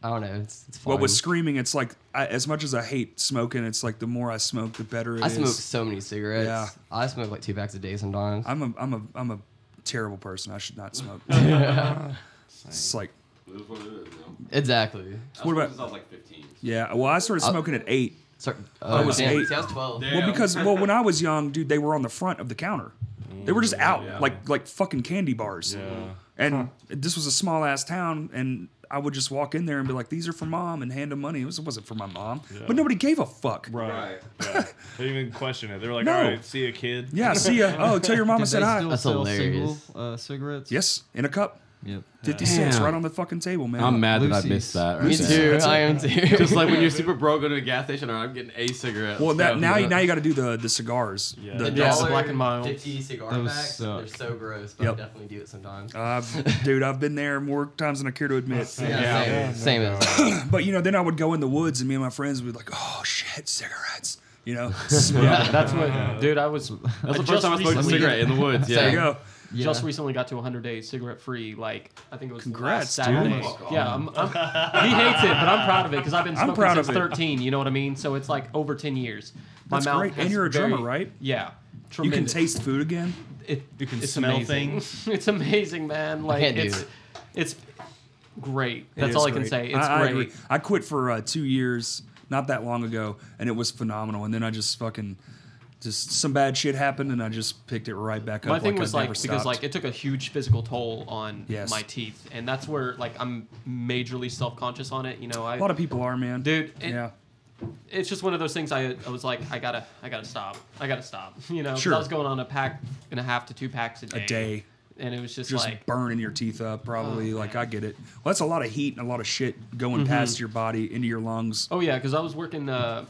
G: I don't know. It's it's fun.
A: Well, with screaming, it's like I, as much as I hate smoking, it's like the more I smoke, the better it
G: I
A: is.
G: smoke so many cigarettes.
A: Yeah.
G: I smoke like two packs a day sometimes.
A: I'm a I'm a I'm a terrible person. I should not smoke. it's like
G: exactly.
A: what about
B: was like 15.
A: yeah? Well, I started
G: I-
A: smoking at eight.
G: So, oh,
A: was
G: damn.
A: eight.
G: See, I was twelve.
A: Well, because well, when I was young, dude, they were on the front of the counter. They were just out like like fucking candy bars.
F: Yeah.
A: And this was a small ass town, and I would just walk in there and be like, "These are for mom," and hand them money. It, was, it wasn't for my mom, but nobody gave a fuck.
I: Right. Yeah. They didn't even question it. They were like,
A: No.
I: all right, see a kid.
A: Yeah, see ya. Oh, tell your mom I said hi.
G: That's hilarious.
C: Single, uh, cigarettes.
A: yes, in a cup,
C: Yep.
A: fifty cents,
B: Damn.
A: right on the fucking table, man.
B: I'm mad that I
C: Lucy's.
B: missed that.
G: Me
B: right there.
G: too. I am too.
B: Just like when you're super broke, go to a gas station, or I'm getting a cigarette.
A: Well, that now you
B: you
A: now you got to do the the cigars.
I: Yeah.
A: The,
I: The
A: the-
H: dollar- Black and Mild.
G: Fifty cigar
C: Those
G: packs. They're
C: suck.
G: so gross, but
A: Yep. Oh,
G: I definitely do it sometimes.
A: I've- dude, I've been there more times than I care to admit.
G: yeah, same, same as.
A: But you know, then I would go in the woods, and me and my friends would be like, "Oh shit, cigarettes!" You know,
H: That's what, dude. I was.
B: That's the first time I smoked a cigarette in the woods.
A: there you
B: Yeah.
A: go.
H: Just recently got to 100 days cigarette free. Like I think it was
A: Congrats,
H: last
A: dude.
H: Saturday. Yeah, I'm, I'm, he hates it, but I'm proud of it because I've been
A: I'm
H: smoking
A: proud
H: since
A: of it.
H: 13. You know what I mean? So it's like over 10 years. My
A: That's
H: mouth
A: great. And
H: has
A: you're a drummer,
H: very-
A: right?
H: Yeah.
A: You can
H: Tremendous.
A: taste food again.
H: it,
I: You can
H: it's
I: smell
H: amazing.
I: things.
H: it's amazing, man. Like
G: can't do
H: it's,
G: it.
H: it's great.
A: It
H: That's
A: is
H: all I can
A: great.
H: say. It's
A: I, I,
H: great.
A: agree. I quit for uh, two years not that long ago, and it was phenomenal. And then I just fucking just some bad shit happened, and I just picked it right back up.
H: My thing
A: I
H: was like
A: never
H: because
A: stopped.
H: like it took a huge physical toll on
A: Yes.
H: my teeth, and that's where like I'm majorly self conscious on it. You know, I
A: a lot of people are, man.
H: dude, it,
A: yeah.
H: it's just one of those things. I, I was like, I gotta, I gotta stop. I gotta stop. You know, 'cause
A: Sure.
H: I was going on a pack and a half to two packs a day.
A: A day.
H: and it was just,
A: just
H: like oh,
A: burning your teeth up, probably. like I get it. Well, that's a lot of heat and a lot of shit going
H: Mm-hmm.
A: past your body into your lungs.
H: Oh yeah, because I was working uh,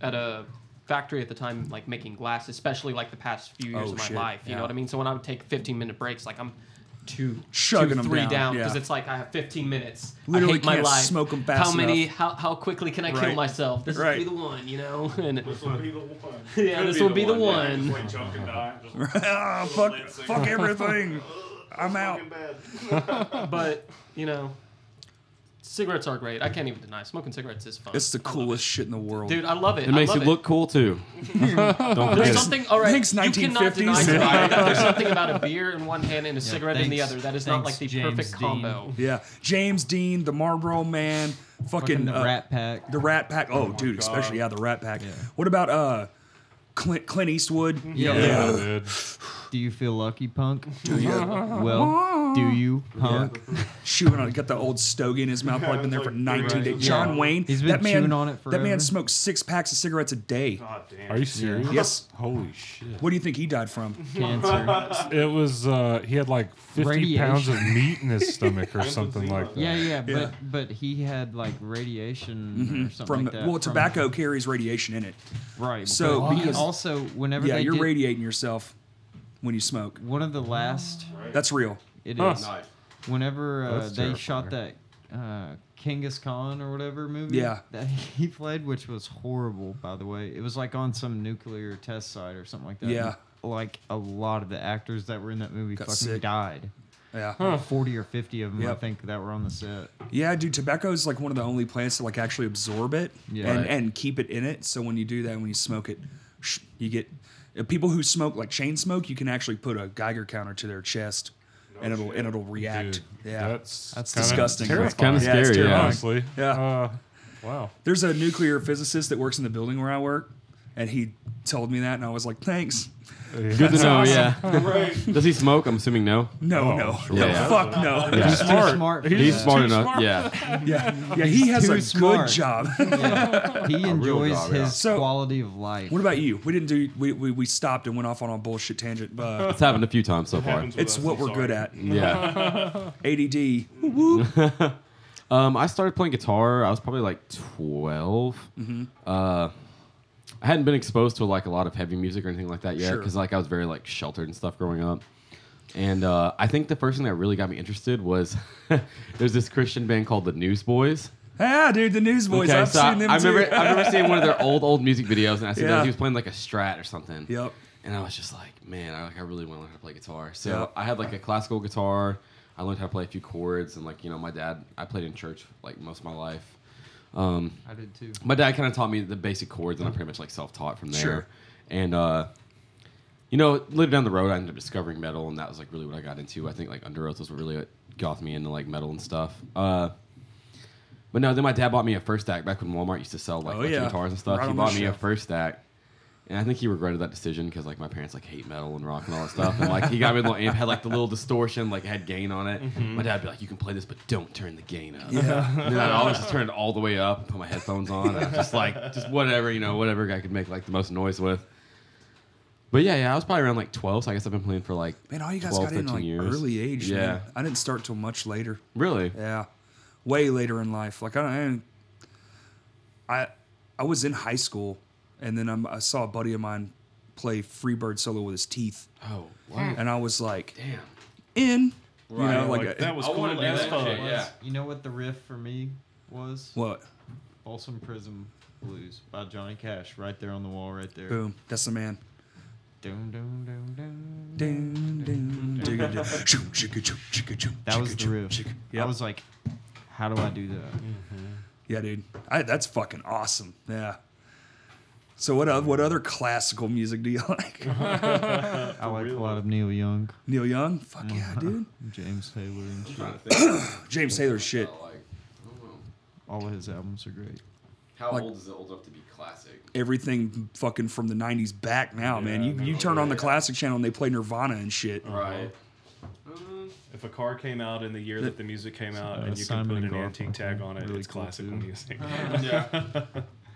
H: at a factory at the time, like making glass, especially like the past few years
A: Oh,
H: of my
A: shit,
H: life. You
A: yeah.
H: know what I mean? So when I would take 15 minute breaks, like I'm two,
A: Chugging
H: two,
A: 'em
H: three
A: down,
H: down
A: yeah.
H: because it's like I have 15 minutes.
A: Literally
H: I hate my
A: can't
H: life.
A: smoke 'em fast
H: How many?
A: enough.
H: How how quickly can I
A: Right.
H: kill myself? This
A: Right.
H: will be the one, you know. And
E: This will be the one.
H: Yeah,
E: Could
H: this will be the
E: yeah. Just,
H: one.
E: like, choke and die. Just
A: Ah, fuck, fuck everything. I'm out.
E: fucking bad.
H: but you know, cigarettes are great. I can't even deny smoking cigarettes is fun.
A: It's the
H: I love
A: coolest shit in the world.
H: it. dude. I love it.
B: It makes
H: I
B: you
H: love
B: look cool too. Don't
H: There's
B: forget. it.
H: something. All right,
A: Thanks,
H: you cannot deny
A: 1950s.
H: to me that there's something about a beer in one hand and a cigarette in the
C: thanks-
H: other that is not like
C: thanks,
H: the
C: James
H: perfect
C: Dean.
H: combo.
A: Yeah, James Dean, the Marlboro Man, fucking,
C: Fucking the
A: uh,
C: Rat Pack.
A: the Rat Pack. Oh, dude, especially yeah, the Rat Pack. What about uh, Clint, Clint Eastwood?
C: Mhm. Yeah.
F: Yeah, dude.
C: Do you feel lucky, punk? Do you? Well, do you, punk?
A: chewing on it. Got the old stogie in his mouth. Probably been there for 19 days. John Wayne.
C: He's been
A: that man,
C: chewing on it
A: That man
C: forever.
A: smoked six packs of cigarettes a day.
E: God damn.
F: Are you serious?
A: Yes.
F: Holy shit.
A: What do you think he died from?
C: Cancer.
F: It was uh he had like 50
C: Radiation.
F: pounds of meat in his stomach or something
E: Emphysema.
F: like that.
C: Yeah, yeah, but
A: Yeah. Mm-hmm.
C: but he had like radiation or something
A: From
C: like that.
A: well,
C: from-
A: tobacco carries radiation in it.
C: right?
A: so
C: but he
A: because-
C: also whenever
A: yeah,
C: they
A: you're
C: did-
A: radiating yourself when you smoke.
C: one of the last
A: That's real.
C: it
F: Huh.
C: is whenever uh,
B: That's
C: they shot that uh, Genghis Khan or whatever movie
A: Yeah.
C: that he played, which was horrible, by the way. It was like on some nuclear test site or something like that.
A: Yeah.
C: Like a lot of the actors that were in that movie
A: Got
C: fucking
A: sick.
C: died.
A: Yeah,
C: 40 or 50 of them, I
A: Yep.
C: think, that were on the set.
A: yeah, dude. Tobacco is like one of the only plants to like actually absorb it
C: Yeah.
A: and
B: Right.
A: and keep it in it. So when you do that, when you smoke it, sh- you get uh, people who smoke like chain smoke. You can actually put a Geiger counter to their chest, and it'll and it'll react.
F: Dude,
A: yeah,
F: That's
C: That's
F: kinda
A: disgusting.
F: terrifying,
B: It's kinda
A: Yeah, it's
B: scary, yeah.
A: terrifying.
F: honestly.
A: Yeah.
F: Uh, wow.
A: There's a nuclear physicist that works in the building where I work, and he told me that, and I was like, thanks.
B: Good to know.
A: awesome.
B: Yeah. Does he smoke? I'm assuming no.
A: No,
F: Oh,
A: no,
F: sure.
A: no,
B: Yeah.
A: fuck no.
B: Yeah.
C: Too
F: Smart.
C: smart for
B: He's
C: that.
B: smart enough. Yeah.
A: Yeah, yeah, he has
C: too
A: a good
C: smart.
A: job.
C: Yeah. He enjoys
B: dog, yeah.
C: his
A: So-
C: quality of life.
A: what about you? We didn't do. We, we, we stopped and went off on a bullshit tangent, but
B: It's happened a few times so far.
E: Happens with
A: it's
E: us,
A: what
E: I'm
A: we're
E: sorry.
A: good at.
B: Yeah.
A: ADD.
B: Um, I started playing guitar. I was probably like 12.
A: Mm-hmm.
B: Uh, I hadn't been exposed to like a lot of heavy music or anything like that yet
A: Sure.
B: because like I was very like sheltered and stuff growing up. And uh, I think the first thing that really got me interested was there's this Christian band called the Newsboys.
A: Ah, dude, the Newsboys. I've
B: I-
A: seen them
B: I
A: too.
B: remember I remember seeing one of their old old music videos, and I see
A: Yeah.
B: that he was playing like a Strat or something.
A: Yep.
B: And I was just like, man, I, like, I really want to learn how to play guitar. So
A: Yeah.
B: I had like a classical guitar. I learned how to play a few chords, and like you know, my dad, I played in church like most of my life. Um,
C: I did too.
B: my dad kind of taught me the basic chords, and I'm pretty much like self-taught from there.
A: Sure.
B: And uh, you know, later down the road, I ended up discovering metal, and that was like really what I got into. I think like Under Oath was what really what got me into like metal and stuff. Uh, but no, then my dad bought me a first stack back when Walmart used to sell like
A: Oh,
B: electric
A: yeah.
B: guitars and stuff.
A: Right
B: he
A: on the
B: bought me a
A: shelf.
B: first stack. And I think he regretted that decision because like my parents like hate metal and rock and all that stuff, and like he got me a little amp, had like the little distortion, like had gain on it. My dad'd be like, "You can play this, but don't turn the gain up."
A: Mm-hmm. Yeah.
B: And then I'd always just turn it all the way up and put my headphones on and just like just whatever, you know, whatever I could make like the most noise with. But yeah, yeah, I was probably around like twelve, so I guess I've been playing for like
A: Man, all you guys
B: 12,
A: got in
B: 13
A: like
B: years.
A: early age.
B: Yeah.
A: man. I didn't start till much later.
B: Really?
A: Yeah, way later in life. Like I, don't- I, I was in high school, and then I'm, I saw a buddy of mine play Freebird solo with his teeth,
B: Oh, wow.
A: and I was like,
B: Damn.
A: in,
E: Right,
A: you know, like, a-
E: that was
B: I
E: cool
B: wanna do
E: as
B: that
E: fuck.
B: shit, yeah.
C: You know what the riff for me was?
A: what?
C: Balsam Prism
J: Blues by Johnny Cash, right there on the wall, right there.
A: Boom, that's the man.
C: Dun, dun, dun, dun.
A: Dun, dun, digga, dun. Shoo, shicka, choo, chicka, choo,
C: That was
A: chicka,
C: the
A: choo,
C: riff.
A: chicka.
C: I
A: Yep.
C: was like, how do I do that?
A: Yeah, dude, I, that's fucking awesome. Yeah. So what? oth- What other classical music do you like?
B: Uh-huh.
C: I like a lot of Neil Young,
A: Neil Young? Fuck yeah,
B: Uh-huh.
A: dude.
C: James Taylor, and shit.
A: James Taylor's shit.
B: Like, I don't know.
C: all of his albums are great.
B: How
A: Like-
B: old is it old enough to be classic?
A: Everything fucking from the '90s back now, man. You you turn on the classic channel and they play Nirvana and shit.
B: Right.
E: If a car came out in the year that the music came out and you can
C: Simon
E: put
C: and
E: an
C: Garfunkel,
E: antique tag on it,
C: really
E: it's
C: cool
E: classical
C: too.
E: music.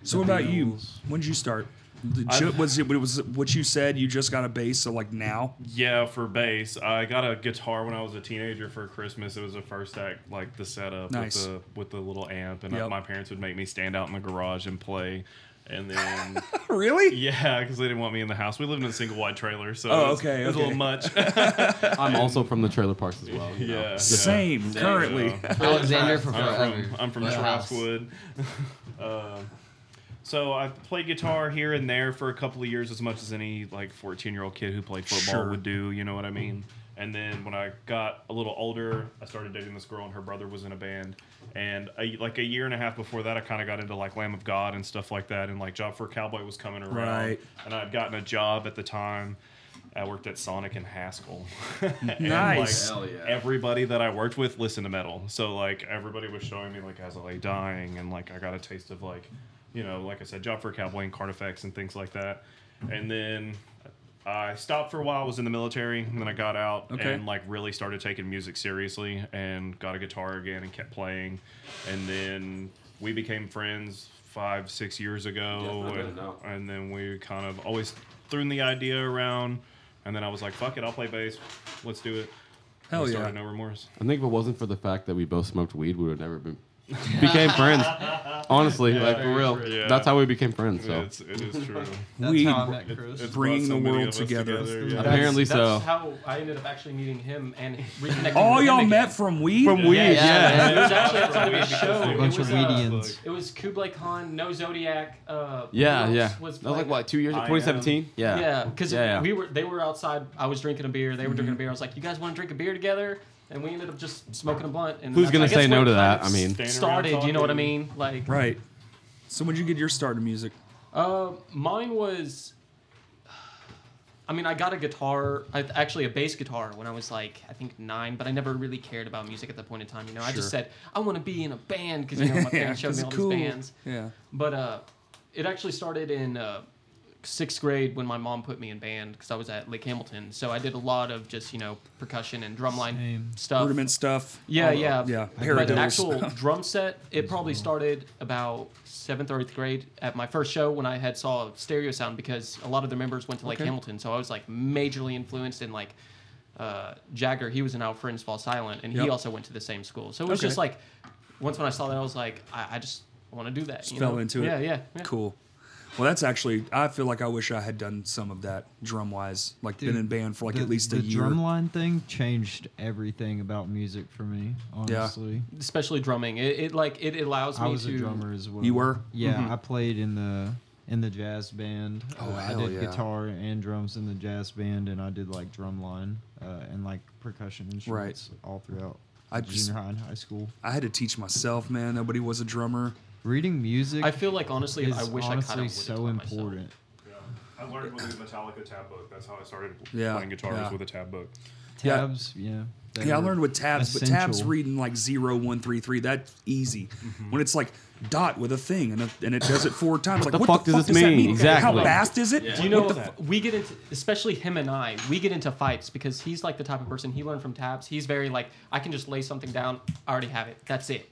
A: So what about you? When did you start? The ju- was it, was it what you said? You just got a bass, so like now.
E: Yeah, for bass, I got a guitar when I was a teenager for Christmas. It was the first act, like the setup
A: Nice.
E: with the with the little amp, and uh
A: Yep.
E: my parents would make me stand out in the garage and play. And then,
A: Really?
E: yeah, because they didn't want me in the house. We lived in a single wide trailer, so
A: Oh,
E: it was,
A: okay,
E: it was
A: okay.
E: a little much.
B: I'm also from the trailer parks as well. you know.
E: yeah,
A: Same currently.
G: Alexander for
E: I'm
G: forever.
E: from, I'm from
G: Yeah.
E: Shropswood. uh, so I played guitar here and there for a couple of years, as much as any like 14 year old kid who played football
A: Sure.
E: would do. You know what I mean? And then when I got a little older, I started dating this girl, and her brother was in a band. And a, like a year and a half before that, I kind of got into like Lamb of God and stuff like that, and like Job for a Cowboy was coming around.
A: Right.
E: And I'd gotten a job at the time. I worked at Sonic and Haskell. And,
A: Nice.
B: Hell
E: like,
B: yeah.
E: everybody that I worked with listened to metal. So like everybody was showing me like as I lay dying and like I got a taste of like, you know, like I said, Job for a Cowboy and Card Effects and things like that. And then I stopped for a while, was in the military, and then I got out
A: Okay.
E: and like really started taking music seriously and got a guitar again and kept playing. And then we became friends five, six years ago.
B: Yeah, I
E: and,
B: know.
E: and then we kind of always threw the idea around. And then I was like, fuck it, I'll play bass. Let's do it.
A: Hell
E: We
A: yeah.
E: started No remorse.
B: I think if it wasn't for the fact that we both smoked weed, we would have never been became friends. Honestly, like for real,
E: Yeah.
B: that's how we became friends. So
E: It's, it is true.
C: That's
A: Weed.
C: how I met Chris.
E: It's
A: Bringing
E: brought
A: the
E: many
A: world
E: of us
A: together.
E: yeah.
B: That's- Apparently
H: that's
B: so.
H: how I ended up actually meeting him and reconnecting.
A: All
H: with him
A: y'all
H: again.
A: met from weed.
B: from weed, yeah.
G: yeah.
H: It was actually outside of his show.
E: A
H: It
K: bunch
H: was,
K: of
H: uh,
K: Weedians.
H: It was Kublai Khan, No Zodiac. Uh,
B: Yeah,
H: who else
B: yeah.
H: Was
B: that was like
H: playing? um,
B: what two years?
E: I am.
B: 2017. Yeah.
H: Yeah, because
B: Yeah, yeah.
H: we were they were outside. I was drinking a beer. They were drinking a beer. I was like, "You guys want to drink a beer together?" And we ended up just smoking a blunt. And
B: Who's
H: that's,
B: gonna
H: I guess,
B: say no
H: where
B: to
H: it kind
B: that?
H: of
B: I mean-
E: Standing around
H: started. You know what I
E: talking.
H: mean? Like,
A: Right. So when'd you get your start in music?
H: uh, mine was. I mean, I got a guitar, I, actually a bass guitar, when I was like, I think nine, but I never really cared about music at that point in time. You know, I just said I want to be in a band because you know my parents showed
A: 'cause
H: me
A: it's
H: all these bands.
A: Yeah.
H: But uh, it actually started in uh, sixth grade when my mom put me in band because I was at Lake Hamilton. So I did a lot of just you know percussion and drumline stuff.
A: Rudiment stuff.
H: Yeah,
A: all the-
H: yeah,
A: Um, Yeah.
H: But an
A: paradiddles.
H: actual drum set, it probably started about seventh or eighth grade at my first show when I had saw Stereo Sound because a lot of the members went to Lake
A: Okay.
H: Hamilton, so I was like majorly influenced in like uh, Jagger. He was in Our Friends Fall Silent, and
A: Yep.
H: he also went to the same school. So it was
A: Okay.
H: just like once when I saw that, I was like, I, I just want to do that.
A: Just fell into it.
H: Yeah, yeah, yeah.
A: Cool. Well, that's actually. I feel like I wish I had done some of that drum wise, like been
C: Dude,
A: in band for like
C: the,
A: at least a
C: the
A: year.
C: drumline thing changed everything about music for me. Honestly,
H: Especially drumming, it, it like it allows
C: I
H: me
C: was
H: to.
C: a drummer as well.
A: You were?
C: Yeah, I played in the in the jazz band.
A: Oh,
C: Uh, I
A: hell
C: did
A: yeah.
C: guitar and drums in the jazz band, and I did like drumline uh, and like percussion instruments all throughout
A: I
C: junior
A: just-
C: high and high school.
A: I had to teach myself, man. Nobody was a drummer.
C: Reading music
H: I feel like honestly,
C: is
H: I wish I kind
C: honestly
H: of
C: so important.
E: I learned with the Metallica tab book. That's how I started
A: Yeah,
E: playing guitars
A: yeah.
E: with a tab book.
A: Yeah.
C: Tabs, yeah. they
A: yeah, I
C: were
A: learned with tabs, but tabs
C: essential.
A: reading like zero one three three. That's easy.
B: Mm-hmm.
A: When it's like dot with a thing and, a, and it does it four times, like
B: the
A: what
B: fuck
A: the
B: does
A: fuck
B: this
A: that
B: mean?
A: mean? How
B: Exactly.
A: fast is it?
H: Do
A: What
H: you know
A: the
H: if
A: fu-
H: we get into especially him and I, we get into fights because he's like the type of person he learned from tabs. He's very like I can just lay something down, I already have it. That's it.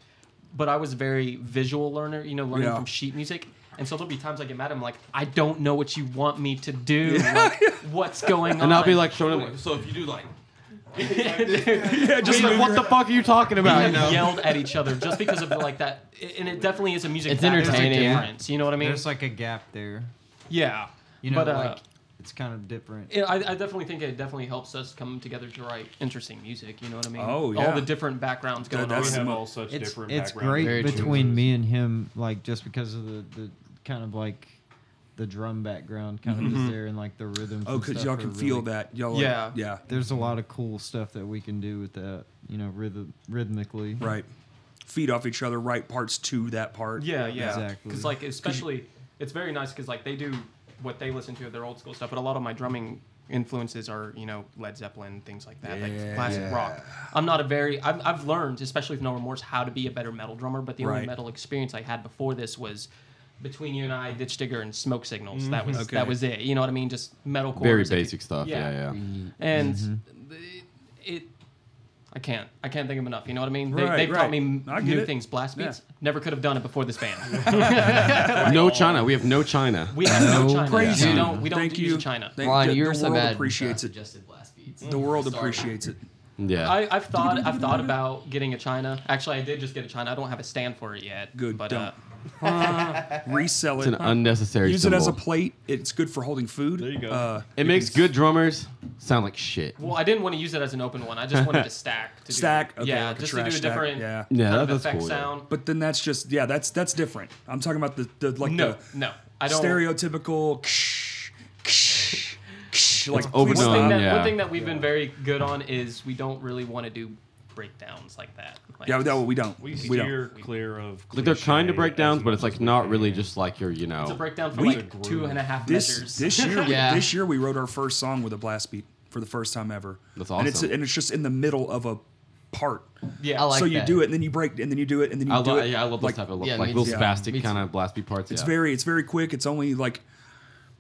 H: But I was a very visual learner, you know, learning
A: Yeah.
H: from sheet music. And so there'll be times I get mad. I'm like, I don't know what you want me to do. Like, what's going on?
B: And I'll be like showing him. Like, so if you do like,
A: yeah, just
B: just like, what the fuck are you talking
H: we
B: about?
H: have yelled at each other just because of like that. And it definitely is a music.
G: It's
H: fact. There's a
G: entertaining.
H: difference, you know what I mean?
K: There's like a gap there.
H: Yeah.
K: You know,
H: But, uh,
K: like it's kind of different.
H: Yeah, I, I definitely think it definitely helps us come together to write interesting music. You know what I mean?
A: Oh, yeah.
H: All the different backgrounds going
A: that's
H: on.
A: the
E: we have
A: mo-
E: all such
K: It's
E: different
C: it's
E: backgrounds.
C: great
G: Very true.
C: between me and him, like just because of the the kind of like the drum background kind of is there and like the rhythm.
A: Oh, because y'all can feel that. Y'all, like-
H: Yeah.
A: yeah,
C: There's a lot of cool stuff that we can do with that, you know, rhythm rhythmically.
A: right. Feed off each other. Write parts to that part.
H: Yeah, yeah.
C: Exactly.
H: Because like especially, it's very nice because like they do what they listen to their old school stuff, but a lot of my drumming influences are you know Led Zeppelin things like that, like classic rock. I'm not a very I've, I've learned especially with No Remorse how to be a better metal drummer, but the
A: Right.
H: only metal experience I had before this was. Between you and I, Ditch Digger and Smoke Signals. That was
A: Mm-hmm. Okay.
H: that was it. You know what I mean? Just metal
B: Very
H: chords, if you-
B: basic stuff.
A: Mm-hmm.
H: Yeah.
B: Yeah, yeah.
H: and the- it I can't. I can't think of enough. You know what I mean? They,
A: Right,
H: they've
A: right.
H: taught me m-
A: I get
H: new
A: it.
H: things. Blast
A: Yeah.
H: beats. Never could have done it before this band.
B: No China. We have no China.
H: We have no, China.
A: Crazy.
H: We don't. We don't
A: Thank
H: use
A: you.
H: China.
A: Thank
G: Ron,
A: the,
G: you were
A: the
G: so
A: world
G: bad.
A: appreciates it.
G: Suggested blast beats.
A: The world
G: Sorry.
A: appreciates it.
B: yeah.
H: I, I've thought. I've thought about getting a China. Actually, I did just get a China. I don't have a stand for it yet.
A: Good.
H: But
A: don't.
H: uh,
A: Resell
B: it's an
A: it.
B: unnecessary
A: Use it as a
B: symbol.
A: plate. It's good for holding food. There
I: you go.
A: Uh,
B: It makes good drummers sound like shit.
H: well, I didn't want to use it as an open one. I just wanted to stack. To
A: Stack?
H: Do,
A: Okay,
H: yeah.
A: like a
H: just to do a
A: trash stack,
H: different.
A: yeah.
B: Yeah,
H: kind
B: that-
H: of
B: that's
H: effect
B: cool, yeah.
H: sound.
A: but then that's just yeah. That's that's different. I'm talking about the, the like
H: No.
A: the
H: No. I don't.
A: stereotypical. Ksh, ksh, ksh, like
B: overdone.
A: please
H: Thing
A: stop.
B: Um,
H: that,
B: yeah.
H: One thing that we've been very good on is we don't really want to do breakdowns like that. Like,
A: Yeah, no, we don't.
I: We
A: We,
I: steer
A: don't.
I: clear of.
B: Like they're trying to
I: cliche
B: break
I: as
B: downs, but
I: much
B: it's like
I: as we
B: not
I: can.
B: really just like your, you know.
H: It's a breakdown for
A: We-
H: like two and a half
A: This
H: measures.
A: this year,
G: Yeah.
A: this year we wrote our first song with a blast beat for the first time ever.
B: That's
A: And it's
B: awesome.
A: and it's just in the middle of a part.
G: I
H: yeah.
G: like
A: so you
G: that.
A: do it, and then you break, and then you do it, and then you
B: I,
A: do
B: lo-
A: it.
B: yeah, I love
A: like,
B: those type of
G: Yeah,
B: like
G: me
B: little
G: too.
B: spastic
G: Me too.
B: kind of blast beat parts.
A: It's
B: yeah.
A: very it's very quick. It's only like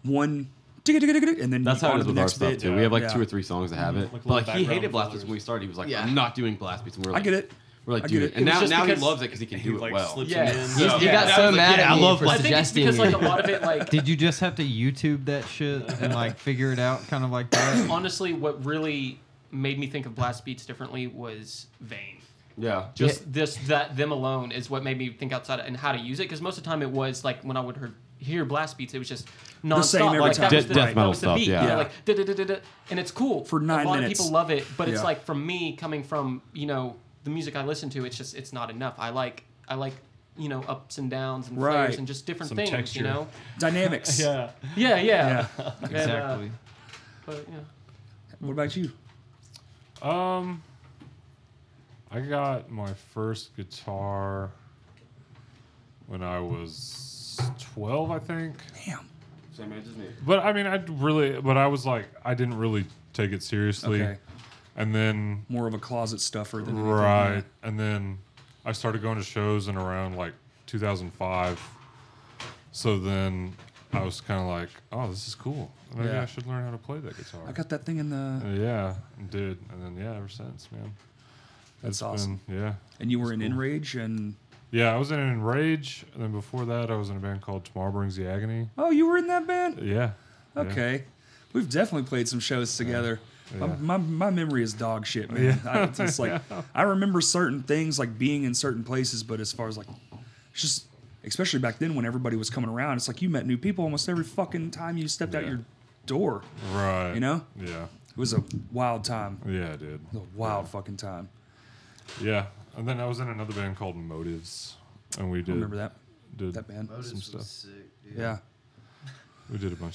A: one tick-a-tick-a-tick-a-tick, and then
B: That's
A: you
B: how
A: on
B: it
A: to
B: is
A: the
B: with our
A: next
B: stuff
A: bit.
B: too. We have like
A: Yeah.
B: two or three songs that have
H: Mm.
B: it.
I: Like
B: But like
I: little
B: he
I: background
B: hated blast beats
I: fillers.
B: when we started. He was like,
G: Yeah.
B: "I'm not doing blast beats." And we were
A: I
B: like,
A: get it.
B: We're like,
A: I
B: "Dude,"
A: get it.
B: and
H: It was
B: now
H: just
B: now he
H: because-
B: loves it because he can
I: He
B: do it
I: like
B: well.
I: slips
H: Yeah.
I: it in.
H: He's-
I: So-
G: He
H: Yeah,
G: got
H: that
G: so
B: was like,
G: mad
B: yeah,
G: at
B: I
G: me
B: love
G: for
B: blast
H: I think it's
G: suggesting
H: because like
G: it.
H: a lot of it like
D: Did you just have to YouTube that shit and like figure it out, kind of like
C: uh,
D: that?
H: honestly what really made me think of blast beats differently was Vane.
B: Yeah,
H: Just this that them alone is what made me think outside and how to use it because most of the time it was like when I would hear, hear blast beats it was just non
A: same every
H: like,
A: time.
H: That was
A: Death-
H: the,
B: death
H: that
B: metal
H: was the
B: stuff,
H: beat,
B: yeah.
H: you know,
A: Yeah.
H: like da, da, da, da, da, and it's cool
A: For nine
H: A lot
A: minutes.
H: of people love it, but it's
A: Yeah.
H: like for me coming from you know the music I listen to, it's just it's not enough. I like I like you know ups and downs and
A: Right.
H: flares and just different
I: Some
H: things,
I: texture.
H: you know.
A: Dynamics.
I: yeah.
H: Yeah, yeah,
A: Yeah.
H: And, uh,
D: Exactly.
H: but yeah.
A: What about you?
F: Um, I got my first guitar when I was twelve, I think.
A: Damn.
B: Same age as me.
F: But I mean, I really, but I was like, I didn't really take it seriously.
A: Okay.
F: And then
A: More of a closet stuffer than anything.
F: Right. And then I started going to shows in around like 2005. So then I was kind of like, oh, this is cool. Maybe
A: Yeah.
F: I should learn how to play that guitar.
A: I got that thing in
F: Uh,
A: the.
F: yeah, dude. And then, yeah, ever since, man.
A: That's
F: It's
A: awesome.
F: Been, yeah.
A: And you were in Enrage, and
F: Yeah, I was in Enrage. And then before that, I was in a band called Tomorrow Brings the Agony.
A: oh, you were in that band.
F: Yeah. yeah.
A: Okay, we've definitely played some shows together.
F: Yeah.
A: My, my, my memory is dog shit, man. I, it's just like I remember certain things, like being in certain places, but as far as like, it's just especially back then when everybody was coming around, it's like you met new people almost every fucking time you stepped out
B: Yeah.
A: your door.
F: Right.
A: You know?
F: Yeah.
A: It was a wild time,
F: Yeah, dude.
A: a wild fucking time.
F: Yeah. And then I was in another band called Motives. And we
A: I
F: did,
A: remember that
F: did
A: that band.
F: some stuff.
A: Yeah.
F: We did a bunch of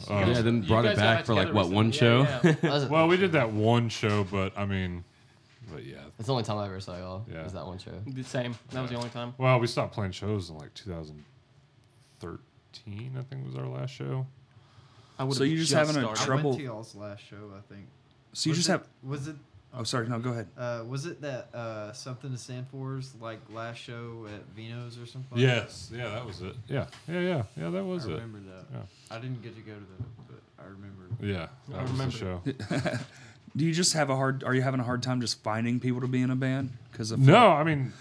F: stuff. Um,
B: Yeah, then brought
H: You
B: it
H: guys got
B: back for like
H: together
B: what one
H: recently.
B: show?
H: Yeah, yeah.
G: That was-
F: Well, we did that one show, but I mean, but yeah.
G: That's the only time I ever saw y'all.
F: Yeah.
G: Was that one show?
H: The same. That was the only time.
F: Well, we stopped playing shows in like 2013, I think was our last show.
H: I would
A: So you just having a
C: I
A: Trouble.
C: went to y'all's last show, I think.
A: So you
C: Was
A: just
C: it-
A: have.
C: Was it?
A: Oh, sorry. No, go ahead.
C: Uh, was it that uh, something to stand for's like last show at Vino's or something?
F: Yes, yeah, that was it. Yeah, yeah, yeah, yeah, that was
C: I
F: it.
C: remember that.
F: Yeah.
C: I didn't get to go to that, but I remember.
F: Yeah, that was the show.
A: Do you just have a hard? Are you having a hard time just finding people to be in a band? Because
F: No, I mean,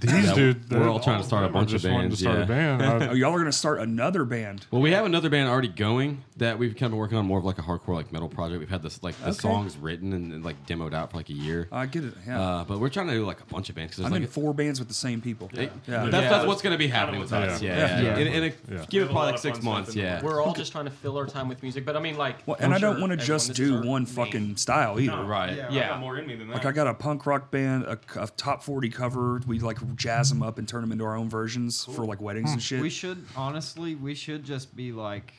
F: these
B: Yeah,
F: dudes.
B: we're
F: they're
B: all trying to start a
F: I
B: bunch of
F: just wanted
B: bands,
F: To start
B: yeah.
F: a band. I-
A: oh, y'all are gonna start another band.
B: Well, we have another band already going that we've kind of been working on more of like a hardcore like metal project. We've had this like the
A: Okay.
B: songs written and, and, like demoed out for like a year.
A: Oh, I get it. Yeah.
B: Uh, but we're trying to do like a bunch of bands because
A: I'm
B: like
A: in four bands with the same people.
B: Hey,
A: Yeah.
B: That's,
I: Yeah.
B: that's what's going to be happening with
I: Yeah.
B: us. Yeah.
F: Yeah.
B: yeah.
C: Yeah.
B: And, and it- give it
F: Yeah.
I: There's a lot
B: probably like
I: of
B: six
I: fun stuff
B: months.
I: in
B: Yeah.
I: there.
H: We're all just trying to fill our time with music, but I mean, like,
A: Well, and
H: I'm
A: I don't
H: sure
A: want to
H: everyone-
A: just
H: this is
A: do
H: our
A: one
H: main-
A: fucking style either.
B: Right.
C: Yeah.
I: I
H: Yeah.
I: got more in me than that.
A: Like I got a punk rock band, a, a top forty cover. We like jazz them up and turn them into our own versions for like weddings
B: Hmm.
A: and shit.
C: We should honestly, we should just be like,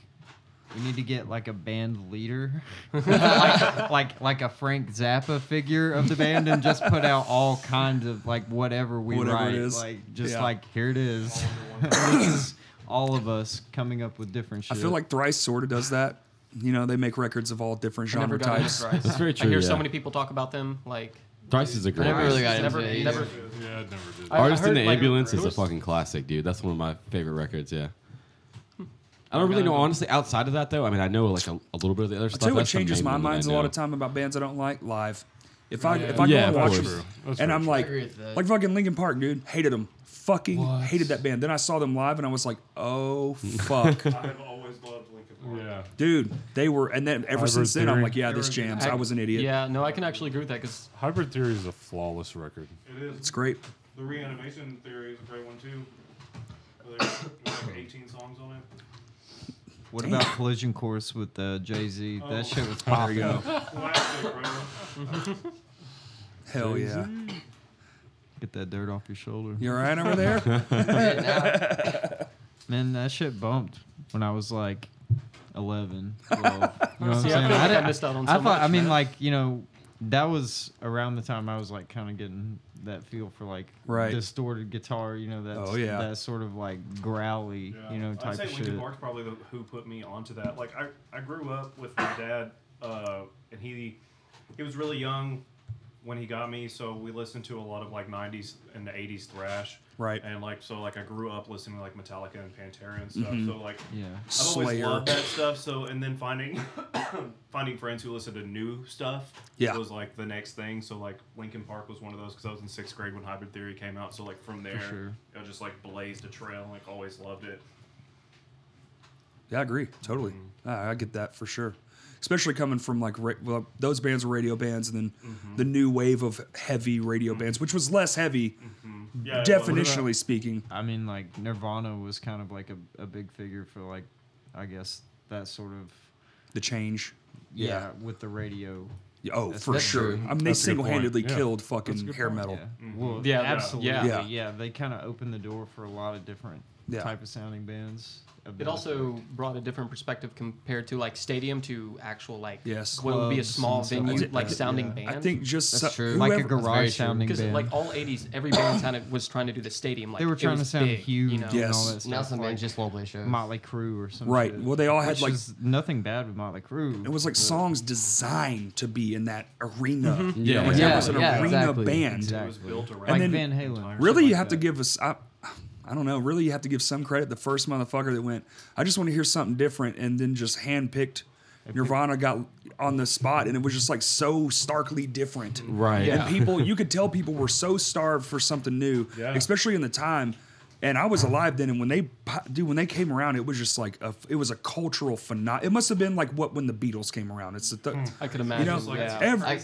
C: we need to get like a band leader, like, like like a Frank Zappa figure of the band, and just put out all kinds of like whatever we
A: Whatever it
C: write,
A: is.
C: like just
A: Yeah.
C: like here it is. this is all of us coming up with different
A: I
C: shit.
A: feel like Thrice sort of does that. You know, they make records of all different
H: I never
A: genre
H: got into
A: types.
H: Thrice.
B: That's very
H: I
B: true,
H: hear
B: yeah.
H: so many people talk about them. Like,
B: Thrice is a
G: I
B: great
G: never really
B: artist.
G: got into
H: never,
G: it. either.
H: never.
F: yeah, I never did.
H: I- I
B: uh, Artist in
H: heard,
B: the
H: like,
B: Ambulance is
H: there
B: a
H: was-
B: fucking classic, dude. That's one of my favorite records. Yeah. I don't really know, honestly, outside of that, though. I mean, I know like a, a little bit of the other
A: I
B: stuff.
A: tell you what
B: That's the
A: changes
B: main
A: my
B: one that I
A: minds a lot
B: know.
A: of time about bands I don't like live. If I if I
B: Yeah,
A: go and
B: of
A: watch
B: course.
A: them,
F: That's
A: and
F: very
A: I'm
F: true.
A: like,
G: agree with that.
A: like fucking Lincoln Park, dude, hated them, fucking hated that band. Then I saw them live, and I was like, oh fuck,
E: I've always loved Lincoln Park.
F: yeah.
A: dude, they were. And then ever
F: Hybrid
A: since then, I'm
F: Theory.
A: like, yeah, this jams. I was an idiot.
H: Yeah, no, I can actually agree with that because
F: Hybrid Theory is a flawless record.
E: It is.
A: It's great.
E: The reanimation theory is a great one too. There's like 18 songs on it.
C: What about Collision Course with uh, Jay Z? That shit was
A: There
C: popping.
A: you go.
E: Classic, bro.
A: Hell yeah.
C: Get that dirt off your shoulder.
A: You all right over there?
C: Man, that shit bumped when I was like 11. 12. You know what I'm
H: See, I
C: saying?
H: feel like I
C: didn't-
H: missed out on
C: I
H: so
C: thought, I
H: much,
C: mean,
H: man.
C: like, you know, that was around the time I was like kind of getting that feel for like
A: Right.
C: distorted guitar, you know, that's,
A: Oh, yeah.
C: that sort of like growly, you know,
E: I'd
C: type
E: say
C: of
E: Lincoln
C: shit.
E: Park's probably the, who put me onto that. Like I, I grew up with my dad, uh, and he, he was really young when he got me, so we listened to a lot of like '90s and '80s thrash.
A: Right.
E: And like so, like I grew up listening to like Metallica and Pantera and stuff. So like,
C: Yeah.
E: I've always
A: Slayer.
E: loved that stuff. So and then finding, finding friends who listen to new stuff.
A: Yeah.
E: Was like the next thing. So like Lincoln Park was one of those because I was in sixth grade when Hybrid Theory came out. So like from there,
C: sure.
E: I just like blazed a trail. Like always loved it.
A: Yeah, I agree. Totally. I, I get that for sure. Especially coming from like ra- well, those bands were radio bands, and then the new wave of heavy radio bands, which was less heavy,
E: Yeah. it was.
A: definitionally speaking.
C: I mean, like Nirvana was kind of like a, a big figure for like, I guess that sort of
A: The change.
C: yeah, with the radio.
A: Yeah, Oh, for
G: that's
A: sure.
G: true.
A: I mean, they single handedly
F: point. Yeah.
A: killed fucking hair metal.
C: Yeah. Well,
H: Yeah,
C: Mm-hmm. yeah,
H: yeah.
C: absolutely.
H: Yeah.
C: Yeah,
A: Yeah.
C: They kind of opened the door for a lot of different
A: Yeah.
C: type of sounding bands. of
H: it
C: that
H: also
C: effect.
H: brought a different perspective compared to like stadium to actual like
A: Yes.
H: what would be a
C: Clubs
H: small
C: and stuff
H: venue
A: like
H: like
A: that,
H: sounding
C: yeah.
H: band.
A: I think just so-
G: That's true.
C: like a
A: whoever-
G: very true.
C: garage sounding
H: because
C: band.
H: like all '80s, every band sounded, was trying to do the stadium. Like
C: they were
H: it
C: trying to
H: was
C: sound
H: big,
C: huge
H: You know?
A: Yeah.
C: and all
A: Yes.
C: that stuff.
G: Now some
C: like
G: bands just won't play shows.
C: Motley Crue or something.
A: Right. Well, they all had, like-
C: nothing bad with Motley Crue.
A: It was like
C: but-
A: songs designed to be in that arena. You know,
B: Yeah.
A: like
G: Yeah,
A: that was an
G: yeah,
A: arena
G: exactly.
A: band.
E: It was
C: Exactly.
E: built around.
A: And then-
C: Like Van Halen.
A: Really,
C: shit
A: you
C: like
A: have to
C: that.
A: give us. I, I don't know. Really, you have to give some credit. The first motherfucker that went, I just want to hear something different, and then just handpicked. Nirvana got on the spot, and it was just like so starkly different.
B: Right.
A: And people, you could tell people were so starved for something new,
E: Yeah.
A: especially in the time. And I was alive then, and when they, po- dude, when they came around, it was just like a, it was a cultural phenomenon. It must have been like what when the Beatles came around. It's the, th-
H: I could
A: you
H: imagine.
A: know,
E: like-
H: yeah.
A: every,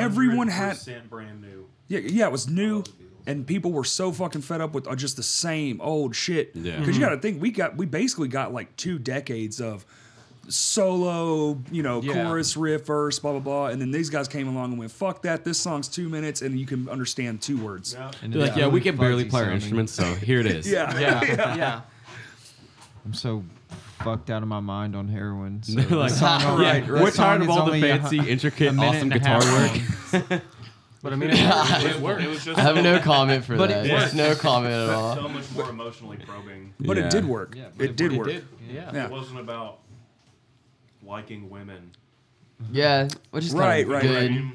A: Everyone had-
E: 100% brand new.
A: yeah, yeah, it was new,
E: the Beatles.
A: and people were so fucking fed up with uh, just the same old shit.
B: Yeah.
A: because you got to think we got we basically got like two decades of solo, you know,
H: Yeah.
A: chorus, riff, verse, blah blah blah, and then these guys came along and went, "Fuck that! This song's two minutes, and you can understand two words."
E: Yeah.
C: And
B: They're
C: it's
B: like, yeah, we
C: really
B: can barely
C: fuzzy
B: play our
C: sounding.
B: instruments, so here it is.
A: Yeah,
H: yeah, yeah, yeah.
C: I'm so fucked out of my mind on heroin. So
B: They're like,
C: this song
B: "Yeah,
C: only- this
B: we're
C: song
B: tired of
C: is
B: all the
C: only a hu-
B: fancy,
C: a
B: intricate,
C: minute
B: awesome
C: and a
B: guitar
C: half
B: work.
C: long."
H: But I mean, it, it,
E: It,
H: worked.
E: was just
G: I have no comment for
H: But it
G: that. There's
E: worked.
G: no comment at all.
E: so much more emotionally probing.
A: but
B: Yeah.
A: it did work.
C: Yeah, but
A: it,
C: it
A: did
H: It
A: work.
H: did. Yeah.
A: Yeah.
E: It wasn't about liking women.
G: Yeah, which is kinda
A: Right, right,
G: good.
A: right.
E: Mm.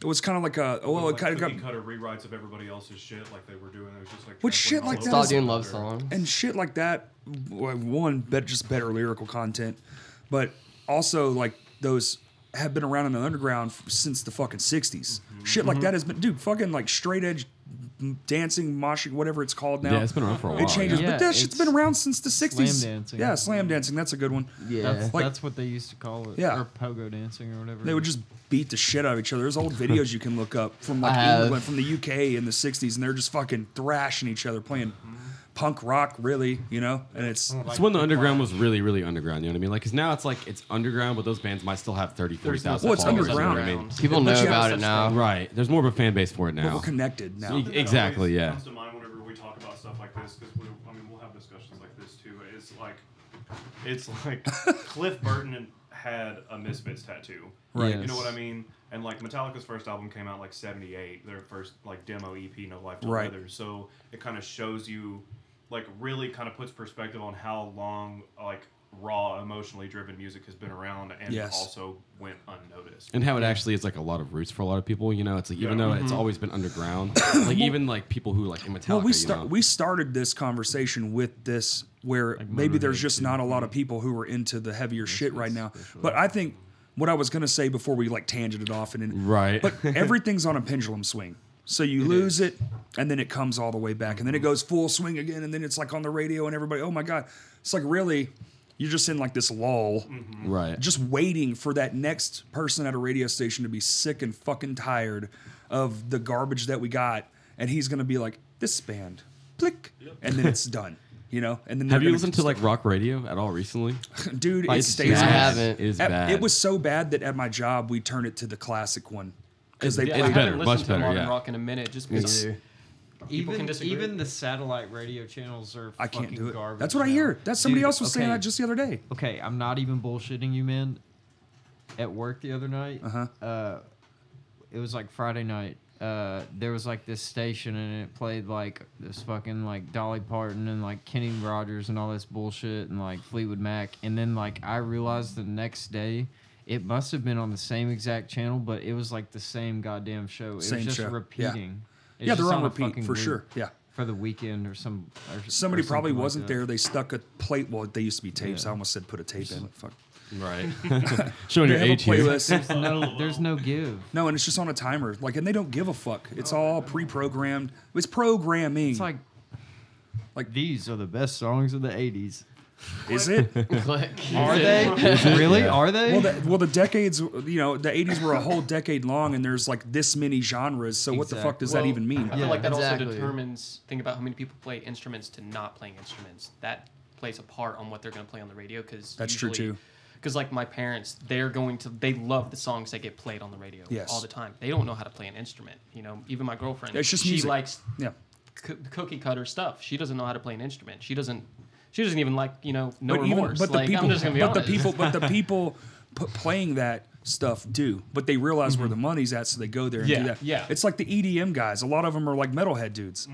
A: It was kind of like a well,
E: like
A: it kind of got
E: cookie cutter rewrites of everybody else's shit, like they were doing. It was just like
A: Which
E: trampling
A: shit like
E: all
A: that
E: over
G: Stop
A: is-
G: doing
E: each
G: love
E: other.
G: songs.
A: and shit like that. w- One, bet just better lyrical content, but also like those have been around in the underground f- since the fucking 60s
B: Mm-hmm.
A: Shit like that has been, dude. Fucking like straight edge m- dancing, moshing, whatever it's called now.
B: Yeah, it's been around for a while.
A: It changes,
C: yeah.
A: but that shit's been
C: It's
A: around since the sixties.
C: dancing.
A: Yeah, slam dancing. That's a good one.
G: Yeah.
C: That's,
A: Like-
C: that's what they used to call it.
A: Yeah.
C: Or pogo dancing or whatever.
A: They would just beat the shit out of each other. There's old videos you can look up from
G: I
A: like
G: have.
A: England, from the UK in the '60s, and they're just fucking thrashing each other, playing punk rock, really, you know. And it's
B: It's when the underground was really, really underground. You know what I mean? Like, because now it's like it's underground, but those bands might still have 30, 40,000
A: Well, it's
B: followers, you know
A: underground.
B: what I mean?
G: People
A: But
G: know
A: you have
G: about it
A: such
G: now.
B: Right. There's more of a fan base for it
A: but we're
B: now.
A: connected now.
E: Something that
B: Exactly,
E: always
B: yeah.
E: Comes to mind whenever we talk about stuff like this because we, I mean, we'll have discussions like this too. Is like, it's like Cliff Burton had a Misfits tattoo,
C: Right.
E: You know what I
C: Yes.
E: mean? And like Metallica's first album came out like '78, their first like demo EP, No Life
A: Right.
E: Together. So it kind of shows you, like, really kind of puts perspective on how long like raw emotionally driven music has been around and
A: Yes.
E: also went unnoticed.
B: and how it actually is like a lot of roots for a lot of people. You know, it's like even
E: Yeah.
B: though it's always been underground, like even like people who like in Metallica,
A: Mm-hmm. Well, we
B: you know,
A: start we started this conversation with this where maybe there's just not a lot of people who are into the heavier shit right now. But I think what I was gonna say before we like tangented off and then
B: Right.
A: But everything's on a pendulum swing. So you lose it, and then it comes all the way back, and then it
B: Mm-hmm.
A: goes full swing again, and then it's like on the radio, and everybody, oh my god, it's like really, you're just in like this lull,
B: Mm-hmm. Right.
A: just waiting for that next person at a radio station to be sick and fucking tired of the garbage that we got, and he's gonna be like, this band, click, and then it's done, you know. And then
B: Have
A: they're
B: you
A: gonna
B: listened to like rock radio at all recently?
A: just- dude, it
B: Like,
A: stays.
G: I
A: on.
G: haven't.
B: It is
A: At-
B: bad.
A: It was so bad that at my job we turned it to the classic one because they
H: Yeah,
A: played
H: I
B: better,
H: haven't
B: much
H: listened to
B: better,
H: Modern
B: yeah.
H: Rock in a minute. Just
G: Me
H: because
G: either.
H: people
C: even,
H: can disagree.
C: Even the satellite radio channels are
A: I can't
C: fucking
A: do it.
C: garbage.
A: That's what I
C: now.
A: hear. That's somebody
C: Dude,
A: else was saying
C: okay.
A: that just the other day.
C: Okay, I'm not even bullshitting you, man. At work the other night, uh-huh. it was like Friday night. Uh, there was like this station and it played like this fucking like Dolly Parton and like Kenny Rogers and all this bullshit and like Fleetwood Mac. And then like I realized the next day it must have been on the same exact channel, but it was like the same goddamn show. It
A: Same
C: was just
A: show, yeah.
C: repeating. It's
A: yeah, they're
C: just
A: on
C: a
A: repeat
C: fucking
A: for
C: loop
A: sure. Yeah.
C: For the weekend or some. Or,
A: Somebody
C: or
A: probably
C: something like
A: wasn't
C: that.
A: there. They stuck a plate. Well, they used to be tapes. I almost said put a tape in. Fuck.
B: right. Showing
A: They
B: your
A: have
B: age
A: a
B: here.
A: playlist.
C: No, there's no give.
A: no, and it's just on a timer. Like, and they don't give a fuck. It's all pre-programmed. It's programming.
C: Oh, It's like
A: Like-
C: these are the best songs of the '80s.
A: is it?
G: Click.
C: Are they really? Are they?
A: Well, the, well, the decades. You know, the '80s were a whole decade long, and there's like this many genres. So what the fuck does that
H: Well,
A: even mean?
H: I feel like that
G: Exactly.
H: also determines. Think about how many people play instruments to not playing instruments. That plays a part on what they're going to play on the radio. Because
A: That's true, too.
H: Because like my parents, they're going to they love the songs that get played on the radio
A: Yes.
H: all the time. They don't know how to play an instrument. You know, even my girlfriend,
A: It's just
H: she
A: music.
H: likes
A: Yeah.
H: c- cookie cutter stuff. She doesn't know how to play an instrument. She doesn't. She doesn't even like you know no
A: but even-
H: remorse.
A: but the
H: like,
A: people,
H: I'm just gonna be
A: but
H: honest.
A: the people, but the people p- playing that stuff do. But they realize where the money's at, so they go there and do
H: Mm-hmm. Yeah,
A: that.
H: yeah.
A: it's like the EDM guys. A lot of them are like metalhead dudes.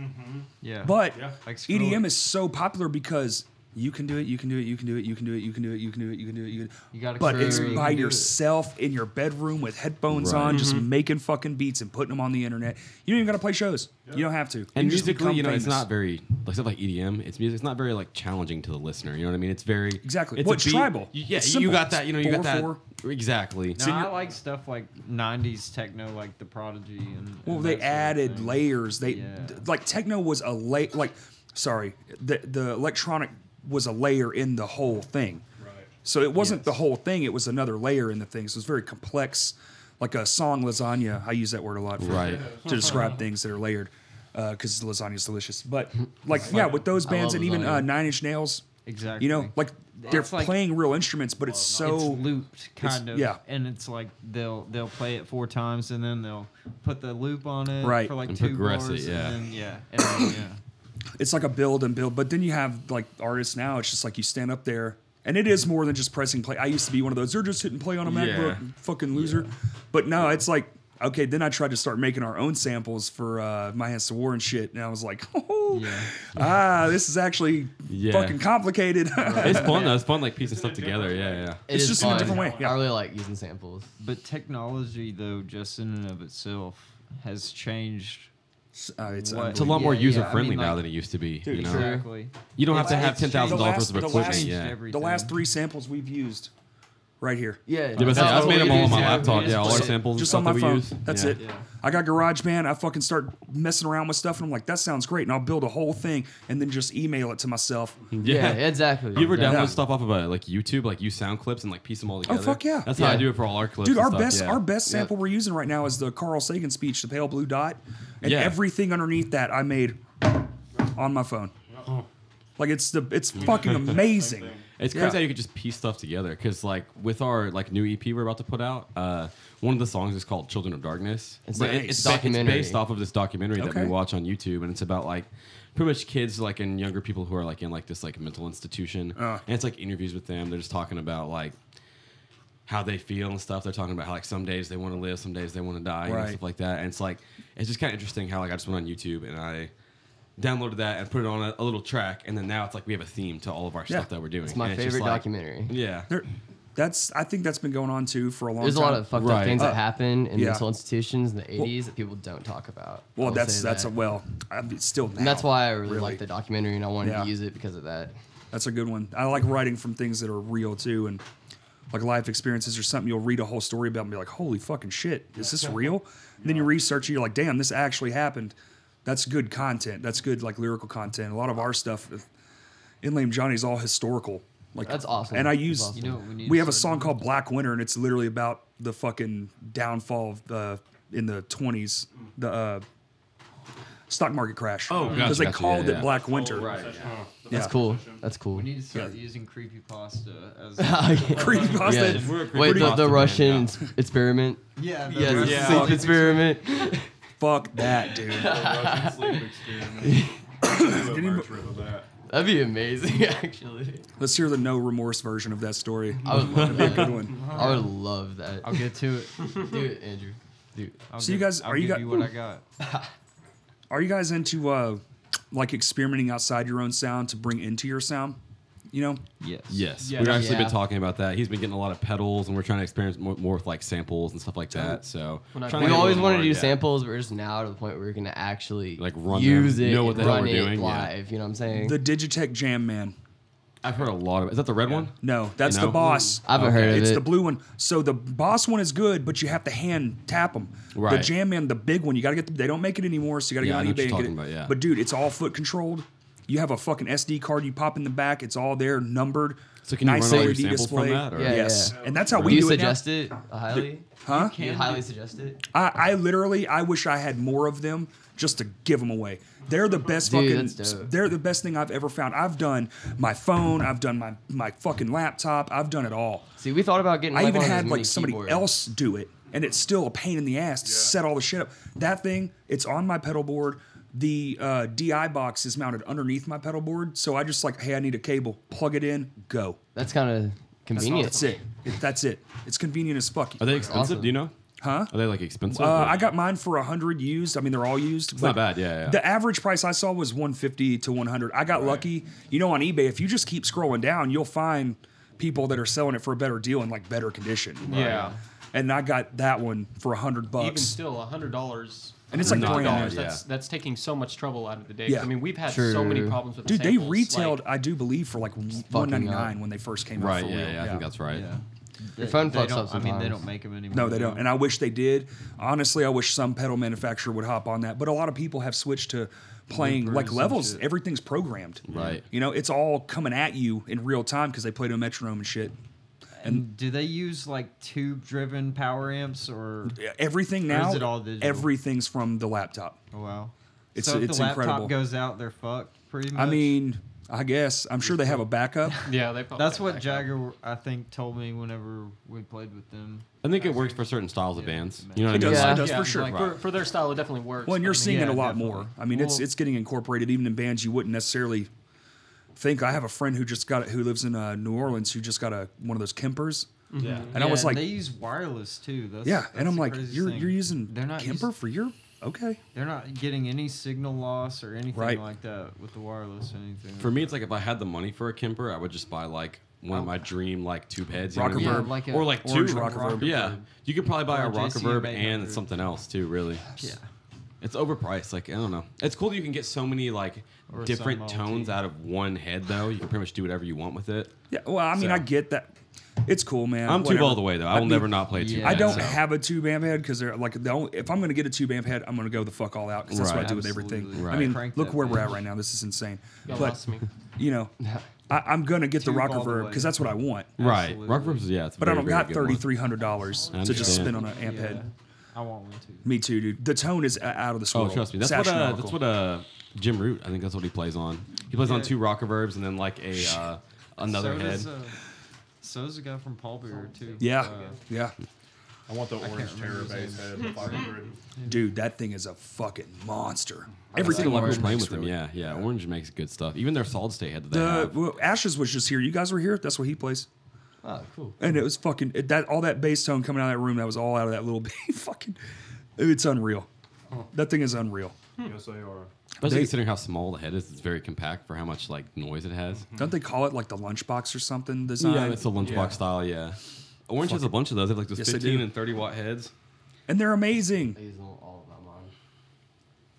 C: yeah.
A: But
C: Like screw
A: EDM
C: it.
A: is so popular because you can do it, you can do it, you can do it, you can do it, you can do it, you can do it, you can do it, you can.
C: You gotta
A: but
C: create
A: it's
C: it, you
A: by
C: can do it.
A: yourself in your bedroom with headphones
B: Right.
A: on, just
C: Mm-hmm.
A: making fucking beats and putting them on the internet. You don't even gotta play shows. You don't have to. You
B: And
A: can just
B: musically,
A: become
B: you know, it's
A: famous.
B: not very like stuff like EDM. It's music. It's not very like challenging to the listener. You know what I mean? It's very
A: Exactly.
B: It's
A: Well,
B: a
A: it's
B: beat-
A: tribal.
B: You, yeah,
A: It's
B: you
A: simple.
B: got that. You know, you
A: Four,
B: got that.
A: four.
B: Exactly.
C: no, I like stuff like '90s techno, like The Prodigy, and
A: Well,
C: and
A: they
C: that sort of
A: added
C: thing.
A: layers. They
C: Yeah.
A: th- like techno was a lay like sorry, the the electronic was a layer in the whole thing. Right. So it wasn't the whole thing, it was another layer in the thing. So it's very complex like a song lasagna. I use that word a lot for
B: Right.
A: to describe things that are layered because lasagna is delicious. But like yeah, with those bands
G: love
A: and even uh,
G: lasagna.
A: Nine Inch Nails,
C: Exactly.
A: you know, like they're
C: It's like-
A: playing real instruments, but it's
C: it's
A: so
C: looped kind of
A: yeah.
C: and it's like they'll they'll play it four times and then they'll put the loop on it
A: Right.
C: for like
B: And
C: two
B: progress it,
C: bars
B: yeah.
C: and then, yeah and then, yeah
A: it's like a build and build. But then you have like artists now. It's just like you stand up there, and it is more than just pressing play. I used to be one of those. They're just hitting play on a MacBook,
B: Yeah.
A: fucking loser. But no, it's like okay. Then I tried to start making our own samples for uh, my hands to war and shit, and I was like, oh, ah, this is actually
B: Yeah.
A: fucking complicated. Uh,
B: It's fun though. It's fun like piecing stuff together. Yeah, yeah.
G: It
A: It's
G: is
A: just in a different
G: fun.
A: way, yeah.
G: I really like using samples.
C: but technology though just in and of itself has changed
A: Uh, it's
C: What?
B: It's a
A: unbelievable.
B: lot more
C: Yeah, yeah.
B: user friendly
C: I mean,
B: now
C: like-
B: than it used to be. you know,
C: exactly
B: you don't have to
C: It's-
B: have
C: it's
B: ten thousand dollars
A: changed.
B: worth of
A: The last-
B: equipment.
A: the
B: Yeah.
A: the last three samples we've used, right here.
G: Yeah.
B: Yeah, but
G: that's
B: see, I've
G: what
B: made
G: we
B: them all
G: do,
B: on my
G: too.
B: laptop.
G: We
B: Yeah, all
G: just
B: our
G: play-
B: samples. and
A: just
B: stuff
A: on my
B: that we
A: phone.
B: use.
A: That's
B: Yeah.
A: it. I got GarageBand. I fucking start messing around with stuff, and I'm like, that sounds great. And I'll build a whole thing and then just email it to myself.
G: Yeah, exactly.
B: You ever
G: Yeah.
B: download
A: Yeah.
B: stuff off of a, like YouTube, like you sound clips and like piece them all together?
A: Oh, fuck yeah.
B: That's how I
G: Yeah.
B: do it for all our clips.
A: Dude,
B: and
A: our
B: stuff,
A: best
B: yeah.
A: our best sample we're using right now is the Carl Sagan speech, the pale blue dot, and
B: Yeah.
A: everything underneath that I made on my phone. Like it's the it's fucking amazing.
B: It's
A: Yeah.
B: crazy how you could just piece stuff together. Because like with our like new EP we're about to put out, uh, one of the songs is called "Children of Darkness."
G: It's
B: But
G: nice.
B: it's, ba-
G: Documentary.
B: it's based off of this documentary that
A: Okay.
B: we watch on YouTube, and it's about like pretty much kids like and younger people who are like in like this like mental institution,
A: Uh.
B: and it's like interviews with them. They're just talking about like how they feel and stuff. They're talking about how like some days they want to live, some days they want to die, and
A: Right.
B: stuff like that. And it's like it's just kind of interesting how like I just went on YouTube and I. Downloaded that and put it on a, a little track, and then now it's like we have a theme to all of our
A: Yeah.
B: stuff that we're doing.
G: It's my
B: and just
G: favorite
B: like-
G: documentary.
B: yeah.
A: There- that's I think that's been going on too for a long
G: There's a
A: time.
G: lot of fucked
B: Right.
G: up things
B: Uh,
G: that happen in
A: yeah.
G: mental institutions in the 80s that people don't talk about.
A: well,
G: I'll
A: that's
G: say
A: that's
G: that.
A: a well, I mean, still now.
G: And that's why I really,
A: really.
G: like the documentary and I wanted
A: Yeah.
G: to use it because of that.
A: That's a good one. I like writing from things that are real too, and like life experiences or something, you'll read a whole story about it and be like, holy fucking shit, is this real? And then you research it, you're like, damn, this actually happened. That's good content. That's good like lyrical content. A lot of our stuff, in Lame Johnny's all historical. Like
G: That's awesome.
A: And I
G: That's
A: use
G: awesome.
D: You know what we need
A: we
D: to
A: have a
D: start
A: song called Black Winter, and it's literally about the fucking downfall of the in the twenties, the uh, stock market crash. Oh,
B: gotcha,
A: because they
B: gotcha,
A: called
B: yeah, yeah.
A: it Black Winter.
G: That's
A: Yeah.
G: cool. That's cool.
D: We need to start using creepypasta as
A: Creepypasta.
G: Yeah.
B: We're a
G: Wait, the,
B: creepypasta
G: the
B: man,
G: Russian s- experiment.
D: yeah, the
G: Yeah,
D: Russian
G: yeah.
D: sleep
G: experiment.
A: Fuck that, dude.
G: That'd be amazing, actually.
A: Let's hear the no remorse version of that story.
G: I would love
A: That'd be a
G: that.
A: good one.
G: I would love that.
D: I'll get to it.
G: Do it, Andrew. Do it.
C: I'll
A: So you
C: give-
A: guys-
C: I'll
A: are you
C: give
A: got-
C: you what I got?
A: Are you guys into uh, like experimenting outside your own sound to bring into your sound? You know,
C: Yes.
B: Yes,
H: Yeah.
B: we've actually
G: Yeah.
B: been talking about that. He's been getting a lot of pedals, and we're trying to experiment more, more with like samples and stuff like that. So
H: When I-
B: trying to
G: We
B: get a
G: always
B: little
G: wanted to
B: more,
G: do
B: yeah.
G: samples, but we're just now to the point where we can actually
B: Like, run them,
G: use it,
B: know what
G: and
B: the hell
G: run
B: we're
G: it
B: doing, yeah.
G: live. You know what I'm saying?
A: the Digitech Jam Man.
B: I've heard a lot of. Is that the red one?
A: No, that's the
B: know?
A: boss.
G: I haven't heard of
A: It's
G: it.
A: the blue one. So the boss one is good, but you have to hand tap them. The
B: Right.
A: jam man, the big one, you got to get. The, they don't make it anymore, so you got to
B: Yeah, I know
A: get
B: what
A: on eBay
B: you're
A: and get it.
B: talking about, yeah.
A: But dude, it's all foot controlled. You have a fucking SD card. You pop in the back. It's all there, numbered.
B: So can you run all your
A: LED
B: samples from that? Or?
G: Yeah,
A: yes,
G: yeah.
A: and that's how
G: Do
A: we
G: you
A: do it now.
G: suggest it highly?
A: Huh?
G: Can you highly suggest it?
A: I, I literally, I wish I had more of them just to give them away. They're the best
G: Dude, that's
A: fucking.
G: dope.
A: They're the best thing I've ever found. I've done my phone. I've done my my fucking laptop. I've done it all.
G: See, we thought about getting.
A: I
G: like,
A: even
G: one of those
A: had
G: mini
A: like somebody
G: keyboards.
A: else do it, and it's still a pain in the ass to set all the shit up. That thing, it's on my pedal board. The uh, DI box is mounted underneath my pedal board, so I just like, hey, I need a cable, plug it in, go.
G: That's kind of convenient.
A: That's it. It- That's it. It's convenient as fuck.
B: Are they expensive?
G: awesome.
B: Do you know?
A: Huh?
B: Are they like
A: Uh,
B: expensive? or-
A: I got mine for hundred used. I mean, they're all used. It's
B: not bad, yeah, yeah.
A: The average price I saw was one fifty to one hundred. I got lucky. You know, on eBay, if you just keep scrolling down, you'll find people that are selling it for a better deal and like better condition.
H: Yeah.
A: And I got that one for hundred
H: Even
A: bucks,
H: still, hundred dollars.
A: and it's like
B: Not
A: brand
B: bad,
A: new.
B: yeah.
H: That's that's taking so much trouble out of the day.
A: Yeah.
H: I mean, we've had so
G: True.
H: many problems with
A: Dude,
H: the
A: they
H: samples,
A: retailed,
H: Like,
A: I do believe, for like one ninety nine when they first came
B: Right.
A: out. For
B: Yeah,
A: real.
B: yeah, I think that's right.
D: Yeah.
G: Your phone
D: They
G: fucks
D: don't,
G: up
D: I mean, they
G: sometimes.
D: don't make them anymore.
A: No, they don't. And I wish they did. Honestly, I wish some pedal manufacturer would hop on that. But a lot of people have switched to playing like levels. Everything's programmed.
B: Right.
A: You know, it's all coming at you in real time because they play to a metronome and shit.
C: And Mm. do they use like tube-driven power amps or?
A: Yeah, Everything
C: Or
A: now,
C: is it all digital?
A: everything's from the laptop.
C: Oh wow.
A: It's-
C: so if
A: it's
C: the laptop
A: incredible.
C: goes out, they're fucked. Pretty much.
A: I mean, I guess I'm sure they have a backup.
H: yeah, they probably
C: That's
H: had
C: what
H: that.
C: Jagger, I think, told me whenever we played with them.
B: I think it works for certain styles of bands. You know
A: It
B: what I
A: does,
B: mean?
G: Yeah.
A: it does
H: Yeah,
A: for sure.
H: like, for, for their style, it definitely works.
A: Well, and
H: but
A: you're
H: I mean,
A: seeing
C: yeah,
A: it a lot
C: definitely.
A: more. I mean, it's
H: Well-
A: it's getting incorporated even in bands you wouldn't necessarily think. I have a friend who just got it, who lives in uh, New Orleans, who just got a one of those Kempers,
C: Mm-hmm.
B: Yeah.
A: and I was like,
C: they use wireless too. That's,
A: yeah, and
C: that's
A: I'm
C: the
A: like,
C: craziest
A: you're
C: thing.
A: you're using
C: They're not
A: Kemper
C: using-
A: for your okay.
C: They're not getting any signal loss or anything
A: Right.
C: like that with the wireless or anything.
B: For me, it's like if I had the money for a Kemper, I would just buy like one of my dream like tube heads, you know
A: Rock
B: what I mean?
A: reverb.
D: like a
B: or like two.
A: Orange rock reverb.
B: Yeah, you could probably buy
C: Or
B: a rock
C: JCM
B: reverb
C: 800.
B: and something else too. Really,
C: Yeah.
B: it's overpriced. Like I don't know. It's cool that you can get so many like
C: Or
B: different
C: some OT.
B: tones out of one head though. You can pretty much do whatever you want with it.
A: Yeah, well, I mean,
B: So-
A: I get that. It's cool, man.
B: I'm tube
A: whatever.
B: all the way though. I will
A: mean,
B: never not play tube.
A: I
B: head,
A: don't
B: so.
A: have a tube amp head because they're like the only. If I'm gonna get a tube amp head, I'm gonna go the fuck all out because that's what
B: Right.
A: I do with everything.
C: Absolutely.
A: I mean,
C: Crank
A: look
C: that
A: where we're at
C: bitch.
A: right now. This is insane.
H: y'all
A: but
H: lost me.
A: you know, I, I'm gonna get
C: Tube
A: the rock
C: all the
A: reverb
C: way.
A: because that's what I want.
B: Right,
C: Absolutely.
B: rock reverbs. Yeah, it's. a
A: But
B: very,
A: I don't
B: very
A: got
B: good
A: thirty
B: one.
A: three hundred dollars
B: I
A: to just
B: understand.
A: spend on an amp head.
C: I want one too.
A: Me too, dude. The tone is uh, out of this
B: Oh,
A: world.
B: trust me.
A: It's
B: That's what. Uh,
A: astronomical.
B: that's what. Uh, Jim Root. I think that's what he plays on. He plays on
C: Yeah.
B: two rock reverbs and then like a uh, another
C: so
B: head.
C: Does, uh, so does a guy from Paul Bearer too.
A: yeah,
C: Uh,
A: Oh, yeah,
I: I want the orange terror
C: remember his
I: bass head, the 500.
A: dude. That thing is a fucking monster. Everything
B: Everything like
A: Orange
B: Orange playing
A: makes,
B: with them,
A: really.
B: yeah, yeah. Orange makes good stuff. Even their solid state head that they
A: The
B: have.
A: well, Ashes was just here. You guys were here. That's what he plays.
G: Oh, cool.
A: and it was fucking it, that all that bass tone coming out of that room that was all out of that little baby fucking it's unreal that thing is unreal
I: Yes, they are.
B: Especially
A: they-
B: considering how small the head is, it's very compact for how much like noise it has.
A: don't they call it like the lunchbox or something design
B: Yeah, it's a lunchbox style. Yeah, Orange has a bunch of those. They have like those
A: Yes, they
B: 15
A: do.
B: and 30 watt heads.
A: and they're amazing
G: I use all- all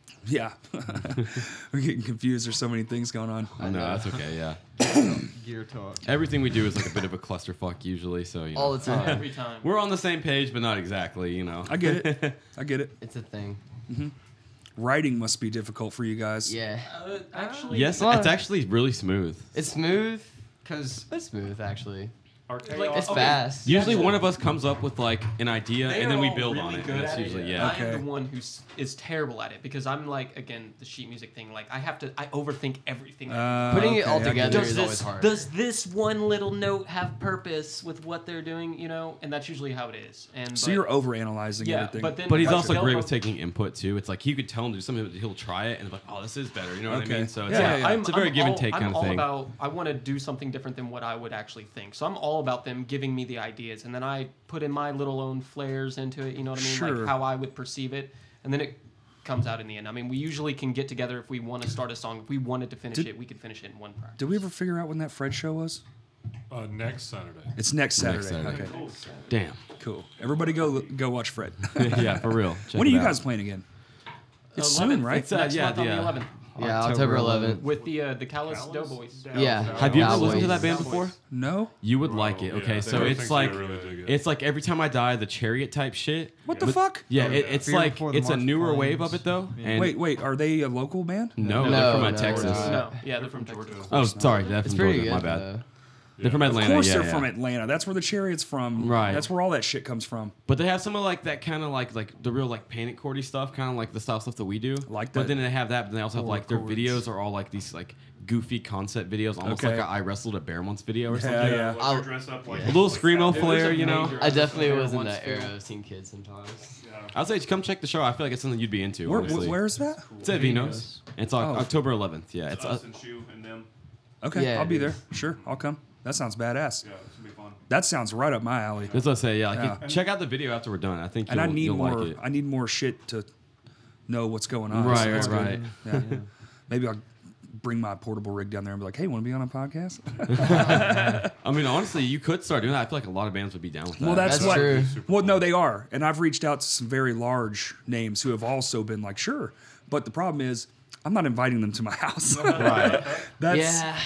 G: of them on.
A: yeah we're getting confused there's so many things going on
B: I know that's okay. Yeah,
C: gear talk.
B: Everything we do is like a bit of a clusterfuck usually, so you know.
G: all the time.
H: every time.
B: We're on the same page, but not exactly, you know.
A: I get it. I get it.
G: It's a thing.
A: Writing must be difficult for you guys.
G: Yeah,
H: Uh, actually,
B: yes,
G: Well-
B: it's actually really smooth.
G: it's smooth.
D: Because
G: It's smooth actually.
E: Our chaos-
H: Like,
G: It's
H: Okay.
G: fast.
B: Usually, one of us comes up with like an idea,
H: They
B: and then
H: are
B: we
H: all
B: build
H: really
B: on it.
H: good
B: and that's
H: at it.
B: usually yeah.
H: I am
A: Okay.
H: the one who is terrible at it because I'm like again the sheet music thing. Like I have to, I overthink everything.
A: Uh,
G: Putting it
A: okay,
G: all
A: I get
G: together
H: does
G: is always
H: this
G: hard.
H: does this one little note have purpose with what they're doing? You know, and that's usually how it is. And
A: So
H: but-
A: you're overanalyzing
H: yeah,
A: everything.
H: but then
B: But he's
H: like,
B: also
H: they'll
B: great
H: go-
B: with taking input too. It's like you could tell him to do something, but he'll try it and be like, "Oh, this is better." You know what
A: Okay.
B: I mean? So it's,
A: Yeah,
B: like,
A: yeah, yeah.
B: it's a very give and
H: all-
B: take
H: I'm
B: kind of
H: all
B: thing.
H: About, I want to do something different than what I would actually think. So I'm all about them giving me the ideas, and then I put in my little own flares into it. You know what I mean?
A: Sure.
H: Like how I would perceive it, and then it comes out in the end. I mean, we usually can get together if we want to start a song. If we wanted to finish
A: Did-
H: it, we could finish it in one practice.
A: Did we ever figure out when that Fred show was?
F: Uh, next Saturday.
A: It's next Saturday.
B: Next Saturday.
A: Okay,
B: Damn.
A: cool. Everybody go go watch Fred.
B: yeah, for real. Check
A: when are
B: it
A: you
B: out.
A: guys playing again? It's soon,
H: 11th,
A: right?
H: It's, uh, next
B: yeah,
H: month on
B: yeah.
H: the 11th
G: yeah, October 11th.
H: with the uh, the Callous Doughboys.
G: Yeah.
I: uh,
B: Have you ever
G: Cowboys.
B: listened to that band before?
A: no?
B: You would like it.
F: yeah,
B: Okay,
F: I
B: so
F: think
B: it's
F: so.
B: like
F: Really dig it.
B: it's like every time I die, the chariot type shit.
A: What the fuck?
B: Yeah, it, it's
C: Fear
B: like
C: Before the
B: it's a
C: March
B: newer
C: Flames.
B: wave of it though. And
A: Wait, wait. Are they a local band?
B: no,
G: No,
B: they're from
G: no,
B: uh,
G: no,
B: Texas.
G: we're not.
H: No, yeah, they're from Georgia.
B: Oh, sorry, they're
G: It's
B: from
G: pretty
B: Georgia.
G: good.
B: My bad.
G: though.
B: They're from
A: Of
B: Atlanta.
A: course
B: yeah,
A: they're
B: yeah.
A: from Atlanta. That's where the Chariot's from.
B: Right.
A: That's where all that shit comes from.
B: But they have some of like that kind of like like the real like panic chordy stuff, kind of like the style stuff that we do.
A: Like
B: But
A: that. Oh,
B: then they have that. But they also have like their
A: chords.
B: videos are all like these like goofy concept videos, almost
A: Okay.
B: like a I wrestled a bear once video or
A: Yeah,
B: something.
A: yeah.
I: Like,
G: I'll-
I: you're dressed up like
B: A little screamo
I: There's a
B: flair, you know.
I: major-
G: I definitely was in
H: once
G: that
H: failed.
G: era of seeing kids sometimes.
B: I'd say come check the show. I feel like it's something you'd be into.
A: Where,
B: honestly.
A: wh- where's that?
B: It's at Vino's. It's on
A: Oh.
B: October 11th. Yeah, it's
I: It's
B: uh,
I: us and Shu and them.
A: Okay,
G: Yeah,
A: I'll be
G: it
A: there.
G: is.
A: Sure, I'll come. That sounds badass.
I: Yeah, it's gonna be fun.
A: That sounds right up my alley.
B: that's what I say. Yeah, like
A: Yeah.
B: you- check out the video after we're done. I think
A: And
B: you'll,
A: I need
B: you'll
A: more.
B: like it.
A: I need more shit to know what's going on.
B: Right,
A: So that's
B: right,
A: good. Yeah. Maybe I'll bring my portable rig down there and be like, "Hey, want to be on a podcast?"
B: I mean, honestly, you could start doing that. I feel like a lot of bands would be down with that.
A: Well, that's,
G: That's
A: what.
G: true.
A: Well, no, they are, and I've reached out to some very large names who have also been like, "Sure," but the problem is, I'm not inviting them to my house. right. That's
G: yeah.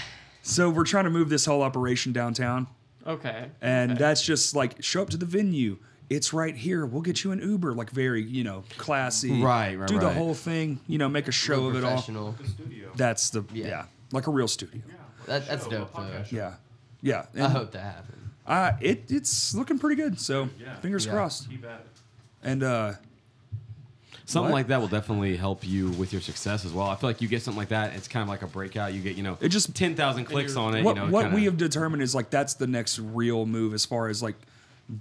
A: so we're trying to move this whole operation downtown,
H: Okay.
A: and that's just like show up to the venue. It's right here. We'll get you an Uber, like very you know classy.
B: Right, right,
A: Do the
B: right.
A: whole thing. You know, make a show
G: Real
A: of it all.
G: professional.
A: That's the yeah.
G: Yeah.
A: like a real studio.
G: That, that's dope though.
A: Yeah, yeah.
G: I
A: And,
G: hope that happens.
A: uh, it it's looking pretty good. So fingers
G: Yeah.
A: crossed.
I: Keep at it.
A: And uh,
B: Something
A: What?
B: like that will definitely help you with your success as well. I feel like you get something like that, it's kind of like a breakout. You get, you know,
A: It just-
B: ten thousand clicks on it.
A: what
B: you know,
A: what
B: kinda-
A: we have determined is like that's the next real move as far as like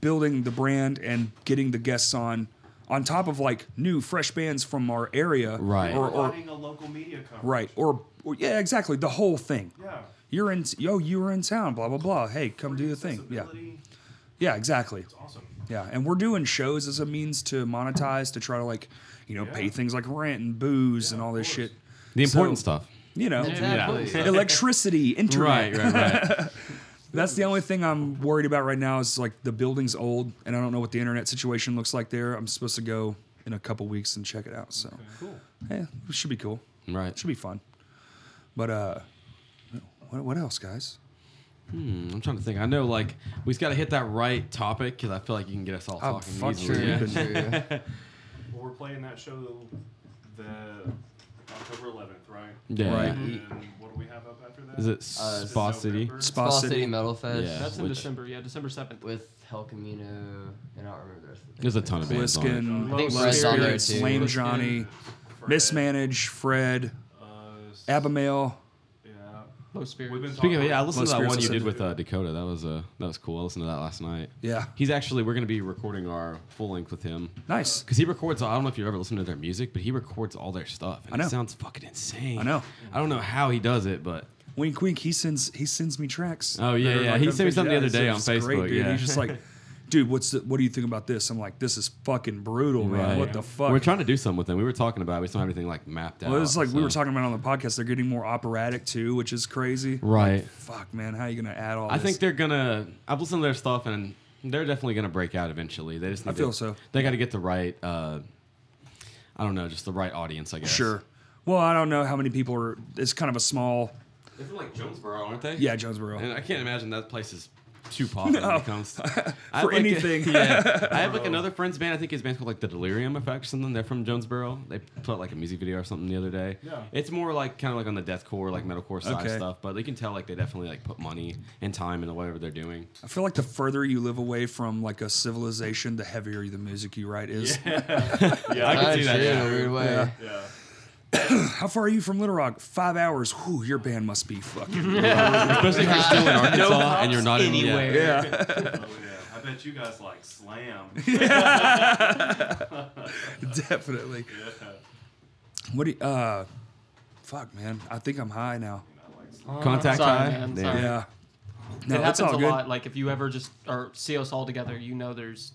A: building the brand and getting the guests on on top of like new fresh bands from our area
B: Right.
A: or, or
I: Providing a local media coverage.
A: right or, or yeah exactly the whole thing
I: Yeah.
A: you're in yo you were in town blah blah blah hey come do the thing yeah
I: Accessibility,
A: yeah exactly
I: It's awesome.
A: Yeah, and we're doing shows as a means to monetize to try to like, you know, pay
I: Yeah.
A: things like rent and booze and all this shit.
B: the important
A: so-
B: stuff.
A: You know,
G: Exactly.
A: electricity, internet.
B: Right, right, right.
A: That's the only thing I'm worried about right now is like the building's old and I don't know what the internet situation looks like there. I'm supposed to go in a couple weeks and check it out. So, cool. Yeah, it should be cool. It
B: right.
A: should be fun. But uh, what, what else, guys?
B: I'm trying to think. I know, like, we just got to hit that right topic because I feel like you can get us all
A: Oh,
B: talking
A: fuck
B: easily.
A: sure.
B: yeah.
A: Been-
G: True.
I: Well, we're playing that show the October 11th, right?
B: Yeah.
A: Right.
I: And then what do we have up after that?
B: Is it
G: Uh,
B: Spa City?
I: November?
A: Spa
G: Fall
A: City.
G: City Metal Fest
B: Yeah.
H: That's in
B: which-
H: December. Yeah, December seventh.
G: with Hell Camino, and I don't remember the rest of the
B: There's a ton of bands on it.
A: Pliskin,
G: I think
A: Low
G: Fred's on there,
A: Spirits,
G: too.
A: Lame
G: Pliskin,
A: Johnny,
I: Fred,
A: Mismanage, Fred,
I: Uh, s-
A: Abimail.
I: yeah.
H: Low
I: We've been
H: spirits.
B: Speaking of,
I: talking-
B: yeah, I listened
A: Most
B: to that
A: spirits
B: one you
A: listen
B: did
A: to
B: with uh, Dakota. That was uh, that was cool. I listened to that last night.
A: Yeah.
B: He's actually we're gonna be recording our full length with him
A: Nice.
B: because he records. I don't know if you've ever listened to their music, but he records all their stuff. And
A: I know.
B: It sounds fucking insane.
A: I know.
B: I don't know how he does it, but
A: Wink, wink. He sends he sends me tracks.
B: Oh, yeah,
A: They're
B: yeah.
A: like
B: He
A: on
B: sent me
A: Facebook.
B: something the other
A: he's
B: day on
A: just great,
B: Facebook,
A: dude.
B: yeah.
A: he's just like, dude, what's the, what do you think about this? I'm like, this is fucking brutal, man.
B: Right.
A: What the fuck?
B: We're trying to do something with them. We were talking about. It. We still have everything like mapped out.
A: well, it's like we were
B: so-
A: talking about on the podcast. They're getting more operatic too, which is crazy.
B: Right.
A: Fuck, man. How you gonna add all?
B: I
A: this?
B: think they're gonna. I've listened to their stuff, and they're definitely gonna break out eventually. They just. Need
A: I feel
B: to,
A: so.
B: They got to get the right. uh I don't know, just the right audience. I guess.
A: sure. Well, I don't know how many people are. It's kind of a small
B: They're from like Jonesboro, aren't they?
A: Yeah, Jonesboro.
B: And I can't imagine that place is too popular when
A: No.
B: it comes to, I have,
A: For
B: like, a-
A: anything.
B: yeah, I have like another friend's band. I think his band's called like the Delirium Effect or something. They're from Jonesboro. They put like a music video or something the other day. Yeah, it's more like kind of like on the deathcore, like metalcore side
A: Okay.
B: stuff. But they can tell like they definitely like put money and time into whatever they're doing.
A: I feel like the further you live away from like a civilization, the heavier the music you write is.
I: Yeah, I can see that.
G: Actually, in
I: Yeah.
G: a weird way.
I: Yeah.
A: How far are you from Little Rock? Five hours. Whew, your band must be fucking.
B: Especially if you're still in Arkansas
H: cops
B: and you're not in
H: anywhere.
A: yeah.
I: Oh, yeah. I bet you guys like slam.
A: Definitely. What do you, uh, fuck, man. I think I'm high now.
B: yeah. contact
H: Oh, Sorry,
B: high.
H: man,
B: Yeah.
H: sorry.
A: Yeah. No,
H: it
A: that's
H: happens
A: all
H: a
A: good.
H: lot. Like if you ever just or see us all together, you know there's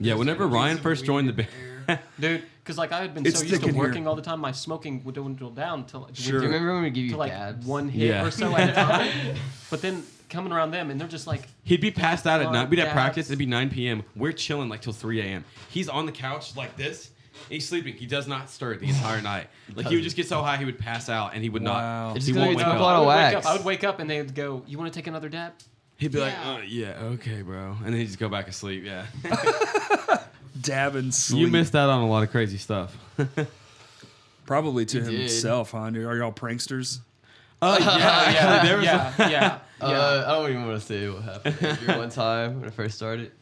B: Yeah, whenever Ryan first joined the band,
H: dude. Because like I had been
A: It's
H: so used
A: thick
H: to
A: in here.
H: working all the time, my smoking would dwindle down till
A: Sure.
G: Do you remember when we give you
H: to like
G: dabs?
H: one hit
B: Yeah.
H: or so at a time. but then coming around them and they're just like
B: he'd be passed out at
H: Oh,
B: night. We'd have
H: yeah.
B: practice. It'd be 9 p.m. We're chilling like till 3 a.m. He's on the couch like this. and He's sleeping. He does not stir the entire night. Like he would just get so high, he would pass out, and he would
A: Wow.
B: not.
G: It's
B: He
G: gonna
B: won't
G: be
B: wake
G: a
B: up.
G: lot
H: I
G: of
H: would wake
G: wax.
H: up- I would wake up and they'd go, "You want to take another dab?"
B: He'd be like, uh, "Yeah, okay, bro," and then he'd just go back asleep. Yeah,
A: Dab and sleep.
B: you missed out on a lot of crazy stuff.
A: Probably to
G: did.
A: himself, huh? dude? Are y'all pranksters?
B: Oh yeah,
H: yeah,
B: actually, there was.
H: yeah, yeah, yeah.
G: Uh, I don't even want to say what happened. Andrew, one time when I first started,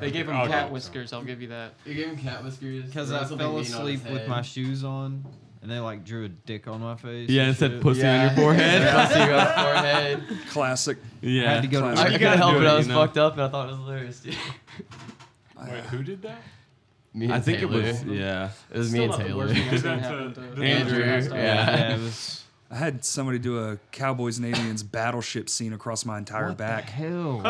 H: they gave him
F: I'll go
H: cat
F: with that.
H: whiskers. I'll give you that.
G: you gave him cat whiskers
D: Because
G: or
D: I
G: something
D: fell
G: mean on his
D: asleep with
G: head.
D: my shoes on, and they like drew a dick on my face.
B: Yeah, it
D: and
B: said
D: shit.
B: pussy on your
G: Yeah.
B: forehead.
G: Pussy on your forehead.
A: Classic.
B: Yeah,
D: I had to go to
A: Classic.
G: I,
A: You
G: I
B: gotta
G: couldn't help
B: do
G: it.
B: it,
G: I was
B: you know?
G: fucked up and I thought it was hilarious. dude.
F: Wait, who did that?
G: me and
B: I think it
G: Taylor.
B: was. Yeah,
G: It was me
H: Still
G: and
H: not the
G: Taylor.
H: worst thing I've
I: that
H: seen
I: the-
H: happen
I: did
H: to
I: that
G: Andrew.
H: Andrew.
G: Yeah.
D: Yeah, it was.
A: I had somebody do a Cowboys and Aliens battleship scene across my entire
D: What
A: back.
D: the hell?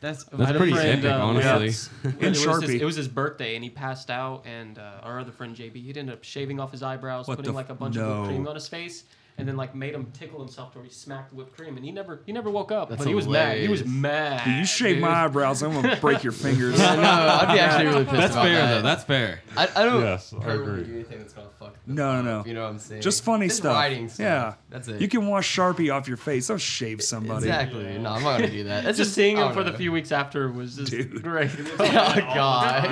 D: That's
B: that's pretty
H: friend,
B: epic,
H: um,
B: honestly.
A: In
H: it Was
A: Sharpie.
H: his, it was his birthday, and he passed out. And uh, our other friend JB, he'd ended up shaving off his eyebrows,
A: What the
H: putting
A: f-
H: like a bunch of
A: no.
H: whipped cream on his face, and then like made him tickle himself to where he smacked the whipped cream. And he never, he never woke up.
G: That's
H: but he was mad. He was
G: hilarious.
H: mad.
A: Dude, you shave
H: dude.
A: my eyebrows, I'm gonna break your fingers.
G: Yeah, no, I'd be actually really pissed
B: That's
G: about
B: fair
G: that.
B: though. That's fair.
G: I, I don't
F: Yes, I
G: ever
F: agree.
G: do anything that's gonna fuck. them
A: No, no, no.
G: up, You know what I'm saying?
A: Just funny
G: Just
A: stuff.
G: Writing stuff.
A: Yeah,
G: that's it.
A: You can wash Sharpie off your face. Don't shave somebody.
G: exactly. No, I'm not gonna do that. It's
H: Just seeing
G: I
H: him
G: don't
H: for the
G: know.
H: few weeks after was just
A: Dude.
H: great.
G: Oh god.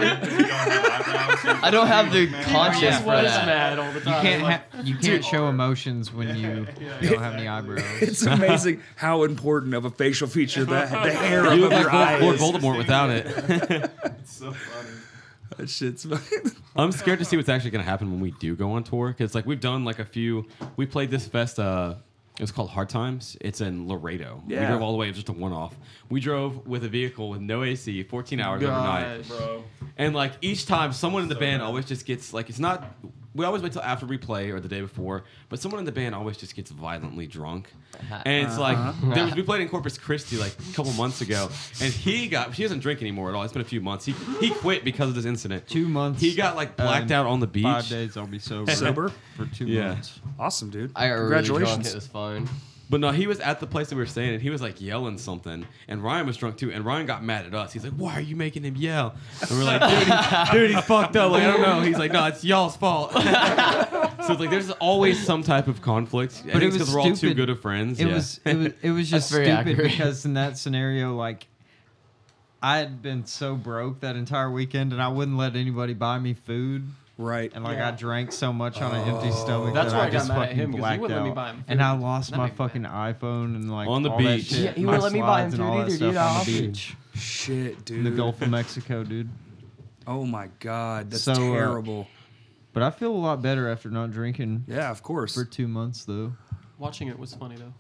G: I don't have the conscience
H: Just
G: for
H: was
G: that.
H: mad all the
D: You
H: time.
D: can't
H: Like,
D: ha- you can't show emotions when you don't have any eyebrows.
A: It's amazing how important of a facial feature that the hair above
B: You look
A: your
B: like Lord
A: eyes.
B: Voldemort without it.
A: That shit's
B: I'm scared to see what's actually going to happen when we do go on tour because like we've done like a few. We played this fest. Uh, it was called Hard Times. It's in Laredo. We
A: Yeah.
B: drove all the way. It was just a one-off. We drove with a vehicle with no AC, 14 hours overnight.
H: gosh.
B: And like each time, someone in the band always just gets like it's not. We always wait till after we play or the day before, but someone in the band always just gets violently drunk.
D: Uh-huh.
B: And it's like there was, we played in Corpus Christi like a couple months ago, and he got he doesn't drink anymore at all. It's been a few months. He he quit because of this incident.
D: Two months.
B: He got like blacked
D: Um,
B: out on the beach.
C: Five days I'll be sober.
A: sober.
C: for two
B: Yeah.
C: months.
A: Awesome, dude.
G: I got really drunk.
A: Congratulations.
G: It was fun.
B: But no, he was at the place that we were staying, and he was like yelling something. And Ryan was drunk too, and Ryan got mad at us. He's like, "Why are you making him yell?" And we're like, "Dude, he- dude he's fucked up." Like I don't know. He's like, "No, it's y'all's fault." so it's like there's always some type of conflict. But
D: But it
B: it's
D: was
B: because we're all too
D: stupid.
B: good of friends.
D: It
B: yeah.
D: was it was it was just
G: That's very
D: stupid
G: accurate.
D: because in that scenario, like I had been so broke that entire weekend, and I wouldn't let anybody buy me food,
A: Right.
D: and like
H: Yeah.
D: I drank so much on an empty stomach
H: That's
D: that
H: why
D: I
H: I got
D: just
H: mad at
D: fucking
H: him, 'cause he
D: blacked
H: wouldn't let me
D: out.
H: buy him
D: and
H: food.
D: I lost
H: That
D: my
H: made me mad.
D: fucking iPhone and like
B: On the
D: all that
B: beach.
D: shit,
G: Yeah, he
D: my
G: wouldn't let me buy him
D: slides and
G: food
D: all that
G: either, dude.
D: stuff
G: I
D: on the
G: offered.
D: beach
A: Shit, dude.
D: in the Gulf of Mexico, dude.
A: Oh my god, that's
D: So, uh,
A: terrible.
D: But I feel a lot better after not drinking
A: yeah, of course.
D: for two months though.
H: Watching it was funny though.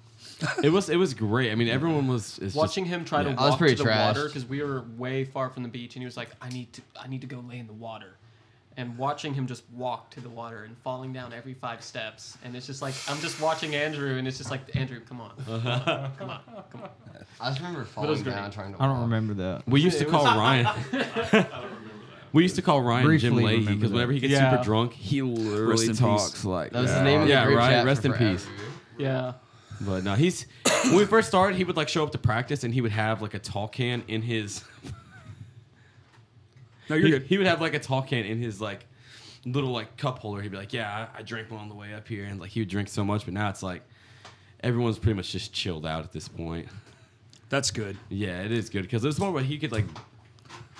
B: it was it was great. I mean, everyone was it's
H: Watching him try
B: yeah.
H: to
G: I was
H: walk
G: pretty
H: to the
G: trashed.
H: water because we were way far from the beach, and he was like, "I need to, I need to go lay in the water." And watching him just walk to the water and falling down every five steps, and it's just like I'm just watching Andrew, and it's just like Andrew, come on, come on, come on.
G: I just remember falling
H: great.
G: down trying to.
D: I don't
G: walk.
D: remember that.
B: Just, we used to call Ryan. We used to call Ryan Jim
D: Briefly
B: Leahy
D: remember
B: because
D: that.
B: whenever he gets
H: Yeah.
B: super drunk, he literally
A: in peace.
B: talks like
G: That was the name of the
B: Yeah,
G: group
B: Ryan,
G: chat for
B: rest in peace.
G: forever.
H: Yeah,
B: But no, he's when we first started, he would like show up to practice and he would have like a tall can in his.
A: no, you're
B: He,
A: good.
B: he would have like a tall can in his like little like cup holder. He'd be like, "Yeah, I, I drank one on the way up here," and like he would drink so much, but now it's like everyone's pretty much just chilled out at this point.
A: That's good.
B: Yeah, it is good because there's one where he could like,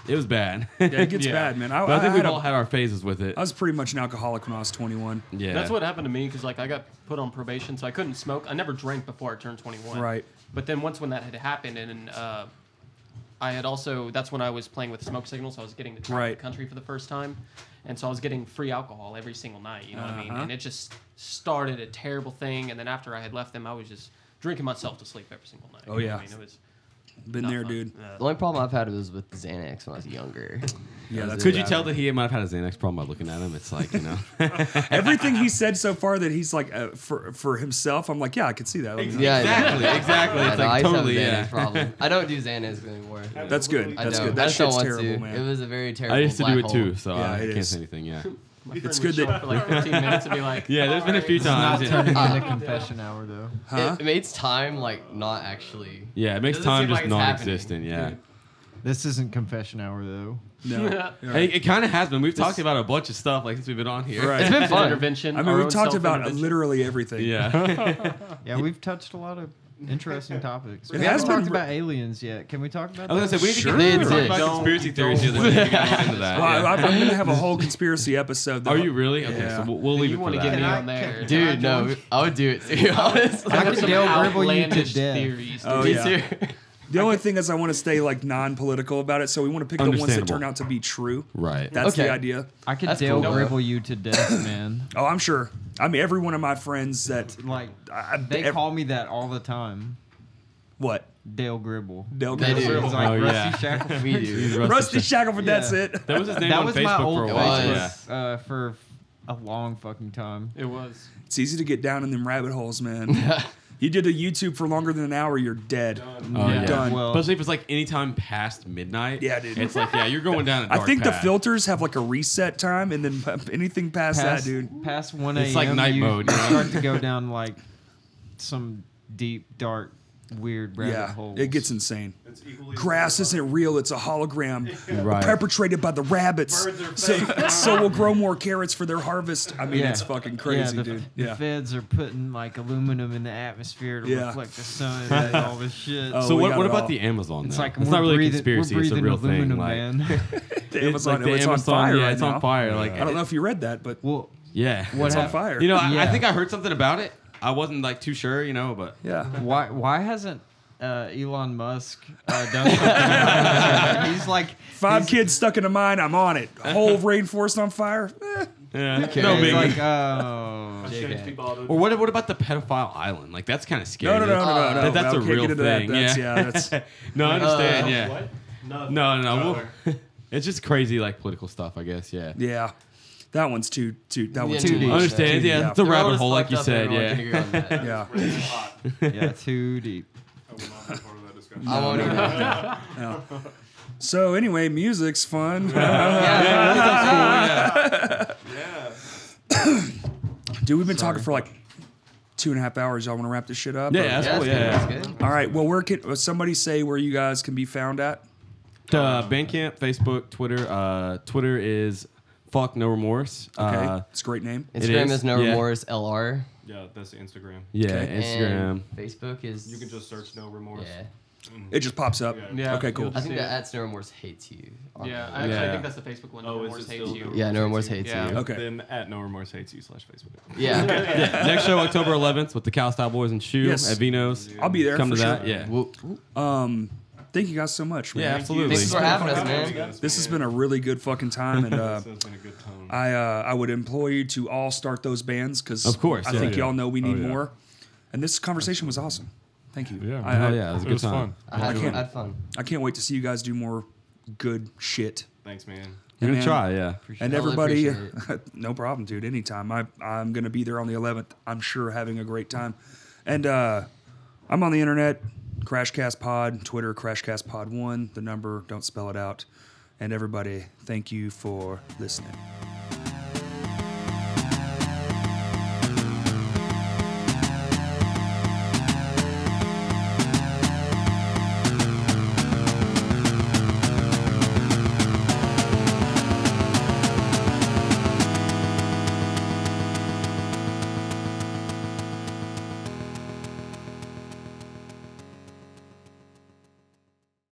B: it was bad.
A: Yeah, it gets
E: Yeah.
A: bad, man. I,
B: but I think
A: I
B: we've
A: had a-
B: all had our phases with it.
A: I was pretty much an alcoholic when I was 21.
B: yeah,
H: That's what happened to me because like I got put on probation, so I couldn't smoke. I never drank before I turned 21.
A: Right.
H: But then once when that had happened, and uh, I had also that's when I was playing with smoke signals. I was getting to travel
A: Right.
H: the country for the first time, and so I was getting free alcohol every single night. You know what I mean?
A: Uh-huh.
H: And it just started a terrible thing. And then after I had left them, I was just drinking myself to sleep every single night.
A: Oh,
H: you know what
A: yeah.
H: I mean, it was
A: Been
H: not
A: there,
H: fun.
A: dude.
H: Yeah.
G: The only problem I've had was with Xanax when I was younger.
A: Yeah, that's
B: Could you tell that he might have had his Xanax problem by looking at him? It's like you know,
A: everything he said so far that he's like uh, for for himself? I'm like, yeah, I could see that. Like,
G: Yeah,
B: exactly, exactly.
G: I,
B: It's
G: know, I
B: like
G: used to have a
B: totally
G: Xanax
B: yeah.
G: problem. I don't do Xanax anymore.
A: That's good.
G: I
A: That's
G: don't.
A: good. That
G: I just don't
A: shit's
G: want
A: terrible,
G: to.
A: man.
G: It was a very terrible.
B: I used to do
G: black
B: it
G: hole.
B: too, so
A: Yeah,
B: I
A: it
B: can't
A: is.
B: say anything. Yeah,
H: My friend
A: It's
H: would
A: good
H: show
A: that-
H: up for like 15 minutes and be like,
B: yeah. There's been a few times.
C: Not
B: yeah.
C: turning into confession hour though.
A: Huh?
G: It, it makes time like not actually.
B: Yeah, it makes
G: Doesn't
B: time
G: seem like
B: just
G: it's
B: non-existent. Yeah,
C: This isn't confession hour though.
A: No. You're
B: Hey,
A: right.
B: it kind of has been. We've talked about a bunch of stuff like since we've been on here.
A: Right.
G: It's been
H: An
G: fun.
H: intervention.
A: I mean,
H: our
A: we've
H: own
A: talked about
H: self-intervention.
A: literally everything.
B: Yeah,
C: Yeah, we've touched a lot of interesting topics. We
A: It has
C: haven't
A: been
C: talked
A: re-
C: about aliens yet. Can we talk about
B: I was gonna
C: that?
B: say we need
A: Sure.
B: to get we
G: They
B: talked about
G: exist.
B: conspiracy theories the other day. We gotta get into that.
A: Well, I,
B: yeah.
A: I'm going to have a whole conspiracy episode. though.
B: Are you really? Okay,
A: Yeah.
B: so we'll, we'll leave
H: You
B: it for
H: want to
B: that.
H: get me
C: I-
H: on there,
C: can-
G: Dude, no, I would do it to be honest.
C: I
H: I
C: could
H: have some
C: Dale Gribble you to
H: outlandish
C: death.
H: theories.
A: Oh,
G: Me
A: yeah.
G: too.
A: The only thing is, I want to stay like non-political about it, so we want to pick the ones that
B: Understandable.
A: turn out to be true.
B: right.
A: That's
G: Okay.
A: the idea.
C: I could
G: That's
C: Dale
G: cool.
C: Gribble you to death, man.
A: Oh, I'm sure. I mean, every one of my friends that
C: Like
A: I,
C: they
A: ev-
C: call me that all the time.
A: what
C: Dale Gribble.
A: Del
G: They
A: Gribble.
G: do.
C: It's like
B: Oh,
C: Rusty
B: yeah.
C: Shackleton.
G: We do.
A: Rusty Shackleford.
C: Yeah.
A: That's it.
B: That was his name
C: that
B: on
C: was
B: Facebook
C: my old
B: for a while.
G: was.
B: Yeah.
C: Facebook uh, for a long fucking time.
H: It was.
A: It's easy to get down in them rabbit holes, man. you did a YouTube for longer than an hour, you're dead.
B: Oh, yeah.
A: Done.
C: Well,
B: Especially if it's like any time past midnight.
A: Yeah, dude.
B: It's like yeah, you're going down. A
A: I
B: dark
A: think the
B: path.
A: filters have like a reset time, and then p- anything past,
C: past,
A: that, dude.
C: past 1 a.m.
B: It's like night
C: you
B: mode, you know?
C: start to go down like some deep, dark, weird rabbit
A: Yeah,
C: holes.
A: it gets insane.
E: It's equally as
A: Grass
E: horrifying.
A: isn't real; it's a hologram
B: Right.
A: perpetrated by the rabbits.
E: Birds are
A: So,
E: fake.
A: so we'll grow more carrots for their harvest. I mean,
C: Yeah.
A: it's fucking crazy,
C: yeah, the,
A: dude.
C: the
A: Yeah.
C: feds are putting like aluminum in the atmosphere to
A: Yeah.
C: reflect the sun and all this shit.
A: Oh,
B: So
A: we
B: what,
A: got
B: what
A: it
B: about
A: all.
B: the Amazon?
C: it's
B: though?
C: like
B: it's
C: we're
B: not really
C: breathing,
B: a conspiracy.
C: We're
B: It's a
C: breathing
B: real thing.
C: aluminum,
B: Like,
C: man.
A: the
B: it's
A: Amazon, oh,
B: like the
A: it's on
B: Amazon,
A: fire
B: yeah,
A: right
B: it's
A: now.
B: on fire. Like
A: I don't know if you read that, but
C: well,
B: Yeah.
C: what
A: it's on
C: happened?
A: fire.
B: You know, I, I
C: Yeah.
B: think I heard something about it. I wasn't like too sure, you know, but
A: yeah.
C: Why why hasn't uh, Elon Musk uh, done something? about it? he's like
A: Five kids stuck in a mine. I'm on it. Whole rainforest on fire. Eh.
B: yeah.
G: cares?
B: no
C: he's
B: big.
C: like oh
G: JK.
B: or what? What about the pedophile island? Like that's kind of scary.
A: No, no, no, no,
B: That's-
A: no, no.
B: that- that's
A: I
B: a
A: can't
B: real
A: get into
B: thing,
A: That. That's,
B: yeah.
A: yeah, that's
B: No, I understand.
G: Uh,
B: yeah.
E: What? Nothing.
B: No, no, no.
E: Tyler.
B: We'll, it's just crazy, like political stuff, I guess. Yeah.
A: yeah. That one's too too. That one's too
G: Yeah, too
A: much.
G: deep.
B: Understand?
A: Dude,
B: Yeah,
A: yeah.
B: it's a
G: The world
B: rabbit
G: is
B: hole, like
G: fucked
B: you
G: up,
B: said.
G: everyone can
B: Yeah.
G: agree on that.
A: Yeah.
E: Really hot.
C: yeah too deep.
E: I will not be part of that discussion.
G: I won't even.
A: So anyway, music's fun.
E: Yeah.
A: Dude, we've been talking for like two and a half hours. Y'all want to wrap this shit up?
B: Yeah,
A: Or-
B: that's
G: Yeah,
B: cool.
G: that's
B: Yeah.
G: good. That's good.
A: All right. Well, where can uh, somebody say where you guys can be found at?
B: Uh, Bandcamp, Facebook, Twitter. Uh, Twitter is fuck no remorse.
A: Okay,
B: Uh,
A: it's a great name.
B: It
G: Instagram
B: is,
G: is, no
B: yeah.
G: remorse LR.
E: Yeah, that's the Instagram.
B: yeah,
A: Okay.
B: Instagram.
G: And Facebook is.
E: You can just search no remorse.
G: Yeah.
A: It just pops up.
H: Yeah.
A: Okay, cool.
G: I think
H: Yeah.
G: that at no remorse hates you. on
H: Yeah,
G: that.
H: actually, I
B: Yeah.
H: think that's the Facebook one.
E: Oh,
H: No
E: is
H: Remorse
E: it
H: hates
E: still
H: you.
E: No
G: Yeah, no remorse hates
H: Hates You.
G: you.
A: Okay.
E: Then at no remorse hates you slash Facebook.
G: Yeah.
B: Next show, October 11th, with the Cal Cowboys and Shoe
A: Yes.
B: at Vino's.
A: I'll be there
B: Come
A: for
B: to that.
A: sure.
B: Yeah.
G: Well,
A: Um, thank you guys so much. Man.
B: Yeah, absolutely.
G: Thanks for having us, man.
A: This has been a really good fucking time, and uh,
E: This has been a good tone.
A: I uh, I would implore you to all start those bands because
B: Of course,
A: I
B: yeah.
A: think
F: Yeah.
A: y'all know we
F: Oh,
A: need
F: yeah.
A: more. And this conversation was awesome. Thank you.
F: Yeah,
A: I,
F: man.
A: I-
B: Oh, yeah, it was a
F: It
B: good
F: was
B: time.
F: fun.
G: I had,
A: can't-
G: I had fun.
A: I can't wait to see you guys do more good shit.
E: Thanks, man.
B: We're going
A: man.
B: to try, yeah.
A: And
G: I'll
A: everybody,
G: appreciate
A: no problem, dude. Anytime. I, I'm going to be there on the 11th. I'm sure having a great time. And uh, I'm on the internet, Crashcast Pod, Twitter, Crashcast Pod 1, the number, don't spell it out. And everybody, thank you for listening.